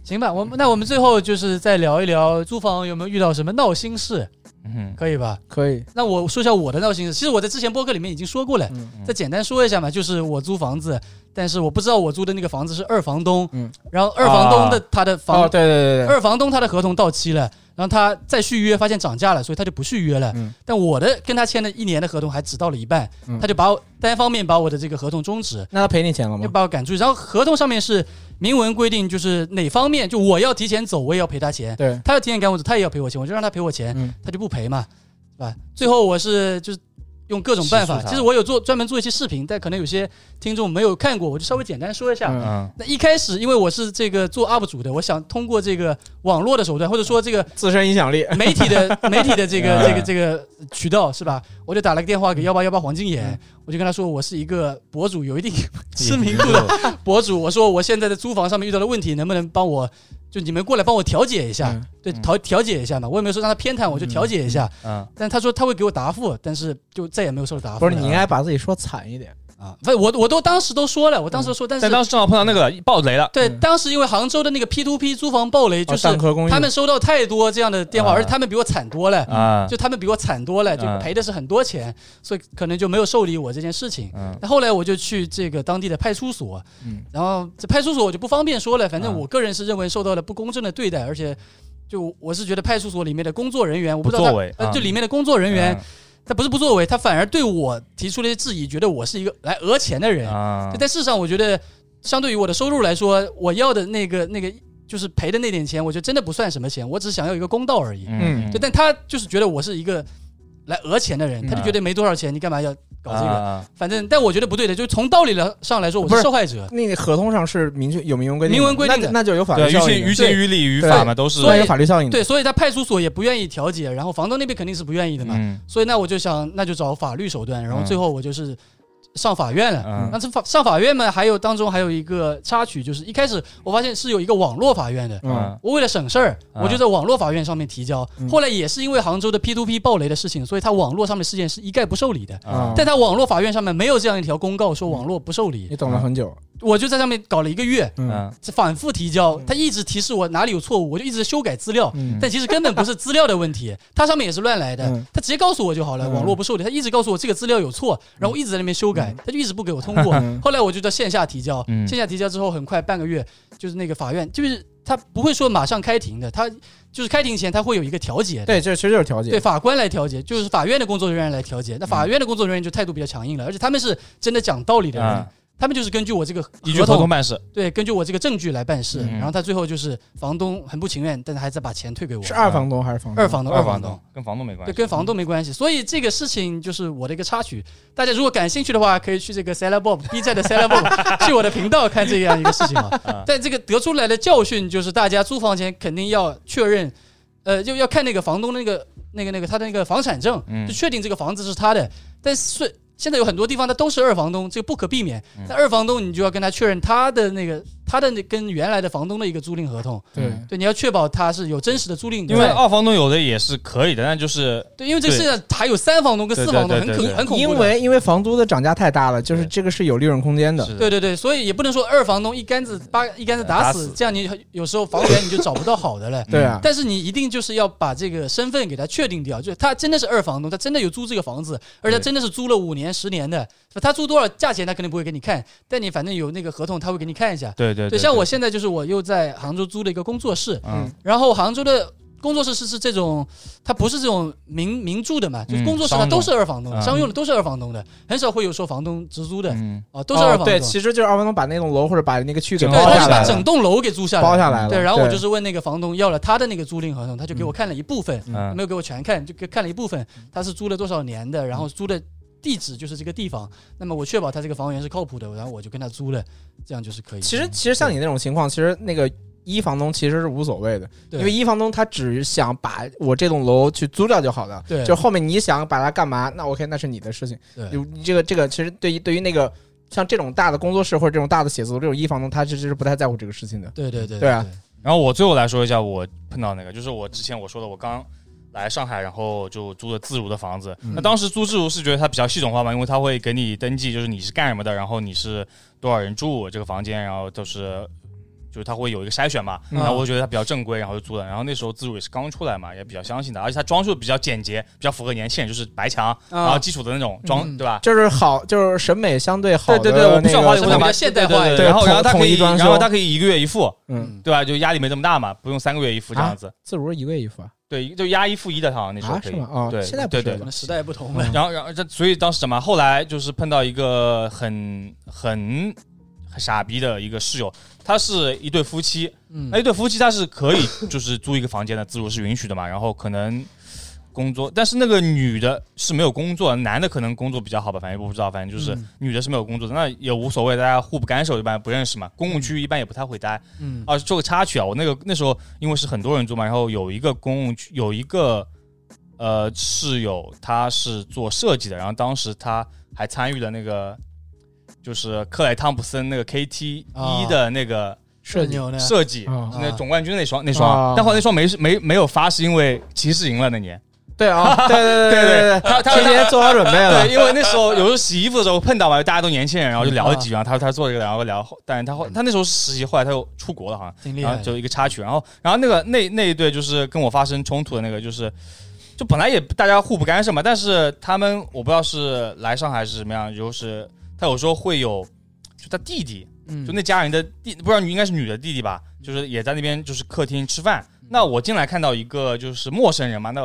Speaker 2: 行吧，我们那我们最后就是再聊一聊租房有没有遇到什么闹心事，
Speaker 5: 嗯
Speaker 2: 可以吧？
Speaker 4: 可以，
Speaker 2: 那我说一下我的闹心事，其实我在之前播客里面已经说过了，
Speaker 4: 嗯
Speaker 2: 再简单说一下嘛，就是我租房子，但是我不知道我租的那个房子是二房东，
Speaker 4: 嗯
Speaker 2: 然后二房东的、他的房
Speaker 4: 哦，对对对对，
Speaker 2: 二房东他的合同到期了，然后他再续约发现涨价了，所以他就不续约了。
Speaker 4: 嗯
Speaker 2: 但我的跟他签的一年的合同还只到了一半，
Speaker 4: 嗯
Speaker 2: 他就把我单方面把我的这个合同终止，
Speaker 4: 那他赔你钱了
Speaker 2: 就
Speaker 4: 吗？
Speaker 2: 把我赶出去。然后合同上面是明文规定，就是哪方面就我要提前走，我也要赔他钱，
Speaker 4: 对，
Speaker 2: 他要提前赶我走，他也要赔我钱，我就让他赔我钱，
Speaker 4: 嗯
Speaker 2: 他就不赔嘛，是吧？最后我是就是。用各种办法
Speaker 5: 起，诉他
Speaker 2: 其实我有做专门做一些视频，但可能有些听众没有看过，我就稍微简单说一下。
Speaker 4: 嗯
Speaker 5: 嗯，
Speaker 2: 那一开始，因为我是这个做 UP 主的，我想通过这个网络的手段，或者说
Speaker 5: <laughs>
Speaker 2: 这个
Speaker 4: 自身影响力，
Speaker 2: 媒体的媒体的这个
Speaker 5: 哎
Speaker 2: 这个这个渠道是吧？我就打了个电话给幺八幺八黄金
Speaker 5: 嗯
Speaker 2: 眼，我就跟他说我是一个博主，有一定 <laughs> 知名度的博主，我说我现在在租房上面遇到的问题，能不能帮我就你们过来帮我调解一下？
Speaker 4: 嗯
Speaker 2: 对，
Speaker 5: 嗯
Speaker 2: 调调解一下嘛，我也没有说让他偏袒，我就调解一下。
Speaker 5: 嗯，
Speaker 2: 但他说他会给我答复，但是就再也没有收到答复
Speaker 4: 不
Speaker 2: 了。
Speaker 4: 是你应该把自己说惨一点，
Speaker 2: 啊，不，我我都当时都说了，我当时都说，但
Speaker 5: <laughs> 嗯但
Speaker 2: 是
Speaker 5: 当时正好碰到那个了爆雷了，
Speaker 2: 对
Speaker 4: 嗯
Speaker 2: 当时因为杭州的那个 P to P 租房暴雷，就是
Speaker 4: 哦蛋壳公寓
Speaker 2: 他们收到太多这样的电话，
Speaker 5: 啊
Speaker 2: 而且他们比我惨多了。
Speaker 5: 啊，
Speaker 2: 就他们比我惨多了，就
Speaker 5: 嗯
Speaker 2: 赔的是很多钱，所以可能就没有受理我这件事情。
Speaker 5: 嗯
Speaker 2: 那后来我就去这个当地的派出所，
Speaker 4: 嗯
Speaker 2: 然后这派出所我就不方便说了，反正
Speaker 5: 嗯
Speaker 2: 我个人是认为受到了不公正的对待，而且就我是觉得派出所里面的工作人员，我不知道
Speaker 5: 不
Speaker 2: 他
Speaker 5: 作为
Speaker 2: 呃
Speaker 5: 嗯
Speaker 2: 就里面的工作人员，
Speaker 5: 嗯
Speaker 2: 他不是不作为，他反而对我提出了一些质疑，觉得我是一个来讹钱的人。
Speaker 5: 啊
Speaker 2: 对，但事实上，我觉得相对于我的收入来说，我要的那个那个就是赔的那点钱，我觉得真的不算什么钱，我只想要一个公道而已。
Speaker 4: 嗯
Speaker 2: 对，但他就是觉得我是一个来讹钱的人，
Speaker 5: 嗯
Speaker 2: 他就觉得没多少钱，你干嘛要搞这个？
Speaker 5: 个
Speaker 2: 反正，但我觉得不对的，就是从道理上来说，我
Speaker 4: 不
Speaker 2: 是
Speaker 4: 是
Speaker 2: 受害者。
Speaker 4: 那个合同上是明确有明文规定的，
Speaker 2: 明文规定的
Speaker 4: 那就那就有法律
Speaker 5: 对，于
Speaker 4: 效
Speaker 5: 情
Speaker 4: 应
Speaker 5: 于
Speaker 4: 的，
Speaker 5: 情
Speaker 2: 对
Speaker 5: 于理于
Speaker 4: 对
Speaker 5: 法嘛，都是嗯
Speaker 4: 那
Speaker 2: 所以
Speaker 4: 有法律效应的，
Speaker 2: 对，所以他派出所也不愿意调解，然后房东那边肯定是不愿意的嘛。
Speaker 5: 嗯
Speaker 2: 所以那我就想，那就找法律手段，然后
Speaker 5: 嗯
Speaker 2: 最后我就是上法院了。
Speaker 5: 嗯
Speaker 2: 那这法上法院嘛，还有当中还有一个插曲，就是一开始我发现是有一个网络法院的。
Speaker 4: 嗯，
Speaker 2: 我为了省事儿，
Speaker 5: 啊
Speaker 2: 我就在网络法院上面提交。
Speaker 4: 嗯
Speaker 2: 后来也是因为杭州的 P to P 暴雷的事情，所以他网络上面事件是一概不受理
Speaker 4: 哦
Speaker 2: 的。
Speaker 5: 啊
Speaker 2: 但他网络法院上面没有这样一条公告
Speaker 4: 嗯
Speaker 2: 说网络不受理，
Speaker 4: 你等了很久，
Speaker 2: 我就在上面搞了一个月，
Speaker 4: 嗯
Speaker 5: 嗯
Speaker 2: 反复提交，他一直提示我哪里有错误，我就一直修改资料。
Speaker 4: 嗯
Speaker 2: 但其实根本不是资料的问题， <laughs> 它上面也是乱来的
Speaker 4: 嗯，
Speaker 2: 他直接告诉我就好了。
Speaker 4: 嗯
Speaker 2: 网络不受理，他一直告诉我这个资料有错，然后一直在那边修改
Speaker 4: 嗯，
Speaker 2: 他就一直不给我通
Speaker 4: <laughs>
Speaker 2: 过
Speaker 4: 嗯。
Speaker 2: 后来我就在线下提交，
Speaker 5: 嗯
Speaker 2: 线下提交之后，很快半个月，就是那个法院，就是他不会说马上开庭的，他就是开庭前他会有一个调解的。
Speaker 4: 对，这其实就是调
Speaker 2: 对
Speaker 4: 解，
Speaker 2: 法官来调解，就是法院的工作人员来调解。那法院的工作人员就态度比较强硬了，而且他们是真的讲道理的人，
Speaker 5: 啊
Speaker 2: 他们就是根据我这个
Speaker 5: 依据
Speaker 2: 合
Speaker 5: 合
Speaker 2: 同
Speaker 5: 同办事，
Speaker 2: 对，根据我这个证据来办事。
Speaker 5: 嗯
Speaker 2: 然后他最后就是房东很不情愿，但是还在把钱退给我。
Speaker 4: 是二房东还是房东？
Speaker 2: 二房东，二房东，
Speaker 5: 跟房东没关
Speaker 2: 对，
Speaker 5: 系。
Speaker 2: 跟房东没关系。所以这个事情就是我的一个插曲。大家如果感兴趣的话，可以去这个 Seller Bob B 站的 Seller Bob
Speaker 5: <laughs>
Speaker 2: 去我的频道看这样一个事情啊。
Speaker 5: 啊
Speaker 2: 但这个得出来的教训就是，大家租房前肯定要确认，呃，就要看那个房东那个那个那个他的那个房产证，
Speaker 5: 嗯
Speaker 2: 就确定这个房子是他的。但是现在有很多地方它都是二房东，这个不可避免
Speaker 5: 嗯。
Speaker 2: 但二房东你就要跟他确认他的那个他的那跟原来的房东的一个租赁合同，
Speaker 4: 对，
Speaker 2: 对，你要确保他是有真实的租赁
Speaker 5: 因为
Speaker 2: 在。
Speaker 5: 二房东有的也是可以的，但就是
Speaker 2: 对，因为这个世界上还有三房东跟四房东，
Speaker 5: 对
Speaker 2: 很
Speaker 5: 对对
Speaker 2: 恐
Speaker 5: 对
Speaker 2: 很恐怖
Speaker 4: 因
Speaker 2: 的
Speaker 4: 为因为房租的涨价太大了，就是
Speaker 5: 对
Speaker 4: 这个是有利润空间的。
Speaker 5: 是
Speaker 2: 对对对，所以也不能说二房东一竿子把一竿子打
Speaker 5: 打
Speaker 2: 死
Speaker 5: 死，嗯
Speaker 2: 这样你有时候房源你就找不到好
Speaker 5: <laughs>
Speaker 2: 的了。
Speaker 4: 对啊，
Speaker 2: 但是你一定就是要把这个身份给他确定掉，就是他真的是二房东，他真的有租这个房子，而且他真的是租了五年、十年的，他租多少价钱他肯定不会给你看，但你反正有那个合同，他会给你看一下。
Speaker 5: 对对
Speaker 2: 对，像我现在就是我又在杭州租了一个工作室，
Speaker 5: 嗯
Speaker 2: 然后杭州的工作室是是这种，它不是这种民民住的嘛，就是
Speaker 5: 嗯
Speaker 2: 工作室它
Speaker 5: 商用
Speaker 2: 都是二房东的，
Speaker 5: 嗯
Speaker 2: 商用的都是二房东的，很少会有说房东直租的
Speaker 5: 嗯
Speaker 2: 啊，都是二
Speaker 4: 哦
Speaker 2: 房
Speaker 4: 对，
Speaker 2: 东。
Speaker 4: 其实就是二房东把那栋楼或者把那个区给
Speaker 5: 对
Speaker 4: 包
Speaker 2: 对，他
Speaker 4: 下
Speaker 2: 是
Speaker 4: 来
Speaker 2: 把
Speaker 4: 了，
Speaker 2: 整栋楼给租下
Speaker 4: 包
Speaker 2: 来。
Speaker 4: 下来了。
Speaker 2: 对，然后我就是问那个房东要了他的那个租赁合同，他就给我看了一部分，
Speaker 5: 嗯
Speaker 2: 没有给我全看，就给看了一部分，
Speaker 4: 嗯
Speaker 2: 他是租了多少年的，然后租的地址就是这个地方，那么我确保他这个房源是靠谱的，然后我就跟他租了，这样就是可以。
Speaker 4: 其实其实像你那种情况，其实那个一房东其实是无所谓的，
Speaker 2: 对
Speaker 4: 因为一房东他只想把我这栋楼去租掉就好了。
Speaker 2: 对
Speaker 4: 就后面你想把它干嘛，那 OK，那是你的事情。
Speaker 2: 对
Speaker 4: 就这个这个，其实对于对于那个像这种大的工作室或者这种大的写字楼，这种一房东他其实是不太在乎这个事情的。
Speaker 2: 对对对
Speaker 4: 对啊
Speaker 5: 然后我最后来说一下我碰到那个，就是我之前我说的，我刚来上海，然后就租的自如的房子。那当时租自如是觉得它比较系统化嘛，因为它会给你登记，就是你是干什么的，然后你是多少人住这个房间，然后都是。就是它会有一个筛选嘛，
Speaker 2: 嗯
Speaker 5: 然后我就觉得它比较正规，然后就租了。然后那时候自如也是刚出来嘛，也比较相信的，而且它装修比较简洁，比较符合年轻人，就是白墙，然后基础的那种装，
Speaker 2: 嗯
Speaker 5: 对吧？
Speaker 4: 就是好，就是审美相对好的、那
Speaker 5: 对
Speaker 4: 个。
Speaker 5: 对对，我不需要花里胡
Speaker 2: 什
Speaker 5: 哨
Speaker 2: 么
Speaker 5: 嘛，
Speaker 2: 比较现代化
Speaker 5: 对对
Speaker 4: 对
Speaker 5: 对然后
Speaker 4: 统
Speaker 5: 然后它
Speaker 4: 统
Speaker 5: 可
Speaker 4: 一
Speaker 5: 以，
Speaker 4: 装修
Speaker 5: 然后它可以一个月一付，
Speaker 4: 嗯，
Speaker 5: 对吧？就压力没这么大嘛，不用三个月一付这样子。
Speaker 4: 自如一个月一付啊？
Speaker 5: 对，就压一付一的，好像那时候
Speaker 4: 啊
Speaker 5: 可
Speaker 4: 是
Speaker 5: 以。
Speaker 4: 吗？啊，
Speaker 5: 对
Speaker 4: 现在不是
Speaker 5: 对嗯
Speaker 2: 可
Speaker 4: 了
Speaker 2: 能时代不同了。
Speaker 5: 然后，然后这所以当时什么？后来就是碰到一个很很很傻逼的一个室友，他是一对夫妻，
Speaker 2: 嗯
Speaker 5: 那一对夫妻他是可以就是租一个房间的，自如是允许的嘛。然后可能工作，但是那个女的是没有工作，男的可能工作比较好吧，反正我不知道，反正就是
Speaker 2: 嗯
Speaker 5: 女的是没有工作的，那也无所谓，大家互不干涉，一般不认识嘛。公共区域一般也不太会待。
Speaker 2: 嗯
Speaker 5: 啊，做个插曲啊，我那个那时候因为是很多人住嘛，然后有一个公共区有一个呃室友，他是做设计的，然后当时他还参与了那个就是克莱汤普森那个 KT
Speaker 2: 啊
Speaker 5: 一的那个
Speaker 4: 设计
Speaker 2: 牛呢？
Speaker 5: 设计，
Speaker 4: 啊
Speaker 5: 那总冠军那双那
Speaker 4: 啊
Speaker 5: 双，但后来那双没没没有发，是因为骑士赢了那年。
Speaker 4: 对
Speaker 5: 哦
Speaker 4: <laughs> 啊，对对对 <laughs> 对对，
Speaker 5: 他他
Speaker 4: 提前做好准备了
Speaker 5: 对，。因为那时候有时候洗衣服的时候碰到嘛，大家都年轻人，然后就聊了几句，然啊后他他做这个，然后聊，但是他后他那时候是实习，后来他又出国了，好像。
Speaker 2: 挺厉
Speaker 5: 然
Speaker 2: 害
Speaker 5: 后
Speaker 2: 的，
Speaker 5: 就一个插曲，然后然后那个那那一对就是跟我发生冲突的那个，就是就本来也大家互不干涉嘛，但是他们我不知道是来上海是什么样，就是他有时候会有就他弟弟，就那家人的弟，不知道你应该是女的弟弟吧，就是也在那边就是客厅吃饭，那我进来看到一个就是陌生人嘛，那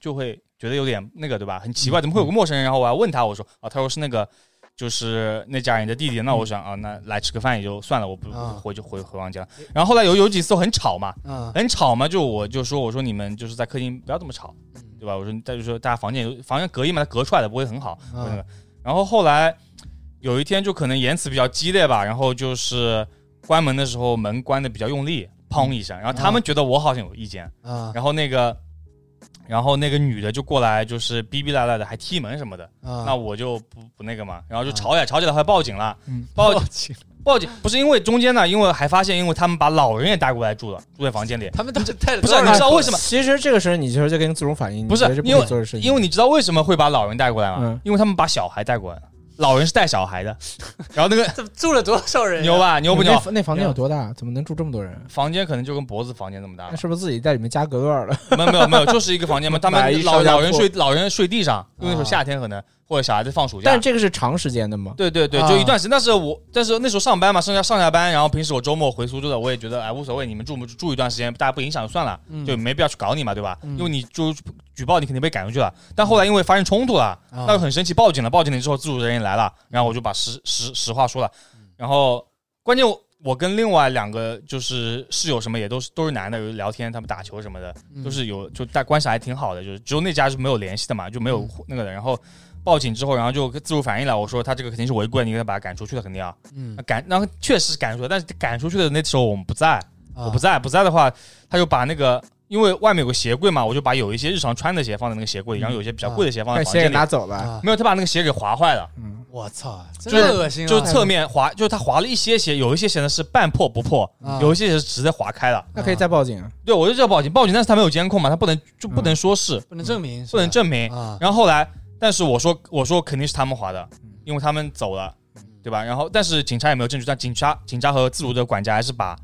Speaker 5: 就会觉得有点那个对吧？很奇怪，怎么会有个陌生人？然后我还问他，我说啊，他说是那个。就是那家人的弟弟，那我想啊，那来吃个饭也就算了，我不
Speaker 2: 啊
Speaker 5: 回就回回房间了。然后后来有有几次我很吵嘛，
Speaker 2: 嗯
Speaker 5: 很吵嘛，就我就说我说你们就是在客厅不要这么吵，对吧？我说再就说大家房间有房间隔音嘛，它隔出来的不会很好。
Speaker 2: 嗯
Speaker 5: 我那个然后后来有一天就可能言辞比较激烈吧，然后就是关门的时候门关的比较用力，砰一声，然后他们觉得我好像有意见，
Speaker 2: 啊
Speaker 5: 嗯然后那个。然后那个女的就过来，就是逼逼赖赖的，还踢门什么的，那
Speaker 2: 啊，
Speaker 5: 我就不不那个嘛，然后就
Speaker 2: 啊
Speaker 5: 吵起来，吵起来还报警了，
Speaker 4: 嗯
Speaker 5: 报
Speaker 2: 警，
Speaker 5: 报警不是因为中间呢，因为还发现，因为他们把老人也带过来住了，住在房间里。
Speaker 2: 他们都是太
Speaker 5: 不是你知道为什么？
Speaker 4: 其实这个时候你就是在跟自主反应，
Speaker 5: 不是
Speaker 4: 你觉得这
Speaker 5: 因为
Speaker 4: 可以做的事情，
Speaker 5: 因为你知道为什么会把老人带过来吗？
Speaker 4: 嗯
Speaker 5: 因为他们把小孩带过来了，老人是带小孩的。然后那个
Speaker 2: 这住了多少人？
Speaker 5: 牛！吧，牛不牛
Speaker 4: 那？那房间
Speaker 5: 啊
Speaker 4: 有多大？怎么能住这么多人？
Speaker 5: 房间可能就跟脖子房间那么大
Speaker 4: 那
Speaker 5: 吧，
Speaker 4: 是不是自己在里面加隔断了？ <laughs>
Speaker 5: 没有没有没有，就是一个房间嘛。他
Speaker 4: 买一
Speaker 5: 们
Speaker 4: 上
Speaker 5: 老
Speaker 4: 下
Speaker 5: 老人
Speaker 4: 铺
Speaker 5: 睡老人睡地上，因为那时候夏天可能，或者小孩子放暑假。
Speaker 4: 但这个是长时间的吗？
Speaker 5: 对对对，
Speaker 2: 啊
Speaker 5: 就一段时间。但是我但是那时候上班嘛，上下上下班，然后平时我周末回苏州的，我也觉得哎无所谓，你们住不住住一段时间，大家不影响就算了，
Speaker 2: 嗯
Speaker 5: 就没必要去搞你嘛，对吧？
Speaker 2: 嗯
Speaker 5: 因为你就举报你肯定被赶出去了。但后来因为发生冲突
Speaker 4: 嗯
Speaker 5: 了，
Speaker 2: 啊嗯
Speaker 5: 那就很生气，报警了。报警了之后，自主人也来了，然后我就把实实实话说了。然后关键我我跟另外两个就是室友什么也都是都是男的，有聊天，他们打球什么的，
Speaker 2: 嗯
Speaker 5: 都是有就大关系还挺好的，就是只有那家是没有联系的嘛，就没
Speaker 2: 嗯
Speaker 5: 有那个的。然后报警之后，然后就自主反应了，我说他这个肯定是违规，你给他把他赶出去的，肯定要
Speaker 2: 嗯
Speaker 5: 那，赶。然后确实赶出去，但是赶出去的那时候我们不在，
Speaker 2: 啊
Speaker 5: 我不在，不在的话，他就把那个。因为外面有个鞋柜嘛，我就把有一些日常穿的鞋放在那个鞋柜里，然后有一些比较贵的鞋放在
Speaker 4: 把
Speaker 5: 房
Speaker 4: 鞋哎给
Speaker 5: 间里。
Speaker 4: 拿走了，
Speaker 2: 啊，
Speaker 5: 没有，他把那个鞋给划坏了，
Speaker 4: 嗯，
Speaker 2: 我操，真
Speaker 5: 就是
Speaker 2: 恶心啊！
Speaker 5: 就是侧面划，就是他划了一些鞋，有一些鞋呢是半破不破，
Speaker 2: 啊
Speaker 5: 有一些鞋是直接划开了。
Speaker 4: 那可以再报警啊。
Speaker 5: 对，我就叫报警，报警，但是他没有监控嘛，他不能就不能说是，
Speaker 2: 不能证明，
Speaker 5: 不
Speaker 2: 嗯
Speaker 5: 能
Speaker 2: 是吧
Speaker 5: 证明。
Speaker 2: 啊，
Speaker 5: 然后后来，但是我说我说肯定是他们划的，
Speaker 2: 嗯
Speaker 5: 因为他们走了，对吧？然后但是警察也没有证据，但警察警察和自如的管家还是把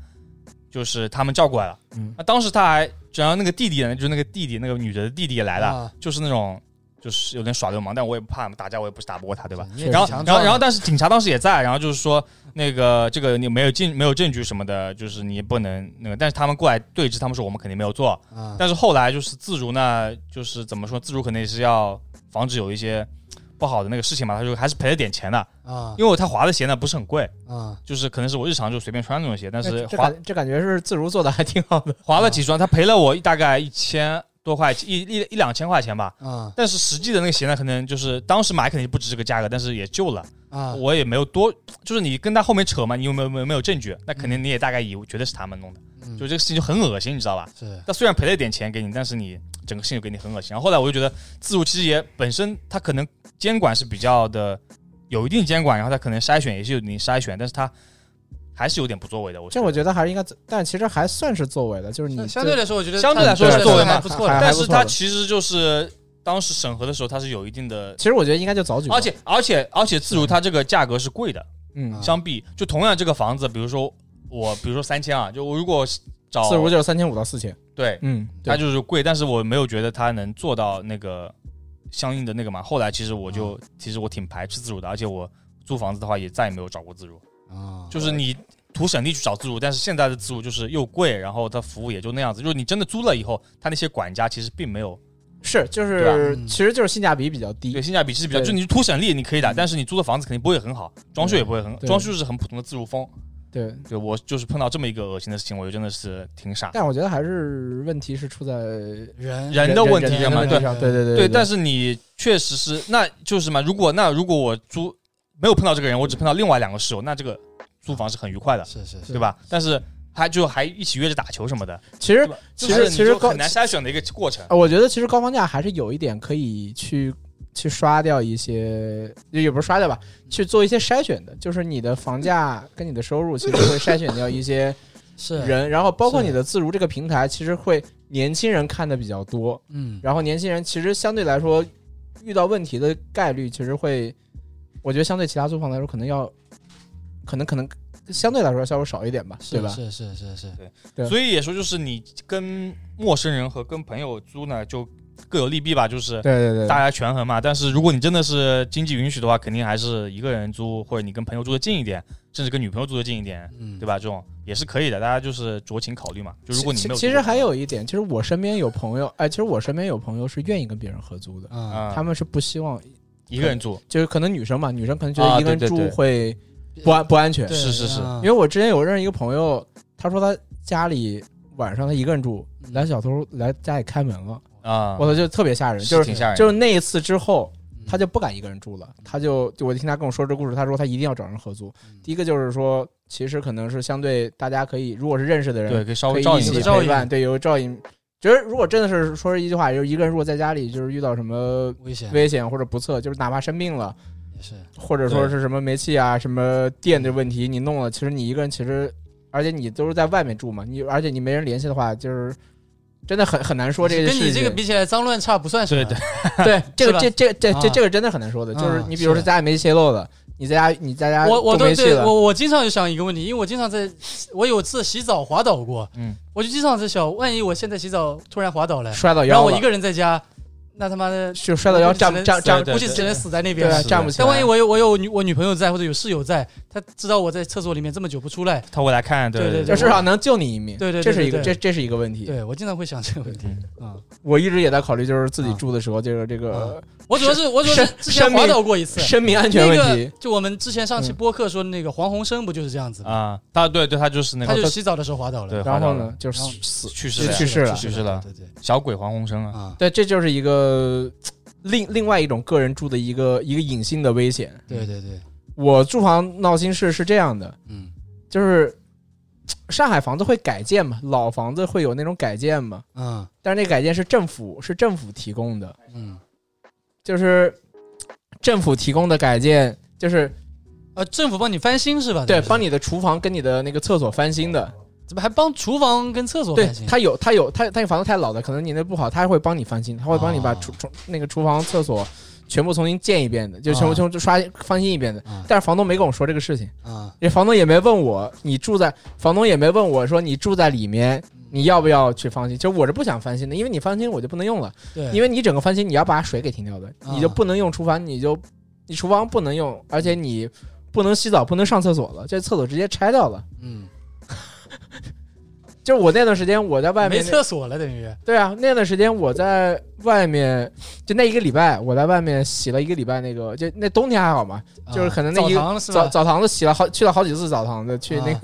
Speaker 5: 就是他们叫过来了。
Speaker 4: 嗯
Speaker 5: 那当时他还，然后那个弟弟呢，就是那个弟弟那个女的弟弟也来了，
Speaker 2: 啊
Speaker 5: 就是那种。就是有点耍流氓，但我也不怕嘛，打架我也不是打不过他，对吧？
Speaker 2: 你也
Speaker 5: 然后，
Speaker 2: 强
Speaker 5: 然后，
Speaker 2: 壮
Speaker 5: 然后，但是警察当时也在，然后就是说，那个这个你没有证没有证据什么的，就是你不能那个。但是他们过来对峙，他们说我们肯定没有做。
Speaker 2: 啊，
Speaker 5: 但是后来就是自如呢，就是怎么说，自如肯定是要防止有一些呃不好的那个事情嘛，他就还是赔了点钱的，
Speaker 2: 啊
Speaker 5: 因为他划的鞋呢不是很贵，
Speaker 2: 啊
Speaker 5: 就是可能是我日常就随便穿那种鞋，但啊是
Speaker 4: 这这
Speaker 5: 划
Speaker 4: 感这感觉是自如做的还挺好
Speaker 5: <laughs>
Speaker 4: 的。
Speaker 5: 划了几双，他赔了我大概一千多块，一一一两千块钱吧。
Speaker 2: 啊
Speaker 5: 但是实际的那个鞋呢，可能就是当时买肯定不值这个价格，但是也救了。
Speaker 2: 啊！
Speaker 5: 我也没有多，就是你跟他后面扯嘛，你有没有没有没有证据？那肯定你也大概以为觉得是他们弄的，
Speaker 2: 嗯
Speaker 5: 就这个事情就很恶心，你知道吧？
Speaker 2: 是
Speaker 5: 他虽然赔了一点钱给你，但是你整个事情就给你很恶心。然后后来我就觉得，自如其实也本身他可能监管是比较的有一定监管，然后他可能筛选也是有一定筛选，但是他还是有点不作为的。我
Speaker 4: 这我觉得还是应该，但其实还算是作为的，就是你
Speaker 2: 相对来说，我觉得
Speaker 5: 相对来说
Speaker 2: 他
Speaker 5: 是作为嘛
Speaker 2: 还不错的啊
Speaker 4: 还
Speaker 5: 但
Speaker 4: 不
Speaker 5: 是
Speaker 4: 错
Speaker 5: 他
Speaker 4: 的
Speaker 5: 其实就是当时审核的时候，他是有一定的，
Speaker 4: 其实我觉得应该就早举报，
Speaker 5: 而且而且而且自如它这个价格是贵的。
Speaker 4: 嗯，
Speaker 5: 相比就同样这个房子，比如说我，比如说三千啊，就我如果找
Speaker 4: 自如就是三千五到四千，
Speaker 5: 对，
Speaker 4: 嗯，
Speaker 5: 它
Speaker 4: 对，
Speaker 5: 就是贵，但是我没有觉得它能做到那个相应的那个嘛。后来其实我就、其实我挺排斥自如的，而且我租房子的话也再也没有找过自
Speaker 4: 嗯
Speaker 5: 如，
Speaker 2: 啊，
Speaker 5: 就是你。图省力去找自如，但是现在的自如就是又贵，然后它服务也就那样子。就是你真的租了以后，它那些管家其实并没有
Speaker 4: 是就
Speaker 2: 对
Speaker 4: 是
Speaker 2: 吧嗯
Speaker 4: 其实就是性价比比较低
Speaker 5: 对，性价比是比较，
Speaker 4: 嗯对嗯
Speaker 5: 就你图省力你可以的，但是你租的房子肯定不会很好，装修也不会很好，
Speaker 4: 对
Speaker 5: 装修是很普通的自如风。
Speaker 4: 对，
Speaker 5: 对我就是碰到这么一个恶心的事情，我就真的是挺傻。
Speaker 4: 但我觉得还是问题是出在人
Speaker 2: 人
Speaker 5: 人的问题
Speaker 4: 人
Speaker 5: 上嘛
Speaker 4: 的问题上对对对
Speaker 5: 对，但
Speaker 4: 是
Speaker 5: 是你确实是，那就是嘛。如果那如果我租没有碰到这个人，我只碰到另外两个室友，那这个租房是很愉快的，
Speaker 2: 是是是
Speaker 5: 对吧？但是还就还一起约着打球什么的，
Speaker 4: 其实
Speaker 5: 对吧
Speaker 4: 其
Speaker 5: 就是
Speaker 4: 实
Speaker 5: 你
Speaker 4: 其实
Speaker 5: 就
Speaker 4: 高
Speaker 5: 很，难筛选的一个过程。
Speaker 4: 呃我觉得其实高房价还是有一点可以去去刷掉一些，也也不是刷掉吧，去做一些筛选的，就是你的房价跟你的收入其实会筛选掉一 <laughs> 些
Speaker 2: 是，
Speaker 4: 人，然后包括
Speaker 2: 是
Speaker 4: 你的自如这个平台，其实会年轻人看的比较多，
Speaker 2: 嗯，
Speaker 4: 然后年轻人其实相对来说遇到问题的概率其实会，我觉得相对其他租房来说，可能要，可能可能相对来说稍微少一点吧，
Speaker 2: 是
Speaker 4: 对吧？
Speaker 2: 是是是是，
Speaker 4: 对
Speaker 5: 所以也说，就是你跟陌生人和跟朋友租呢，就各有利弊吧，就是
Speaker 4: 对对对
Speaker 5: 大家权衡嘛。但是如果你真的是经济允许的话，肯定还是一个人租，或者你跟朋友住的近一点，甚至跟女朋友住的近一点，
Speaker 2: 嗯，
Speaker 5: 对？吧？这种也是可以的，大家就是酌情考虑嘛。就如果你
Speaker 4: 其
Speaker 5: 没有
Speaker 4: 其
Speaker 5: 租
Speaker 4: 实
Speaker 5: 过
Speaker 4: 还有一点，其实我身边有朋友，哎，其实我身边有朋友是愿意跟别人合租的，
Speaker 2: 啊，
Speaker 5: 啊，
Speaker 4: 他们是不希望，
Speaker 5: 一个人住，
Speaker 4: 就是可能女生嘛，女生可能觉
Speaker 5: 啊
Speaker 4: 得一个人
Speaker 5: 对对
Speaker 4: 住
Speaker 5: 对
Speaker 4: 会不安不安全，
Speaker 2: 对
Speaker 5: 是是是
Speaker 2: 啊
Speaker 4: 因为我之前有认识一个朋友，他说他家里晚上他一个人住，
Speaker 2: 嗯
Speaker 4: 来小偷来家里开门了，
Speaker 5: 啊，
Speaker 4: 我操，就特别吓人，就是
Speaker 5: 挺吓人的，嗯
Speaker 4: 就是那一次之后，
Speaker 2: 嗯
Speaker 4: 他就不敢一个人住了，他就就我听他跟我说这故事，他说他一定要找人合租。第一个就是说，其实可能是相对大家可以，如果是认识的
Speaker 5: 对，
Speaker 4: 人，
Speaker 5: 可以稍
Speaker 4: 可
Speaker 5: 微
Speaker 4: 以
Speaker 5: 照
Speaker 4: 一
Speaker 5: 应
Speaker 4: 起
Speaker 5: 一
Speaker 2: 照
Speaker 5: 下。
Speaker 2: 应
Speaker 4: 陪伴，对，有照应。觉得如果真的是说是一句话，就是一个人如果在家里就是遇到什么
Speaker 2: 危险
Speaker 4: 危险或者不测，就是哪怕生病了，
Speaker 2: 也是，
Speaker 4: 或者说是什么煤气啊、什么电的问题，你弄了，其实你一个人其实，而且你都是在外面住嘛，你而且你没人联系的话，就是真的很很难说这个事
Speaker 2: 跟
Speaker 4: 情。
Speaker 2: 你这个比起来，脏乱差不算什么，<laughs>
Speaker 5: 对
Speaker 4: 对，这
Speaker 2: 吧
Speaker 4: 个这这这这
Speaker 2: 啊
Speaker 4: 这个真的很难说的，就是
Speaker 2: 嗯
Speaker 4: 你比如
Speaker 2: 是
Speaker 4: 说家里没泄漏的，你在家你在家
Speaker 2: 我我都
Speaker 4: 都没气
Speaker 2: 对
Speaker 4: 了，
Speaker 2: 我我经常就想一个问题，因为我经常在，我有次洗澡滑倒过，
Speaker 5: 嗯，
Speaker 2: 我就经常在想，万一我现在洗澡突然滑倒了，
Speaker 4: 摔到
Speaker 2: 然后
Speaker 4: 腰
Speaker 2: 我一
Speaker 4: 了，
Speaker 2: 个人在家，那他妈的
Speaker 4: 就摔到腰站不站站
Speaker 5: 对对
Speaker 2: 估计只能死在那边。
Speaker 4: 对啊
Speaker 2: 了。
Speaker 4: 站不起来。
Speaker 2: 但万一我有我有女我女朋友在或者有室友在，她知道我在厕所里面这么久不出来，
Speaker 5: 他会来看，
Speaker 2: 对
Speaker 5: 对
Speaker 2: 对
Speaker 4: 就至少能救你一命，
Speaker 2: 对对对
Speaker 4: 这是一个
Speaker 2: 对
Speaker 4: 这
Speaker 2: 对
Speaker 4: 这是一个问题。
Speaker 2: 对我经常会想这个问题啊、嗯
Speaker 4: 我一直也在考虑，就是自己
Speaker 2: 啊
Speaker 4: 住的时候，这个这个
Speaker 2: 我主要是我主要是
Speaker 4: 生
Speaker 2: 之前
Speaker 4: 生
Speaker 2: 滑
Speaker 4: 命
Speaker 2: 倒过一次，
Speaker 4: 生命安全
Speaker 2: 那
Speaker 4: 问
Speaker 2: 个
Speaker 4: 题。嗯
Speaker 2: 就我们之前上期播客说的那个黄鸿升不就是这样子吗？
Speaker 5: 啊，他对对，他就是那
Speaker 2: 他就
Speaker 5: 个
Speaker 2: 洗澡的时候滑倒了
Speaker 5: 对，
Speaker 4: 然后
Speaker 5: 滑倒
Speaker 4: 呢
Speaker 5: 了，
Speaker 4: 就是
Speaker 2: 然后
Speaker 4: 死
Speaker 5: 去世
Speaker 4: 就
Speaker 5: 了呀
Speaker 4: 去世了
Speaker 5: 去世了
Speaker 2: 对对
Speaker 5: 小鬼黄鸿升啊，
Speaker 2: 啊，
Speaker 4: 对，这就是一个另另外一种个人住的一个一个隐性的危险。
Speaker 2: 对对对，
Speaker 4: 我住房闹心事是这样的，
Speaker 2: 嗯
Speaker 4: 就是上海房子会改建嘛，老房子会有那种改建嘛，
Speaker 2: 嗯
Speaker 4: 但是那改建是政府是政府提供的，
Speaker 2: 嗯，
Speaker 4: 就是政府提供的改建，就是
Speaker 2: 呃，政府帮你翻新是吧？
Speaker 4: 对
Speaker 2: 不
Speaker 4: 帮你的厨房跟你的那个厕所翻新的，
Speaker 2: 怎么还帮厨房跟厕所
Speaker 4: 对
Speaker 2: 翻新？
Speaker 4: 他有他有他他房子太老了，可能年代不好，他会帮你翻新，他会帮你把
Speaker 2: 哦
Speaker 4: 厨厨那个厨房厕所全部重新建一遍的，就全
Speaker 2: 啊
Speaker 4: 部全部刷翻新一遍的
Speaker 2: 啊。
Speaker 4: 但是房东没跟我说这个事情，
Speaker 2: 啊
Speaker 4: 也房东也没问我你住在，房东也没问我说你住在里面。你要不要去翻新？其实我是不想翻新的，因为你翻新我就不能用了，
Speaker 2: 对，
Speaker 4: 因
Speaker 2: 为
Speaker 4: 为你整个翻新你要把水给停掉的，
Speaker 2: 啊
Speaker 4: 你就不能用厨房，你就你厨房不能用，而且你不能洗澡，不能上厕所了，这厕所直接拆掉了。
Speaker 2: 嗯
Speaker 4: 就是我那段时间我在外面
Speaker 2: 没
Speaker 4: 那
Speaker 2: 厕所了等于
Speaker 4: 对啊，那段时间我在外面，就那一个礼拜，我在外面洗了一个礼拜那个，就那冬天还好嘛，
Speaker 2: 啊
Speaker 4: <laughs> 就是可能那一
Speaker 2: 澡堂是
Speaker 4: 澡
Speaker 2: 吧？啊
Speaker 4: 澡堂子洗了好去了好几次澡堂子，去那个、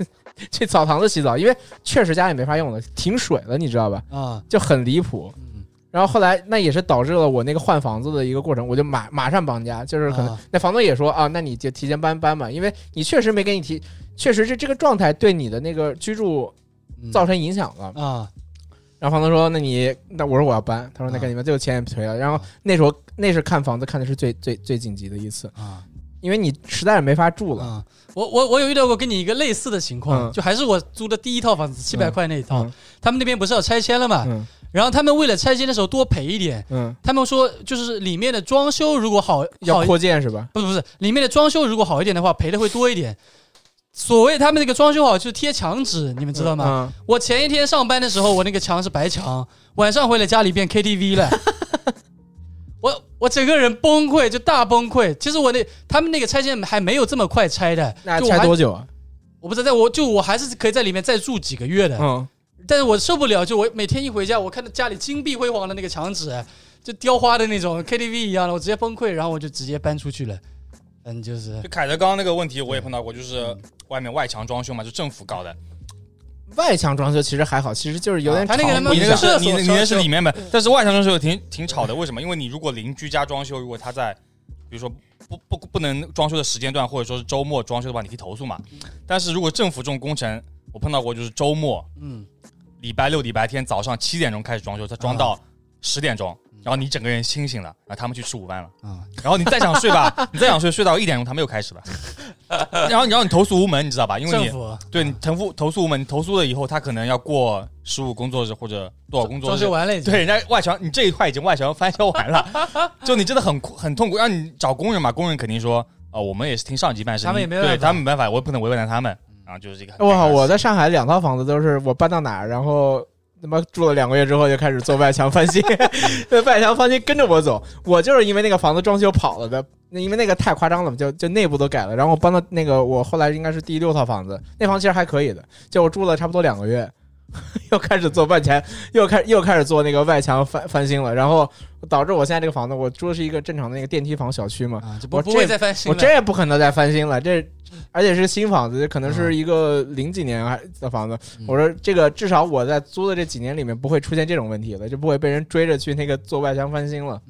Speaker 4: 去澡堂子洗澡，因为确实家里没法用了，停水了，你知道吧？
Speaker 2: 啊
Speaker 4: 就很离谱。
Speaker 2: 嗯
Speaker 4: 然后后来那也是导致了我那个换房子的一个过程，我就马马上搬家，就是可能、
Speaker 2: 啊
Speaker 4: 那房东也说啊，那你就提前搬搬吧，因为你确实没给你提，确实是这个状态对你的那个居住
Speaker 2: 嗯
Speaker 4: 造成影响了。
Speaker 2: 啊
Speaker 4: 然后房东说：“那你那我说我要搬。”他说：“那
Speaker 2: 啊
Speaker 4: 赶紧吧，这个钱也赔了。”然后那时候那是看房子看的是最最最紧急的一次，
Speaker 2: 啊。
Speaker 4: 因为你实在是没法住了。
Speaker 2: 啊，我我我有遇到过跟你一个类似的情况，
Speaker 4: 嗯
Speaker 2: 就还是我租的第一套房子七百
Speaker 4: 嗯
Speaker 2: 块那一套，
Speaker 4: 嗯
Speaker 2: 他们那边不是要拆迁了嘛，
Speaker 4: 嗯
Speaker 2: 然后他们为了拆迁的时候多赔一点，
Speaker 4: 嗯，
Speaker 2: 他们说就是里面的装修如果好
Speaker 4: 要
Speaker 2: 好一
Speaker 4: 扩建是吧？
Speaker 2: 不是不是里面的装修如果好一点的话赔的会多一点。所谓他们那个装修好就是贴墙纸，你们知道吗？
Speaker 4: 吗？
Speaker 2: 我前一天上班的时候，我那个墙是白墙，晚上回来家里变 KTV
Speaker 4: <laughs>
Speaker 2: 了，我我整个人崩溃，就大崩溃。其实我那他们那个拆迁还没有这么快拆的，
Speaker 4: 那
Speaker 2: 就我
Speaker 4: 拆
Speaker 2: 还
Speaker 4: 多久啊？
Speaker 2: 我不知道，我就我还是可以在里面再住几个月的，
Speaker 4: 嗯，
Speaker 2: 但是我受不了，就我每天一回家，我看到家里金碧辉煌的那个墙纸，就雕花的那种 KTV 一样的，我直接崩溃，然后我就直接搬出去了。嗯，就是
Speaker 5: 就凯德刚刚那个问题我也碰到过，就是外面外墙装修嘛，就政府搞的，
Speaker 4: 外墙装修其实还好，其实就是有点
Speaker 2: 啊他那个
Speaker 4: 吵
Speaker 2: 什么
Speaker 4: 不
Speaker 5: 你那
Speaker 4: 影响
Speaker 5: 个是
Speaker 2: 厕所
Speaker 5: 你那你那
Speaker 2: 装
Speaker 5: 是
Speaker 2: 修
Speaker 5: 里面的，但是外墙装修挺挺吵的，为什么？因为你如果邻居家装修，如果他在，比如说不不不能装修的时间段，或者说是周末装修的话，你可以投诉嘛。但是如果政府这种工程，我碰到过就是周末，
Speaker 2: 嗯，
Speaker 5: 礼拜六、礼拜天早上七点钟开始装修，他装到十点钟，然后你整个人清醒了，然后他们去吃午饭了，
Speaker 2: 啊
Speaker 5: 然后你再想睡吧，你再想睡，睡到一点钟他们又开始了，然后然后你投诉无门，你知道吧？因为
Speaker 2: 政
Speaker 5: 你
Speaker 2: 府
Speaker 5: 对你投诉投诉无门，你投诉了以后，他可能要过十五工作日或者多少工作
Speaker 2: 装
Speaker 5: 日
Speaker 2: 修，完了已经，
Speaker 5: 对，人家外墙你这一块已经外墙翻修完了，
Speaker 2: <laughs>
Speaker 5: 就你真的很很痛苦。让你找工人嘛，工人肯定说啊、我们也是听上级办事，
Speaker 2: 他们也
Speaker 5: 你
Speaker 2: 没办
Speaker 5: 对
Speaker 2: 法嗯
Speaker 5: 他们没办法，我也不能为难他们。然后就是这个很尴尬的
Speaker 4: 我
Speaker 5: 事
Speaker 4: 靠！
Speaker 5: 情，
Speaker 4: 我在上海两套房子都是我搬到哪儿，然后他妈住了两个月之后就开始做外墙翻新， <laughs> 对外墙翻新跟着我走。我就是因为那个房子装修跑了的，那因为那个太夸张了，就就内部都改了。然后我搬到那个我后来应该是第六套房子，那房其实还可以的，就我住了差不多两个月。 <laughs> 又开始做外墙，又开又开始做那个外墙翻翻新了，然后导致我现在这个房子，我住的是一个正常的那个电梯房小区嘛，
Speaker 2: 啊，就不
Speaker 4: 我
Speaker 2: 不
Speaker 4: 这
Speaker 2: 会再翻新嗯
Speaker 4: 我
Speaker 2: 了。
Speaker 4: 这也不可能再翻新了，这而且是新房子，可能是一个零几年还的房子。
Speaker 2: 嗯
Speaker 4: 我说这个至少我在租的这几年里面不会出现这种问题了，就不会被人追着去那个做外墙翻新了。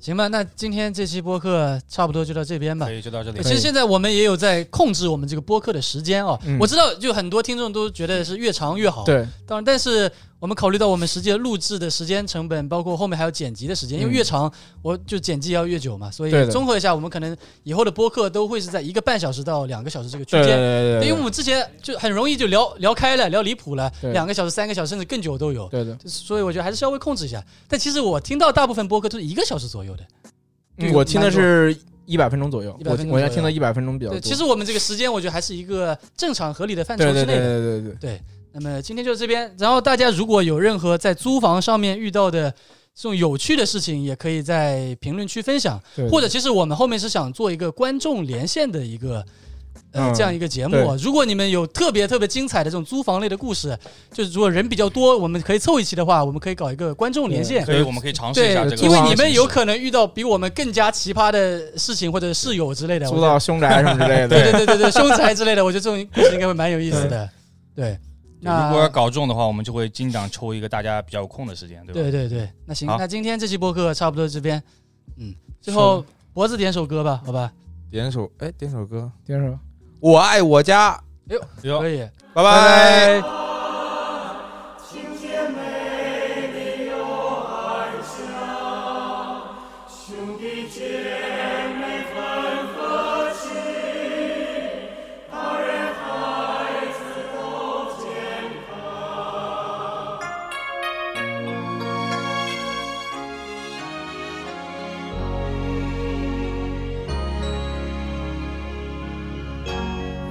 Speaker 2: 行吧，那今天这期播客差不多就到这边吧
Speaker 5: <laughs> 所。以就到这里
Speaker 2: 对。哎其实现在我们也有在控制我们这个播客的时间哦。
Speaker 4: 嗯
Speaker 2: 我知道，就很多听众都觉得是越长越好。，啊
Speaker 4: 对，
Speaker 2: 当然，但是我们考虑到我们实际的录制的时间成本，包括后面还有剪辑的时间，因为
Speaker 4: 嗯
Speaker 2: 越长我就剪辑要越久嘛，所
Speaker 4: 对
Speaker 2: 以
Speaker 4: 的
Speaker 2: 综合一下，我们可能以后的播客都会是在一个半小时到两个小时这个区
Speaker 4: 对对
Speaker 2: 间。
Speaker 4: 对
Speaker 2: 因为
Speaker 4: 对
Speaker 2: 我们之前就很容易就聊聊开了，聊离谱了，
Speaker 4: 对
Speaker 2: 两个小时、三个小时甚至更久都有。
Speaker 4: 对对
Speaker 2: 所以我觉得还是稍微控制一下。但其实我听到大部分播客都是一个小时左右的。对
Speaker 4: 嗯，我听的是一百分钟左右，
Speaker 2: 100
Speaker 4: 我
Speaker 2: 分钟
Speaker 4: 我要
Speaker 2: 左右
Speaker 4: 听到一百分钟比较多。
Speaker 2: 对，其实我们这个时间我觉得还是一个正常合理的范畴
Speaker 4: 对
Speaker 2: 之内
Speaker 4: 对
Speaker 2: 的。
Speaker 4: 对对对对，
Speaker 2: 那么今天就到这边，然后大家如果有任何在租房上面遇到的这种有趣的事情也可以在评论区分享，
Speaker 4: 对
Speaker 2: 或者其实我们后面是想做一个观众连线的一个。呃，
Speaker 5: 嗯
Speaker 2: 这样一个节目啊，
Speaker 4: 对
Speaker 2: 如果你们有特别特别精彩的这种租房类的故事，就是如果人比较多，我们可以凑一期的话，我们可以搞一个观众连线。
Speaker 5: 所以我们可以尝试一下这个。
Speaker 2: 因为你们
Speaker 5: 形式
Speaker 2: 有可能遇到比我们更加奇葩的事情或者室友之类的，我
Speaker 4: 租
Speaker 2: 觉得
Speaker 4: 到凶宅什么之类的。
Speaker 5: 对
Speaker 2: 对对对对，凶宅之类的，我觉得这种故事应该会蛮有意思的。对，那
Speaker 5: 如果要搞这种的话，我们就会尽量抽一个大家比较有空的时间，对吧？
Speaker 2: 对对对，那行，
Speaker 5: 好
Speaker 2: 那今天这期播客差不多这边，嗯，最后脖子点首歌吧，好吧，
Speaker 3: 点首哎，点首歌，
Speaker 4: 接着
Speaker 3: 《我爱我家》，
Speaker 5: 好
Speaker 2: 可以。拜
Speaker 3: 拜拜。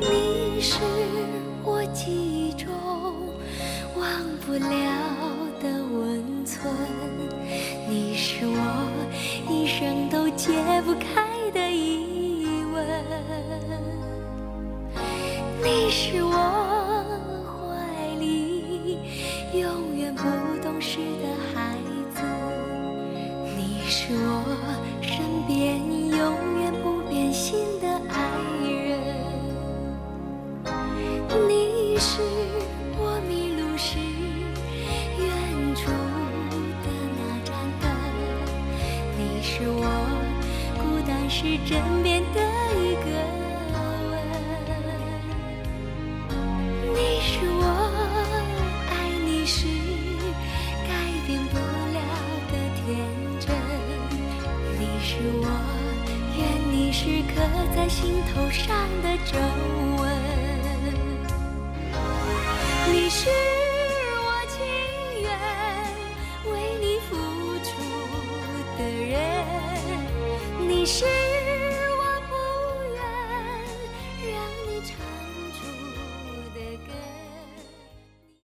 Speaker 6: 你是我记忆中忘不了的温存，你是我一生都解不开的疑问，你是我怀里永远不懂事的孩子，你是我身边永远不变心的爱人。你是我迷路时远处的那盏灯，你是我孤单时枕边的一个吻，你是我爱你时改变不了的天真，你是我愿你时刻在心头上的皱纹。你是我情愿为你付出的人，你是